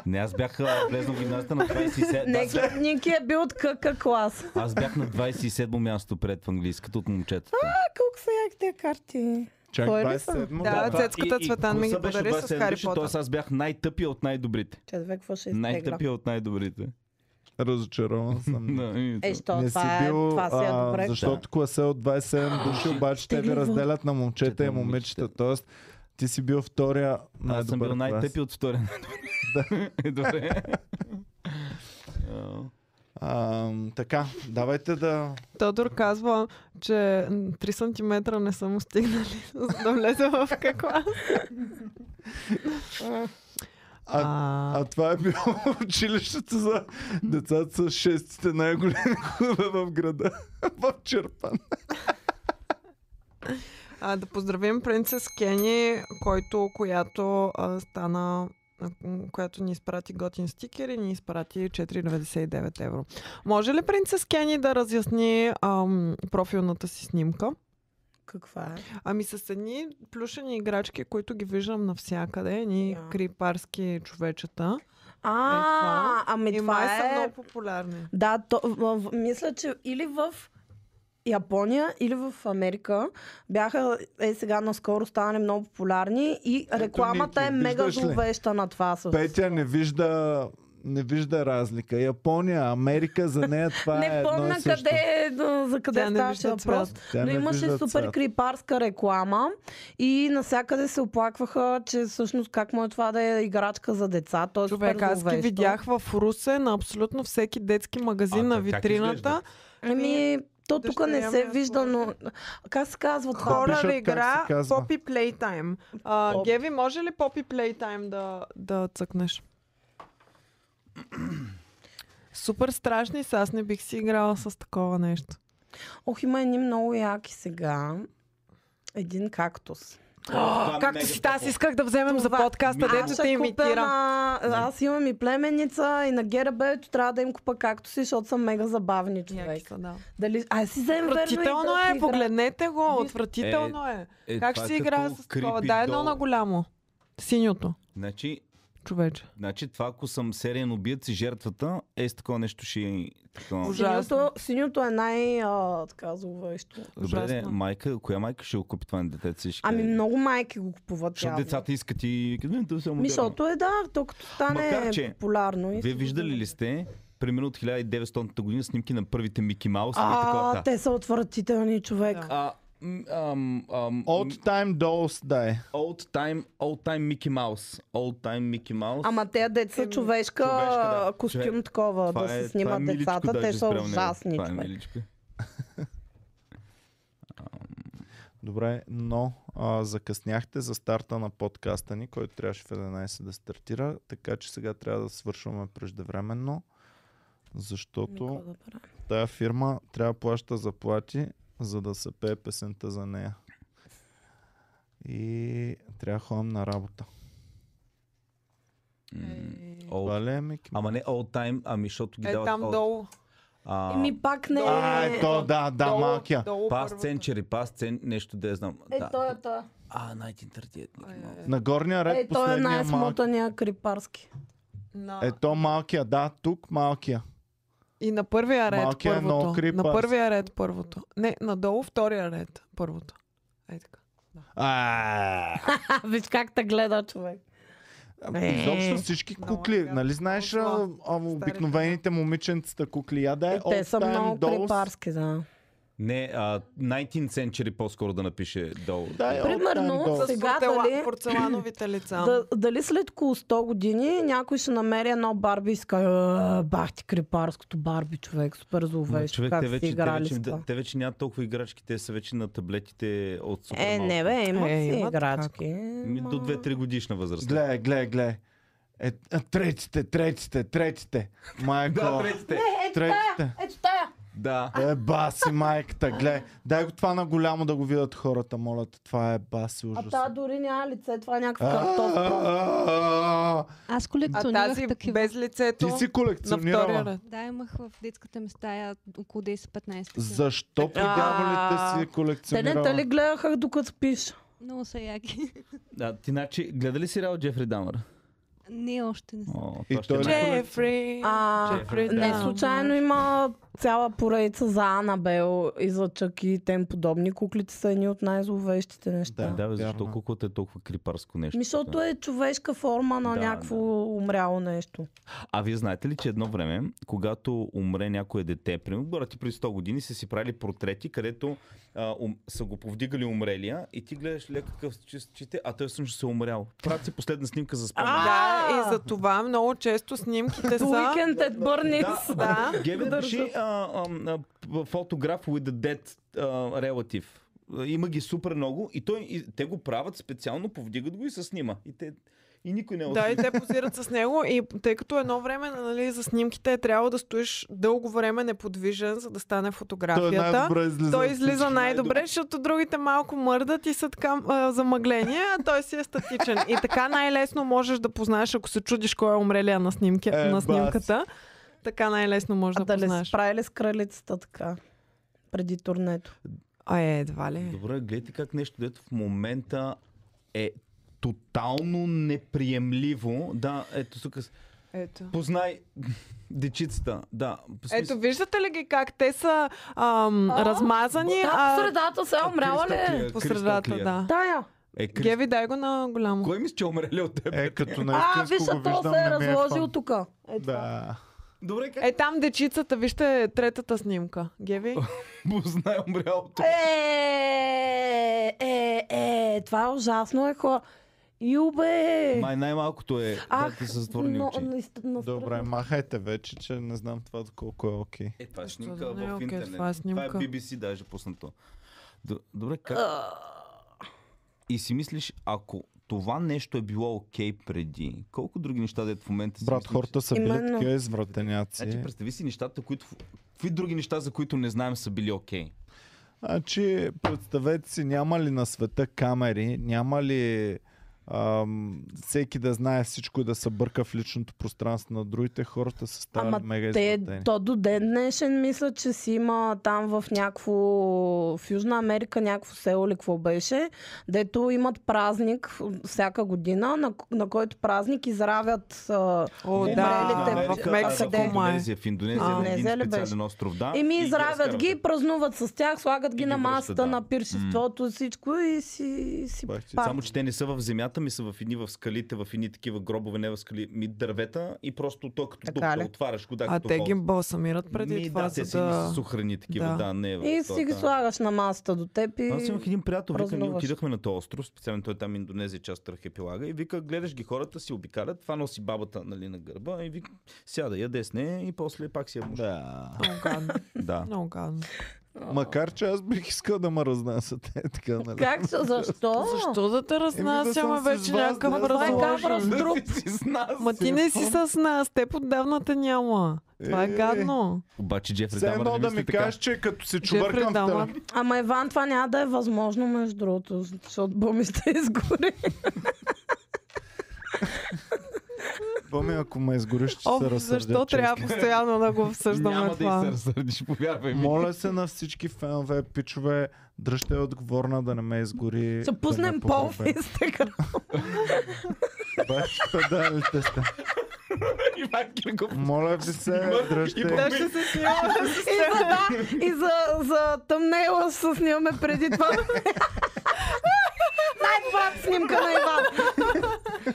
Speaker 4: Не, аз бях а, влезнал в гимназията на 27. Аз,
Speaker 3: Ники- Ники е бил от К, К клас.
Speaker 4: аз бях на 27 място пред в английската от момчетата.
Speaker 3: А колко са яки тези карти?
Speaker 1: Чак
Speaker 3: Кой ли
Speaker 1: 27
Speaker 2: Да,
Speaker 1: да.
Speaker 2: да. цецката Цветан ми ги
Speaker 4: курса беше
Speaker 2: подари с
Speaker 4: 27
Speaker 2: Хари
Speaker 4: души,
Speaker 2: Потър.
Speaker 4: Тоест аз бях най-тъпия от най-добрите.
Speaker 3: Че две какво ще изтегля?
Speaker 4: Най-тъпия от най-добрите.
Speaker 1: Разочарован съм.
Speaker 4: Да, и-
Speaker 3: Е, що,
Speaker 1: не си
Speaker 3: това, е,
Speaker 1: бил,
Speaker 3: това си е
Speaker 1: а,
Speaker 3: добре.
Speaker 1: защото класа е от 27 души, обаче те ви
Speaker 3: Теглива.
Speaker 1: разделят на момчета и
Speaker 4: Чета момичета.
Speaker 1: момичета. Тоест, ти си бил втория най-добър
Speaker 4: Аз съм бил
Speaker 1: клас.
Speaker 4: най-тъпи от втория. Да. Добре.
Speaker 1: А, така, давайте да...
Speaker 2: Тодор казва, че 3 см не са му стигнали, за да влезе в каква.
Speaker 1: А, а това е било училището за децата с шестите най-големи клуба в града. В Черпан.
Speaker 2: А, да поздравим принцес Кени, който, която а, стана а, която ни изпрати готин стикер и ни изпрати 4,99 евро. Може ли принцес Кени да разясни ам, профилната си снимка?
Speaker 3: Каква е?
Speaker 2: Ами с едни плюшени играчки, които ги виждам навсякъде, едни
Speaker 3: Я.
Speaker 2: крипарски човечета.
Speaker 1: Е,
Speaker 3: А,
Speaker 2: това.
Speaker 3: ами
Speaker 2: и май
Speaker 3: това
Speaker 2: са
Speaker 3: е...
Speaker 2: много популярни.
Speaker 3: Да, то, в, в, мисля, че или в Япония, или в Америка бяха, е сега наскоро станали много популярни и рекламата
Speaker 1: Ники,
Speaker 3: е мега
Speaker 1: виждаш ли?
Speaker 3: зловеща на това също.
Speaker 1: Петя не вижда не вижда разлика. Япония, Америка, за нея това е
Speaker 3: Не
Speaker 1: едно
Speaker 3: помня
Speaker 1: и също.
Speaker 3: къде, е, да, за къде
Speaker 2: Тя не
Speaker 3: ставаше
Speaker 2: вижда
Speaker 3: въпрос.
Speaker 2: цвят.
Speaker 1: Тя
Speaker 3: Но
Speaker 1: не
Speaker 3: имаше
Speaker 1: вижда
Speaker 3: супер
Speaker 1: цвят.
Speaker 3: крипарска реклама и навсякъде се оплакваха, че всъщност как му е това да е играчка за деца. То е
Speaker 2: Човек,
Speaker 3: супер
Speaker 2: аз ги
Speaker 3: зловещо.
Speaker 2: видях в Русе на абсолютно всеки детски магазин
Speaker 4: А,
Speaker 2: на
Speaker 4: как
Speaker 2: витрината.
Speaker 4: изглежда?
Speaker 3: Ами, то тук не
Speaker 2: Дъщеря ми
Speaker 3: се
Speaker 2: е
Speaker 3: вижда, но...
Speaker 2: сложила.
Speaker 3: Как се казва това?
Speaker 1: Хора,
Speaker 2: Хорър
Speaker 1: пишат как
Speaker 2: игра
Speaker 1: се казва.
Speaker 2: Poppy Playtime. А,
Speaker 3: Поп.
Speaker 2: Геви, може ли Poppy Playtime да, да цъкнеш? Супер страшни са, аз не бих си играла с такова нещо.
Speaker 3: Ох, има едни много яки сега. Един кактус.
Speaker 1: е
Speaker 2: Както си, аз исках да вземем за
Speaker 3: Това-
Speaker 2: подкаста, дето те
Speaker 3: ще купя
Speaker 2: имитира.
Speaker 3: На... Аз имам и племеница, и на Герабето трябва да им купа кактуси, защото са мега забавни човек. Дали... А си взем верно и
Speaker 2: Отвратително
Speaker 3: да си
Speaker 2: е,
Speaker 3: игра.
Speaker 2: погледнете го, отвратително е.
Speaker 4: Е,
Speaker 2: Как
Speaker 4: това
Speaker 2: ще си
Speaker 4: е
Speaker 2: играе
Speaker 4: като
Speaker 2: с такова?
Speaker 4: creepy
Speaker 2: Дай едно
Speaker 4: doll.
Speaker 2: на голямо. Синьото,
Speaker 4: Значи,
Speaker 2: човече.
Speaker 4: значи това, ако съм сериен убиец и жертвата, е с такова нещо ще е... Такова...
Speaker 2: Ужасно.
Speaker 3: Синьото, синьото е най- а, така зловещо.
Speaker 4: Добре, де,
Speaker 2: ужасно.
Speaker 4: майка, коя майка ще го купи това на детето си? Ще
Speaker 3: Ами
Speaker 4: каже,
Speaker 3: много майки го купуват
Speaker 4: Е. Защото
Speaker 3: явно.
Speaker 4: децата искат и... Къде да съм
Speaker 3: Ми, Защото е да, то като стане
Speaker 4: Макар, че
Speaker 3: популярно. и
Speaker 4: Вие
Speaker 3: се
Speaker 4: виждали
Speaker 3: види.
Speaker 4: ли сте, примерно от 1900 година, снимки на първите Мики Маус и такова?
Speaker 3: А,
Speaker 4: да.
Speaker 3: те са отвратителни човек.
Speaker 2: Да.
Speaker 4: А, м, ам, ам,
Speaker 1: Old time dolls, да е.
Speaker 4: Old time, old time Mickey Mouse. Old time Mickey Mouse.
Speaker 3: Ама те деца
Speaker 2: Еми,
Speaker 3: човешка,
Speaker 4: човешка, да.
Speaker 3: костюм
Speaker 4: Човек.
Speaker 3: такова,
Speaker 4: Това
Speaker 3: да се
Speaker 4: е- това е
Speaker 3: снимат
Speaker 4: миличко,
Speaker 3: децата, те
Speaker 4: даже
Speaker 3: са
Speaker 4: спрямо него.
Speaker 3: ужасни
Speaker 4: Това е
Speaker 3: човек.
Speaker 4: миличко.
Speaker 1: Добре, но а, закъсняхте за старта на подкаста ни, който трябваше в 11 да стартира, така че сега трябва да свършваме преждевременно, защото
Speaker 3: Никога да правя.
Speaker 1: тая фирма трябва да плаща заплати, за да се пее песента за нея. И трябва да ходим на работа.
Speaker 4: М,
Speaker 2: Е.
Speaker 4: old-
Speaker 1: Това ли е, Мики?
Speaker 4: Ама не old time, ами защото ги
Speaker 2: Е,
Speaker 4: дават...
Speaker 2: там
Speaker 4: old-
Speaker 2: долу. е
Speaker 4: А,
Speaker 3: Еми пак не
Speaker 1: А,
Speaker 3: е...
Speaker 1: е, то, да, да,
Speaker 2: долу,
Speaker 1: малкия.
Speaker 2: долу
Speaker 4: Past
Speaker 2: първото.
Speaker 4: century, past cen... нещо да я знам.
Speaker 3: Е,
Speaker 4: да.
Speaker 3: той е той.
Speaker 4: А, 1938 Mickey Mouse.
Speaker 1: На горния ред
Speaker 3: Е, той е
Speaker 1: последния малки.
Speaker 3: най-смотания крипарски.
Speaker 2: На...
Speaker 1: Е, то малкия, да, тук малкия.
Speaker 2: И на първия ред
Speaker 1: Малкия е много
Speaker 2: първото.
Speaker 1: крипаст.
Speaker 2: на първия ред първото. Не, надолу втория ред първото. Ей така.
Speaker 1: А,
Speaker 3: А, виж как те гледа човек.
Speaker 1: Изобщо всички
Speaker 2: Много
Speaker 1: кукли,
Speaker 2: гадно.
Speaker 1: нали знаеш а,
Speaker 2: Отла.
Speaker 1: а, обикновените момиченцата кукли, я да е
Speaker 3: Е, те са
Speaker 1: Old Time
Speaker 3: много
Speaker 1: Dolls.
Speaker 3: крипарски, да.
Speaker 4: Не, а, 19 century по-скоро да напише долу.
Speaker 1: Да, е Old Time
Speaker 3: Примерно,
Speaker 1: Dolls.
Speaker 3: с- Сега
Speaker 2: Портела-
Speaker 3: дали-
Speaker 2: Порцелановите лица.
Speaker 3: Да, дали след около 100 години някой ще намери едно Барби и ска, «А, бах ти крипарското Барби, човек, супер
Speaker 4: Ма,
Speaker 3: зловещо,
Speaker 4: човек,
Speaker 3: как
Speaker 4: те
Speaker 3: сте
Speaker 4: вече, те,
Speaker 3: играли с
Speaker 4: вече,
Speaker 3: това.
Speaker 4: да, те вече нямат толкова играчки, те са вече на таблетите от супер
Speaker 3: Е, не бе, имат
Speaker 2: Е,
Speaker 3: си
Speaker 2: имат,
Speaker 3: играчки.
Speaker 4: Ми, до 2-3 годишна възраст.
Speaker 1: Гледай, гледай, гледай. Е, а, третите, третите, третите. Майко.
Speaker 4: Да, третите.
Speaker 1: третите.
Speaker 3: Ето тая!
Speaker 4: Да.
Speaker 1: Е, баси, майката, гледай. Дай го това на голямо да го видят хората, моля те. Това е баси,
Speaker 3: А
Speaker 1: ужас.
Speaker 3: та дори няма лице, това е някакъв картоф.
Speaker 1: А,
Speaker 5: Аз
Speaker 2: А
Speaker 5: колекционирах
Speaker 2: тази
Speaker 5: такива.
Speaker 2: без лицето
Speaker 1: Ти си
Speaker 2: на втория
Speaker 1: колекционирала.
Speaker 2: ред.
Speaker 5: Да, имах в детската ми стая около 10-15. такива.
Speaker 1: Защо по дяволите си
Speaker 3: Те не те ли
Speaker 1: колекционирала?
Speaker 3: гледаха докато спиш?
Speaker 5: Много са яки.
Speaker 4: да. Ти значи, гледа ли сериал Джефри Дамър?
Speaker 5: Не, още не съм.
Speaker 4: О,
Speaker 1: И
Speaker 4: то ще
Speaker 1: той
Speaker 4: е
Speaker 1: не-
Speaker 4: най-
Speaker 2: Джефри.
Speaker 3: А,
Speaker 4: Джефри,
Speaker 3: не,
Speaker 2: да.
Speaker 3: случайно има цяла поредица за Анабел и за Чък и тем подобни. Куклите са едни от най-зловещите неща.
Speaker 1: Да.
Speaker 4: Да, бе, защо
Speaker 1: вярно.
Speaker 4: куклата е толкова крипарско нещо?
Speaker 3: Мисълто е човешка форма на
Speaker 4: Да,
Speaker 3: някакво
Speaker 4: да.
Speaker 3: умряло нещо.
Speaker 4: А вие знаете ли, че едно време, когато умре някое дете, примерно, горе ти преди 100 години, са си правили портрети, където а, ум, са го повдигали умрелия и ти гледаш лека какъв чист чите, а той всъщност е умрял. Правят си последна снимка за спомен.
Speaker 2: Да, и за това много често снимките са...
Speaker 3: Weekend at Бърниц.
Speaker 2: Е, Да.
Speaker 4: Геви, пиши а, а, а, п- фотограф with a dead а, relative. А, Има ги супер много и, той, и те го правят специално, повдигат го и се снима. И, те, и никой не е
Speaker 2: Да, и те позират с него. И тъй като едно време нали, за снимките е трябвало да стоиш дълго време неподвижен, за да стане
Speaker 1: Той е
Speaker 2: фотографията.
Speaker 1: най-добре излиза.
Speaker 2: Той
Speaker 1: от
Speaker 2: излиза
Speaker 4: всички
Speaker 2: най-добре,
Speaker 4: най-добре.
Speaker 2: защото другите малко мърдат и са така а, замъгления, а той си е статичен. И така най-лесно можеш да познаеш, ако се чудиш кой е умрелия на, снимки,
Speaker 1: Е,
Speaker 2: на
Speaker 1: бас.
Speaker 2: снимката. Така най-лесно можеш
Speaker 3: А
Speaker 2: да
Speaker 3: да ли
Speaker 2: познаеш.
Speaker 3: си правили с кралицата така? Преди турнето.
Speaker 2: А е, едва ли.
Speaker 4: Добре, гледайте как нещо, дето в момента е тотално неприемливо. Да, ето тук. с-
Speaker 2: Ето.
Speaker 4: Познай дечицата. Да. по смисъл-
Speaker 2: Ето, виждате ли ги как те са ам, размазани, Е, а
Speaker 3: средата се е умряла
Speaker 4: Кристал Клиер,
Speaker 2: по
Speaker 4: Кристал
Speaker 2: средата,
Speaker 4: Клиер.
Speaker 2: да.
Speaker 3: Тая.
Speaker 4: Е, Кри...
Speaker 2: Геви, дай го на голямо.
Speaker 4: Кой мисли, че умрели от теб?
Speaker 1: Е, като
Speaker 3: А,
Speaker 1: наистина
Speaker 3: виж,
Speaker 1: го
Speaker 3: то
Speaker 1: виждам,
Speaker 3: се е
Speaker 1: не ми е
Speaker 3: разложил
Speaker 1: фан.
Speaker 3: тук. Е, това.
Speaker 1: Да.
Speaker 4: Добре, как
Speaker 2: Е, там дечицата, вижте е третата снимка. Геви?
Speaker 4: познай умрял от теб?
Speaker 3: Е, е, е, това е ужасно, е хора. Юбе!
Speaker 4: Май най-малкото е да ти са затворени
Speaker 3: но-
Speaker 4: очи.
Speaker 3: наист- настръхна.
Speaker 1: Добре, махайте вече, че не знам това доколко е окей.
Speaker 4: Е, това е
Speaker 2: Защо
Speaker 4: снимка
Speaker 2: да не е
Speaker 4: в
Speaker 2: окей,
Speaker 4: интернет.
Speaker 2: това е снимка.
Speaker 4: това е BBC даже пуснато. Д- Добре, как?
Speaker 3: А,
Speaker 4: И си мислиш, ако това нещо е било окей преди, колко други неща да е в момента си
Speaker 1: Брат,
Speaker 4: мислиш,
Speaker 1: хората са били
Speaker 3: Именно.
Speaker 1: такива извратеняци.
Speaker 4: Значи представи си нещата, които... Какви други неща, за които не знаем са били окей? Okay?
Speaker 1: Значи, представете си, няма ли на света камери, няма ли ам, всеки да знае всичко и да се бърка в личното пространство на другите, хората са ставали
Speaker 3: Ама
Speaker 1: мега
Speaker 3: те,
Speaker 1: извратени.
Speaker 3: то до ден днешен мисля, че си има там в някакво... В Южна Америка някакво село или какво беше, дето имат празник всяка година, на, на който празник изравят... а,
Speaker 2: О,
Speaker 3: Умрелите
Speaker 2: да, в
Speaker 3: в
Speaker 4: в
Speaker 2: Мексико май.
Speaker 4: Индонезия, в Индонезия
Speaker 2: А,
Speaker 4: а, на един
Speaker 3: Индонезия ли
Speaker 4: специален остров, да.
Speaker 3: Еми,
Speaker 4: и ги
Speaker 3: изравят
Speaker 4: разкарват.
Speaker 3: ги, празнуват с тях, слагат ги
Speaker 4: И
Speaker 3: на
Speaker 4: ги връщат,
Speaker 3: масата,
Speaker 4: да.
Speaker 3: на пиршеството, всичко и си, си
Speaker 1: Бах ти,
Speaker 3: пак.
Speaker 4: Само, че те не са в земята, ми са в едни в скалите, в едни такива гробове, не в скали, ми дървета и просто то като
Speaker 3: Така
Speaker 4: дупка,
Speaker 3: ли?
Speaker 4: отваряш го, да,
Speaker 2: А
Speaker 4: като
Speaker 2: те
Speaker 4: хол.
Speaker 2: ги балсамират
Speaker 4: Ми,
Speaker 2: преди това,
Speaker 4: да, те
Speaker 2: за
Speaker 4: си ги
Speaker 2: да...
Speaker 4: с сухрани такива,
Speaker 2: Да.
Speaker 4: да, не е в
Speaker 3: И
Speaker 4: това,
Speaker 3: си ги
Speaker 4: да.
Speaker 3: слагаш на масата до теб и...
Speaker 4: Аз имах един приятел, вика, ние
Speaker 3: празнуваш.
Speaker 4: отидахме на този остров, специално той е там Индонезия, част от Архипелага, и вика, гледаш ги хората си обикалят, това носи бабата нали, на гърба, и вика, сяда, яде с нея и после пак си я муша.
Speaker 1: Да.
Speaker 2: Много гадно,
Speaker 4: Да.
Speaker 2: много гадно.
Speaker 1: Макар, че аз бих искал да ме разнасят е така, нали?
Speaker 3: Как ще? Защо?
Speaker 2: Защо да те разнасяме
Speaker 1: съм си с
Speaker 2: вече
Speaker 1: вас,
Speaker 2: някакъв
Speaker 1: да,
Speaker 3: това е
Speaker 2: разложен?
Speaker 3: гавра. Друг.
Speaker 4: си с нас.
Speaker 2: Ма ти не си с нас, теб отдавна те няма. Това е
Speaker 1: Е.
Speaker 2: гадно.
Speaker 4: Обаче Джефри
Speaker 1: Все
Speaker 4: Дамър
Speaker 1: едно
Speaker 4: не
Speaker 1: да
Speaker 4: мисли
Speaker 1: ми
Speaker 4: така.
Speaker 1: кажеш, че като се
Speaker 2: Джефри
Speaker 1: чувъркам в
Speaker 2: Дамър.
Speaker 1: телефона.
Speaker 3: Ама Иван, това няма да е възможно, между другото, защото Боми ще изгори.
Speaker 1: Боми, ако ме изгориш, ще
Speaker 2: О,
Speaker 1: се разсърдя.
Speaker 2: защо
Speaker 1: честно.
Speaker 2: трябва постоянно да го обсъждаме
Speaker 4: Няма да и
Speaker 2: това?
Speaker 4: се разсърдиш, повярвай ми.
Speaker 1: Моля се на всички фенове, пичове, дръжте отговорна да не ме изгори.
Speaker 3: Ще пуснем пол в Инстаграм.
Speaker 1: Баш педалите сте.
Speaker 4: Иван Кирков.
Speaker 1: Моля ви се,
Speaker 4: Снимат и
Speaker 1: дръжте.
Speaker 4: пак-
Speaker 2: Да, ще се снимаме с
Speaker 3: И за, да, и за, за тъмнейла се снимаме преди това. Най-добрата снимка на Иван.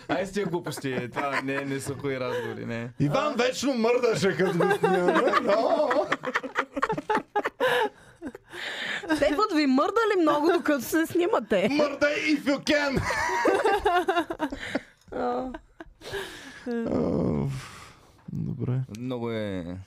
Speaker 4: Ай с тия глупости, е, това не, не са хуй разговори, не.
Speaker 1: Иван вечно мърдаше като го снимаме. но-
Speaker 3: Тепът ви мърдали много, докато се снимате.
Speaker 1: Мърдай if you can! Оф, Добре.
Speaker 4: Много е...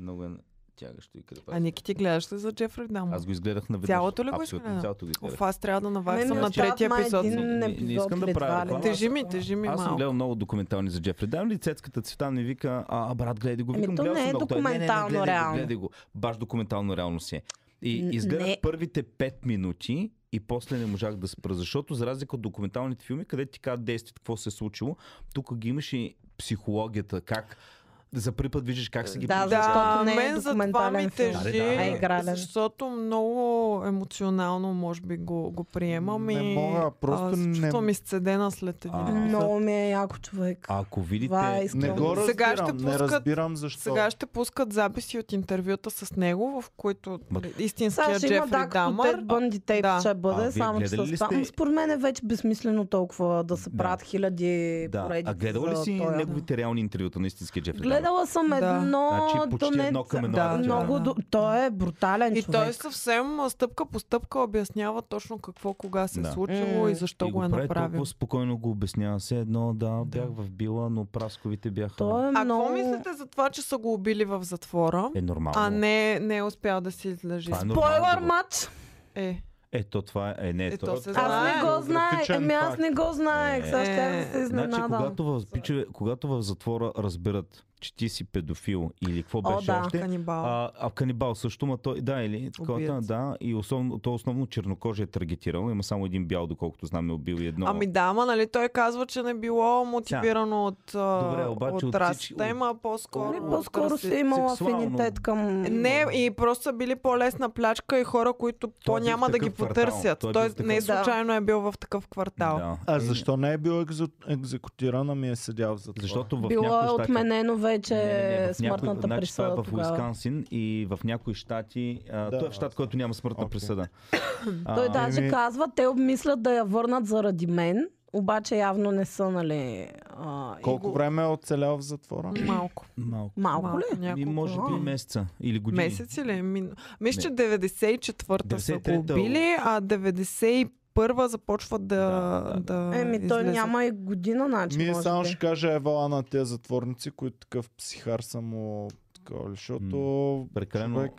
Speaker 4: Много е... тягащо и
Speaker 2: А
Speaker 4: крепащо.
Speaker 2: Ники, ти гледаш ли за Джефри Дамо?
Speaker 4: Аз го изгледах наведнъж.
Speaker 2: Цялото ли го
Speaker 4: Абсолютно
Speaker 2: изгледа?
Speaker 4: цялото го изгледах.
Speaker 2: Оф, аз трябва да наваксам
Speaker 4: ми
Speaker 2: е на
Speaker 4: остава
Speaker 2: третия
Speaker 3: май
Speaker 2: епизод.
Speaker 4: Не,
Speaker 3: един
Speaker 4: не искам да
Speaker 3: епизод
Speaker 4: правя
Speaker 3: едва ли.
Speaker 4: реклама.
Speaker 2: Тежи ми, тежи ми
Speaker 4: Аз съм
Speaker 2: малко.
Speaker 4: гледал много документални за Джефри Дам ли цецката Цветан ми вика, а, а, брат, гледай го.
Speaker 3: Ами,
Speaker 4: Викам,
Speaker 3: то
Speaker 4: гледал
Speaker 3: не
Speaker 4: съм
Speaker 3: е
Speaker 4: много. Той, не, не, не,
Speaker 3: документално
Speaker 4: гледай го,
Speaker 3: реално.
Speaker 4: Гледай го. Баш документално реално си е. И
Speaker 3: Н-
Speaker 4: изгледах
Speaker 3: не.
Speaker 4: първите 5 минути и после не можах да спра, защото за разлика от документалните филми, къде ти казват действието, какво се е случило, тук ги имаш и психологията, как за първи път виждаш как се ги
Speaker 3: Да,
Speaker 4: преживяват.
Speaker 3: защото не е
Speaker 2: мен за това ми
Speaker 3: документален филм.
Speaker 2: тежи,
Speaker 4: Да, да, да. А
Speaker 3: е игрален.
Speaker 2: защото много емоционално може би го, го приемам
Speaker 1: Не
Speaker 2: и
Speaker 1: мога, просто
Speaker 2: а, се
Speaker 1: не-
Speaker 2: чувствам изцедена след един
Speaker 4: А.
Speaker 2: епизод.
Speaker 3: Много ми е яко човек.
Speaker 4: А ако
Speaker 3: Това е
Speaker 4: видите...
Speaker 3: изключително.
Speaker 1: Не го разбирам,
Speaker 2: Сега ще
Speaker 1: не
Speaker 2: пускат-
Speaker 1: разбирам защо.
Speaker 2: Сега ще пускат записи от интервюта с него, в които
Speaker 4: Ма-
Speaker 2: истинския
Speaker 3: Сега ще има
Speaker 2: Джефри
Speaker 3: да, като
Speaker 2: Дамър.
Speaker 3: Тед Бънди тейп
Speaker 2: Да.
Speaker 3: ще
Speaker 4: А,
Speaker 3: бъде,
Speaker 4: вие
Speaker 3: само че с
Speaker 4: гледали ли
Speaker 3: това.
Speaker 4: сте-
Speaker 3: М, Според мен е вече безсмислено толкова да се
Speaker 4: Да.
Speaker 3: правят хиляди
Speaker 4: Да,
Speaker 3: поредици.
Speaker 4: а гледал ли
Speaker 3: за
Speaker 4: си
Speaker 3: тоя?
Speaker 4: неговите реални интервюта на истинския Джефри Дамър?
Speaker 3: Гледала съм
Speaker 2: Да.
Speaker 3: едно,
Speaker 4: Значи
Speaker 3: то
Speaker 4: почти
Speaker 3: не-
Speaker 4: едно към едно.
Speaker 2: Да,
Speaker 4: разлика.
Speaker 3: Много,
Speaker 2: Да.
Speaker 3: до- той е брутален
Speaker 2: И
Speaker 3: човек.
Speaker 2: той съвсем а, стъпка по стъпка обяснява точно какво, кога се е
Speaker 4: Да.
Speaker 2: случило
Speaker 3: М.
Speaker 2: и защо
Speaker 4: и
Speaker 2: го е
Speaker 4: прави
Speaker 2: направил.
Speaker 4: Толкова спокойно го обяснява. Все едно, да, бях в била, но прасковите бяха...
Speaker 3: Той е
Speaker 2: А
Speaker 3: много...
Speaker 2: какво мислите за това, че са го убили в затвора,
Speaker 4: Е нормално.
Speaker 2: а не, не е успял да си излежи?
Speaker 4: Това е
Speaker 3: Пойлър
Speaker 4: нормално.
Speaker 3: матч!
Speaker 2: Е,
Speaker 4: Ето това е... Не,
Speaker 2: Е,
Speaker 4: то,
Speaker 2: то се
Speaker 4: това е-
Speaker 3: Аз не
Speaker 2: е
Speaker 3: го знаех.
Speaker 1: географичен
Speaker 3: Еми аз
Speaker 1: факт.
Speaker 3: не го знаех. Сега
Speaker 2: Е.
Speaker 3: ще да се
Speaker 4: Значи,
Speaker 3: изненадам.
Speaker 4: когато в, пичове, когато в затвора разбират, че ти си педофил или какво
Speaker 3: О,
Speaker 4: беше
Speaker 3: да.
Speaker 4: още,
Speaker 2: канибал.
Speaker 4: а, а канибал също, ма той, да, или такова,
Speaker 2: Убиец.
Speaker 4: да, и основно, то основно чернокожи е таргетирал, има само един бял, доколкото знам, е убил и едно.
Speaker 2: Ами да, ама нали той казва, че не било мотивирано от, а,
Speaker 4: Добре, обаче
Speaker 2: от,
Speaker 4: от
Speaker 2: расата,
Speaker 4: всички-
Speaker 2: от... има
Speaker 3: Нали,
Speaker 2: по-скоро... от
Speaker 3: По-скоро
Speaker 2: раси-
Speaker 3: си имал
Speaker 4: сексуално.
Speaker 3: афинитет към...
Speaker 2: Не, и просто са били по-лесна плячка и хора, които
Speaker 4: Той е бил
Speaker 2: по-няма
Speaker 4: в
Speaker 2: да ги
Speaker 4: такъв квартал.
Speaker 2: потърсят.
Speaker 4: Той е бил
Speaker 2: Тоест
Speaker 4: в такъв-
Speaker 2: не
Speaker 3: Да.
Speaker 2: случайно е бил в такъв квартал.
Speaker 4: да.
Speaker 1: А
Speaker 4: Е,
Speaker 1: защо не е бил екзо... екзекутиран, ами е седял в затвора?
Speaker 4: Защото в
Speaker 3: Било
Speaker 4: някои
Speaker 3: е
Speaker 4: щати...
Speaker 3: отменено вече
Speaker 4: Не, не, не, в
Speaker 3: смъртната
Speaker 4: някои, значи това е
Speaker 3: присъда
Speaker 4: в
Speaker 3: тогава.
Speaker 4: Уисконсин и в някои щати. Да,
Speaker 1: Да,
Speaker 4: той е в щат,
Speaker 1: да.
Speaker 4: който няма смъртна
Speaker 1: Окей.
Speaker 4: присъда.
Speaker 3: Той
Speaker 4: А, ами-
Speaker 3: даже
Speaker 1: Еми-
Speaker 3: казва, те обмислят да я върнат заради мен, обаче явно не са, нали... а, и
Speaker 1: Колко
Speaker 3: го-
Speaker 1: време е оцелял в затвора?
Speaker 2: Малко.
Speaker 4: Малко.
Speaker 3: Малко ли? Ами
Speaker 4: И
Speaker 2: няколко.
Speaker 4: може би
Speaker 3: а.
Speaker 4: месеца или години.
Speaker 2: Месеци ли? е Мин... Мисля,
Speaker 4: Не.
Speaker 2: че 94-та са го
Speaker 4: 93-та.
Speaker 2: убили, а 91-та започват да, да,
Speaker 4: Да, да,
Speaker 3: Еми, той
Speaker 2: излезат.
Speaker 3: няма и година, значи,
Speaker 1: Ми
Speaker 3: може
Speaker 1: само
Speaker 3: би.
Speaker 1: ще кажа евала на тези затворници, които такъв психар са му такова, защото
Speaker 4: Прекалено-
Speaker 1: човек,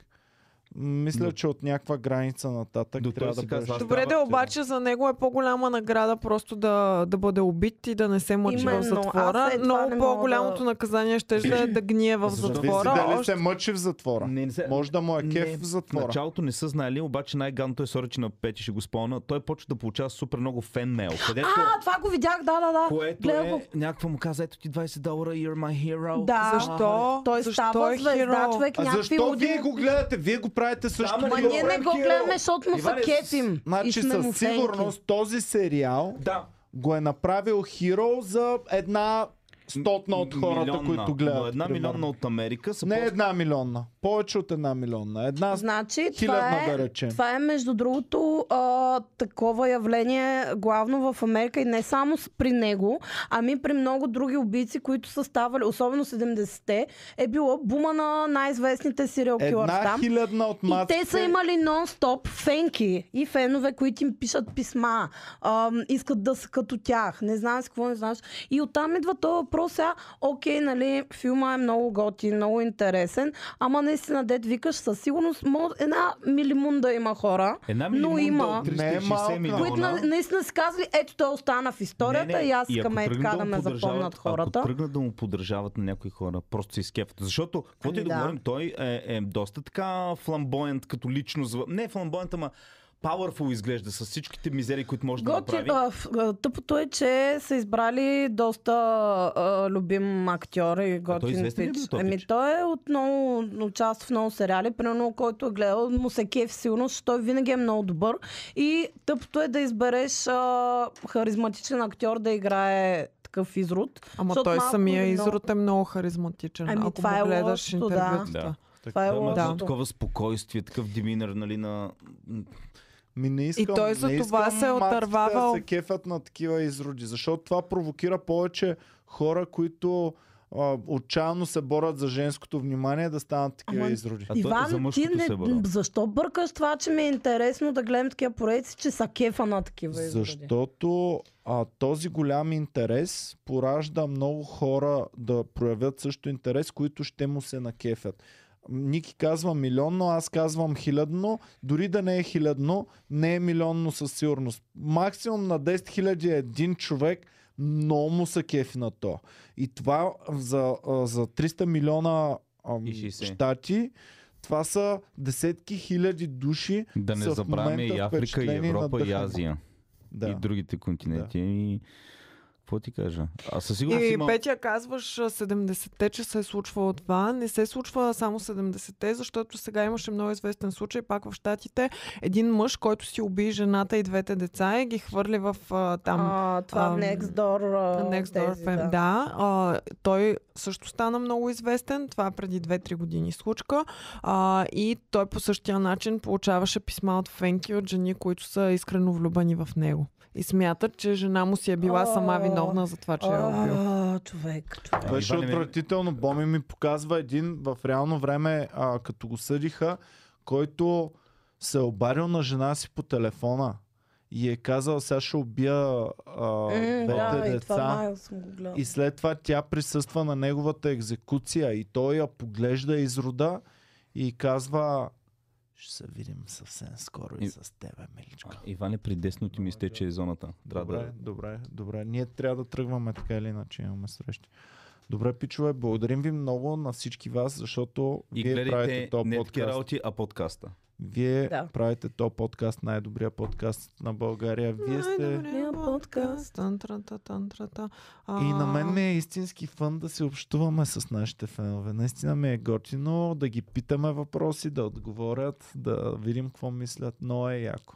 Speaker 1: мисля,
Speaker 4: До-
Speaker 1: че от някаква граница нататък
Speaker 4: До
Speaker 1: трябва
Speaker 4: той
Speaker 1: да
Speaker 4: си казва,
Speaker 1: бъдеш...
Speaker 4: аз
Speaker 2: Добре, да,
Speaker 4: Стават, е.
Speaker 2: обаче за него е по-голяма награда просто да, да бъде убит и да не се мъчи
Speaker 3: Именно,
Speaker 2: в
Speaker 3: аз
Speaker 2: затвора.
Speaker 3: след това не
Speaker 2: Много
Speaker 3: мога
Speaker 2: по-голямото
Speaker 3: да-
Speaker 2: наказание ще да е да гние в
Speaker 4: Защото
Speaker 1: Зависи
Speaker 2: затвора.
Speaker 1: дали
Speaker 2: Още...
Speaker 1: се мъчи в затвора.
Speaker 4: Не, не се...
Speaker 1: Може да му е кеф
Speaker 4: Не,
Speaker 1: в
Speaker 4: В
Speaker 1: затвора.
Speaker 4: началото не са знали, обаче най-ганното е сори, че на пети ще го спомня. Той почва да получава супер много фенмейл, където,
Speaker 3: А, това го видях, да, да, да.
Speaker 4: което
Speaker 3: Гледах го.
Speaker 4: е, някаква му каза, ето ти 20 долара, you're my hero.
Speaker 3: Да.
Speaker 2: Защо?
Speaker 3: Той
Speaker 2: Защо
Speaker 3: става
Speaker 2: е
Speaker 3: звезда,
Speaker 2: херо?
Speaker 3: човек,
Speaker 1: А
Speaker 3: някакви
Speaker 1: защо
Speaker 3: луди
Speaker 1: вие
Speaker 3: му-
Speaker 1: го гледате? Вие го правите също.
Speaker 4: Ама
Speaker 1: като
Speaker 3: Ма
Speaker 4: Йо,
Speaker 1: него.
Speaker 3: ние не го
Speaker 4: Ремки,
Speaker 3: гледаме, защото му се
Speaker 4: Иване,
Speaker 3: кефим. и
Speaker 1: Значи
Speaker 3: сме му
Speaker 1: със
Speaker 3: фенки.
Speaker 1: сигурност този сериал
Speaker 4: Да.
Speaker 1: го е направил Hero за една стотна от хората,
Speaker 4: Милионна.
Speaker 1: които
Speaker 4: Но
Speaker 1: гледат.
Speaker 4: една
Speaker 1: примерно.
Speaker 4: милионна от Америка са
Speaker 1: Не
Speaker 4: по-
Speaker 1: една милионна. Повече от една милионна. Една
Speaker 3: Значи, това
Speaker 1: хилядна,
Speaker 3: е,
Speaker 1: да речем.
Speaker 3: това е между другото а, такова явление главно в Америка и не само с- при него, ами при много други убийци, които са ставали, особено 70-те, е било бума на най-известните сериал килърс
Speaker 1: Една
Speaker 3: там.
Speaker 1: хилядна от
Speaker 3: И
Speaker 1: мацките.
Speaker 3: те са имали нон-стоп фенки и фенове, които им пишат писма, ам, искат да са като тях, не знам с какво не знаеш. И оттам идва този въпрос, сега, окей, нали, филма е много готин, много интересен, ама наистина, дед викаш, със сигурност мож... една милимунда има хора,
Speaker 4: Една
Speaker 3: но
Speaker 4: милимунда
Speaker 3: има,
Speaker 4: от
Speaker 1: Не е
Speaker 4: 360
Speaker 1: малка.
Speaker 4: милиона.
Speaker 3: които на, наистина си казали, ето той остана в историята и аз искам е
Speaker 4: ако
Speaker 3: така
Speaker 4: тръгнат
Speaker 3: да ме
Speaker 4: му поддържават-
Speaker 3: запомнат
Speaker 4: Ако
Speaker 3: хората.
Speaker 4: тръгнат да му поддържават на някои хора, просто се изкефват. Защото, каквото и
Speaker 3: Ами
Speaker 4: да
Speaker 3: да.
Speaker 4: говорим, той е, е доста така фламбоент като личност. в- Не фламбоент, ама Powerful изглежда с всичките мизери, които може да
Speaker 3: Готи,
Speaker 4: направи.
Speaker 3: а, в- а, тъпото е, че са избрали доста а, любим актьор и готин
Speaker 4: известен ли е бил
Speaker 3: пич.
Speaker 4: този
Speaker 3: Еми,
Speaker 4: пич?
Speaker 3: той е от много, участва в много сериали, примерно който е гледал, му се кеф сигурно, защото той винаги е много добър. И тъпото е да избереш а, харизматичен актьор да играе такъв изрод.
Speaker 2: Ама
Speaker 3: Защото
Speaker 2: той
Speaker 3: малко
Speaker 2: самия
Speaker 3: или много-
Speaker 2: изрод е много харизматичен.
Speaker 3: Ами,
Speaker 2: ако
Speaker 3: това
Speaker 2: му
Speaker 3: е
Speaker 2: гледаш
Speaker 3: лошото, да.
Speaker 2: интервютата.
Speaker 4: Да.
Speaker 3: Това е
Speaker 4: Той има
Speaker 2: да.
Speaker 4: едно
Speaker 3: лошото.
Speaker 4: такова спокойствие, такъв деминър, нали, на...
Speaker 1: Ми не искам,
Speaker 2: И той за
Speaker 1: не
Speaker 2: това
Speaker 1: искам
Speaker 2: се
Speaker 1: мацките
Speaker 2: е отървавал.
Speaker 1: Да се кефят на такива изроди, защото това провокира повече хора, които а, отчаяно се борят за женското внимание да станат такива
Speaker 3: Ама-
Speaker 1: изроди.
Speaker 4: А той за
Speaker 3: Иван, ти
Speaker 4: мъжкото се
Speaker 3: не,
Speaker 4: е борил.
Speaker 3: защо бъркаш това, че ми е интересно да гледам такива поредици, че са кефа на такива изроди?
Speaker 1: Защото а, този голям интерес поражда много хора да проявят също интерес, които ще му се накефят. Ники казва милионно, аз казвам хилядно. Дори да не е хилядно, не е милионно със сигурност. Максимум на 10 хиляди е един човек, много му са кефи на то. И това за, а, за 300 милиона ам,
Speaker 4: И 60.
Speaker 1: щати, това са десетки хиляди души.
Speaker 4: Да не
Speaker 1: са в
Speaker 4: забравяме
Speaker 1: момента
Speaker 4: и Африка, и
Speaker 1: впечатлени и
Speaker 4: Европа, и
Speaker 1: надъхани.
Speaker 4: Азия.
Speaker 1: Да.
Speaker 4: И другите континенти. И... Какво ти кажа? А със сигурност
Speaker 2: И
Speaker 4: има...
Speaker 2: Петя казваш, а, 70-те, че се е случвало това. Не се е случва само 70-те, защото сега имаше много известен случай, пак в Штатите. Един мъж, който си уби жената и двете деца и ги хвърли в а, там...
Speaker 3: А, това
Speaker 2: ам,
Speaker 3: Next Door. А,
Speaker 2: Next Door
Speaker 3: тези,
Speaker 2: Fam- да. А, той също стана много известен. Това е преди 2-3 години случка. А, и той по същия начин получаваше писма от фенки от жени, които са искрено влюбени в него. И смятат, че жена му си е била сама
Speaker 3: О,
Speaker 2: виновна за това, че я е убил.
Speaker 3: А, човек, човек.
Speaker 4: Ами,
Speaker 1: Беше
Speaker 4: Иване, ми-
Speaker 1: е отвратително. Боми ми показва един в реално време, а, като го съдиха, който се е обарил на жена си по телефона и е казал, сега ще убия а,
Speaker 3: М,
Speaker 1: двете
Speaker 3: Е, да, и това
Speaker 1: деца.
Speaker 3: май съм го гледала.
Speaker 1: И след това тя присъства на неговата екзекуция и той я поглежда изрода и казва ще се видим съвсем скоро и
Speaker 4: И-
Speaker 1: с тебе, миличка.
Speaker 4: А, Иване, при десно ти ми изтече е зоната. Трябва
Speaker 1: Добре,
Speaker 4: да...
Speaker 1: добре, добре. Ние трябва да тръгваме така или иначе имаме срещи. Добре, пичове, благодарим ви много на всички вас, защото
Speaker 4: И
Speaker 1: вие
Speaker 4: гледайте
Speaker 1: правите то
Speaker 4: не
Speaker 1: подкаст.
Speaker 4: такива работи, а подкаста.
Speaker 1: Вие
Speaker 3: Да.
Speaker 1: правите то подкаст, най-добрия подкаст на България. Вие сте...
Speaker 2: Най-добрият
Speaker 3: подкаст.
Speaker 2: Тантрата, тантрата. А,
Speaker 1: И на мен ми е истински фън да се общуваме с нашите фенове. Наистина ми е готино да ги питаме въпроси, да отговорят, да видим какво мислят. Но е яко.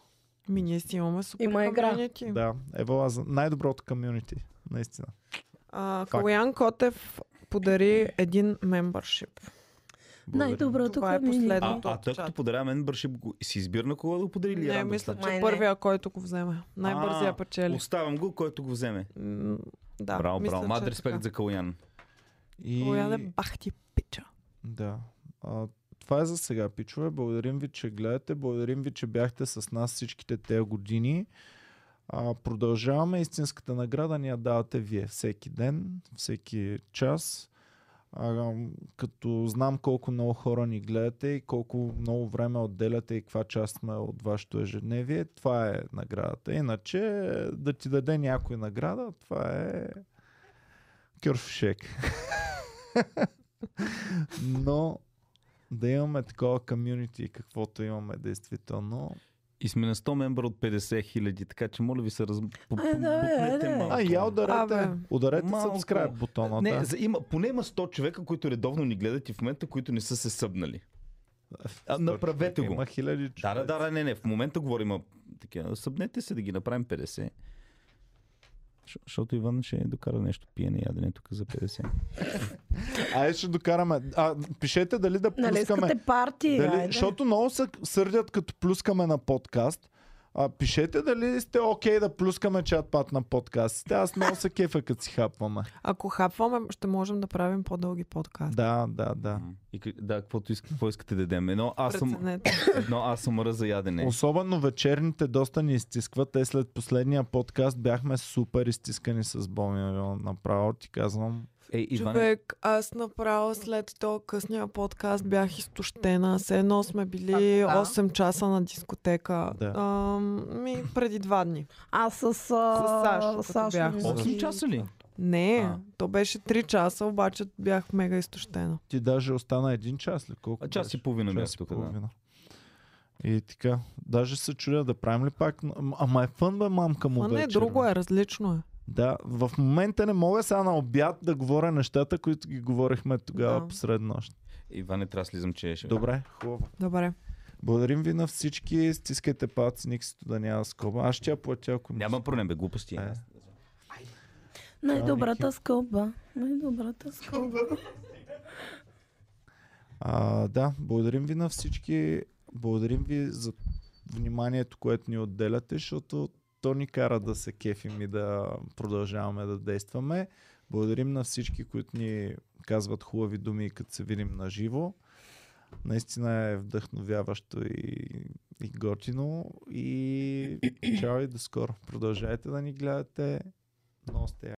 Speaker 2: Ми ние си имаме супер
Speaker 3: Има игра.
Speaker 2: комьюнити.
Speaker 1: Да, ева за най-доброто комюнити. Наистина.
Speaker 2: А, Калоян Котев подари един мембършип.
Speaker 1: Благодарим.
Speaker 3: Най-доброто
Speaker 2: Това е
Speaker 3: към мене.
Speaker 2: последно.
Speaker 4: А,
Speaker 2: Ето,
Speaker 4: а той
Speaker 2: чат.
Speaker 4: като подаря мен бършип, го- си избира на кого да го подари или
Speaker 2: Не,
Speaker 4: рано
Speaker 2: мисля,
Speaker 4: стане?
Speaker 2: че
Speaker 3: Май не.
Speaker 2: първия, който го вземе. Най-бързия
Speaker 4: А,
Speaker 2: печели.
Speaker 4: Оставям го, който го вземе.
Speaker 2: М, Да,
Speaker 4: браво,
Speaker 2: мисля,
Speaker 4: браво.
Speaker 2: че
Speaker 4: Мад
Speaker 2: е
Speaker 4: респект
Speaker 2: така.
Speaker 4: за Калуян.
Speaker 1: И...
Speaker 2: Калоян е бахти пича.
Speaker 1: Да. А, това е за сега, пичове. Благодарим ви, че гледате. Благодарим ви, че бяхте с нас всичките тези години. А, продължаваме. Истинската награда ни я давате вие всеки ден, всеки час. А, като знам колко много хора ни гледате и колко много време отделяте и каква част сме от вашето ежедневие, това е наградата. Иначе да ти даде някой награда, това е кюрфшек. Но да имаме такова комюнити, каквото имаме действително.
Speaker 4: И сме на 100 мембър от 50 хиляди, така че моля ви се раз...
Speaker 2: Е,
Speaker 3: Айде, айде.
Speaker 1: А, я ударете,
Speaker 2: Абе.
Speaker 1: ударете
Speaker 4: Малко.
Speaker 1: subscribe бутона.
Speaker 4: Не,
Speaker 1: да.
Speaker 4: за, има, поне има 100 човека, които редовно ни гледат и в момента, които не са се събнали. А, направете го.
Speaker 1: Има хиляди
Speaker 4: Да, да,
Speaker 1: човека.
Speaker 4: да, да, не, не. В момента говорим а, такива. Събнете се да ги направим 50. Защо- Защото Иван ще докара нещо пиене и ядене тук за 50.
Speaker 1: Айде ще докараме. А, пишете дали да
Speaker 3: Нали
Speaker 1: плюскаме.
Speaker 3: искате парти?
Speaker 1: Дали,
Speaker 3: айде.
Speaker 1: защото много се сърдят като плюскаме на подкаст. А, пишете дали сте окей да плюскаме чат-пат на подкастите. Аз много се кефа като си хапваме.
Speaker 2: Ако хапваме, ще можем да правим по-дълги подкасти.
Speaker 1: Да, да, да.
Speaker 4: И, к- да, каквото искате, какво искате да ядем. Едно аз съм,
Speaker 2: Преценете.
Speaker 4: едно аз съм мръз за ядене.
Speaker 1: Особено вечерните доста ни изтискват. Те след последния подкаст бяхме супер изтискани с Боми. нали, Направо ти казвам.
Speaker 4: Ей, Е, Иван,
Speaker 2: Човек, аз направо след този късния подкаст бях изтощена. Все едно сме били
Speaker 3: А, кога?
Speaker 2: 8 часа на дискотека.
Speaker 1: Да.
Speaker 2: А, ми, преди два дни.
Speaker 3: Аз с, а,
Speaker 2: Сашо, като
Speaker 3: Сашо
Speaker 2: бях.
Speaker 3: ми-
Speaker 4: 8 часа ли?
Speaker 2: Не,
Speaker 4: А.
Speaker 2: то беше 3 часа, обаче бях мега изтощена.
Speaker 1: Ти даже остана един час ли? Колко
Speaker 4: А, час и
Speaker 1: беше?
Speaker 4: половина бях
Speaker 1: час и
Speaker 4: тук. Да.
Speaker 1: половина. И така, даже се чудя да правим ли пак. М- Ама е фън бе мамка му
Speaker 2: Ма не,
Speaker 1: вечер,
Speaker 2: друго е, различно е.
Speaker 1: Да, в момента не мога сега на обяд да говоря нещата, които ги говорихме тогава
Speaker 2: Да.
Speaker 1: да. посред нощ.
Speaker 4: Иване, трябва да е слизам, че ще...
Speaker 1: Добре, хубаво.
Speaker 2: Добре.
Speaker 1: Благодарим ви на всички. Стискайте палци, никсито да няма скоба. Аз ще я платя, ако ми
Speaker 4: Няма проблем, бе, глупости.
Speaker 1: Е.
Speaker 3: Най-добрата скълба. Най-добрата скълба.
Speaker 1: А, да, благодарим ви на всички. Благодарим ви за вниманието, което ни отделяте, защото то ни кара да се кефим и да продължаваме да действаме. Благодарим на всички, които ни казват хубави думи, като се видим на живо. Наистина е вдъхновяващо и, и готино. И чао и до скоро. Продължайте да ни гледате. Но сте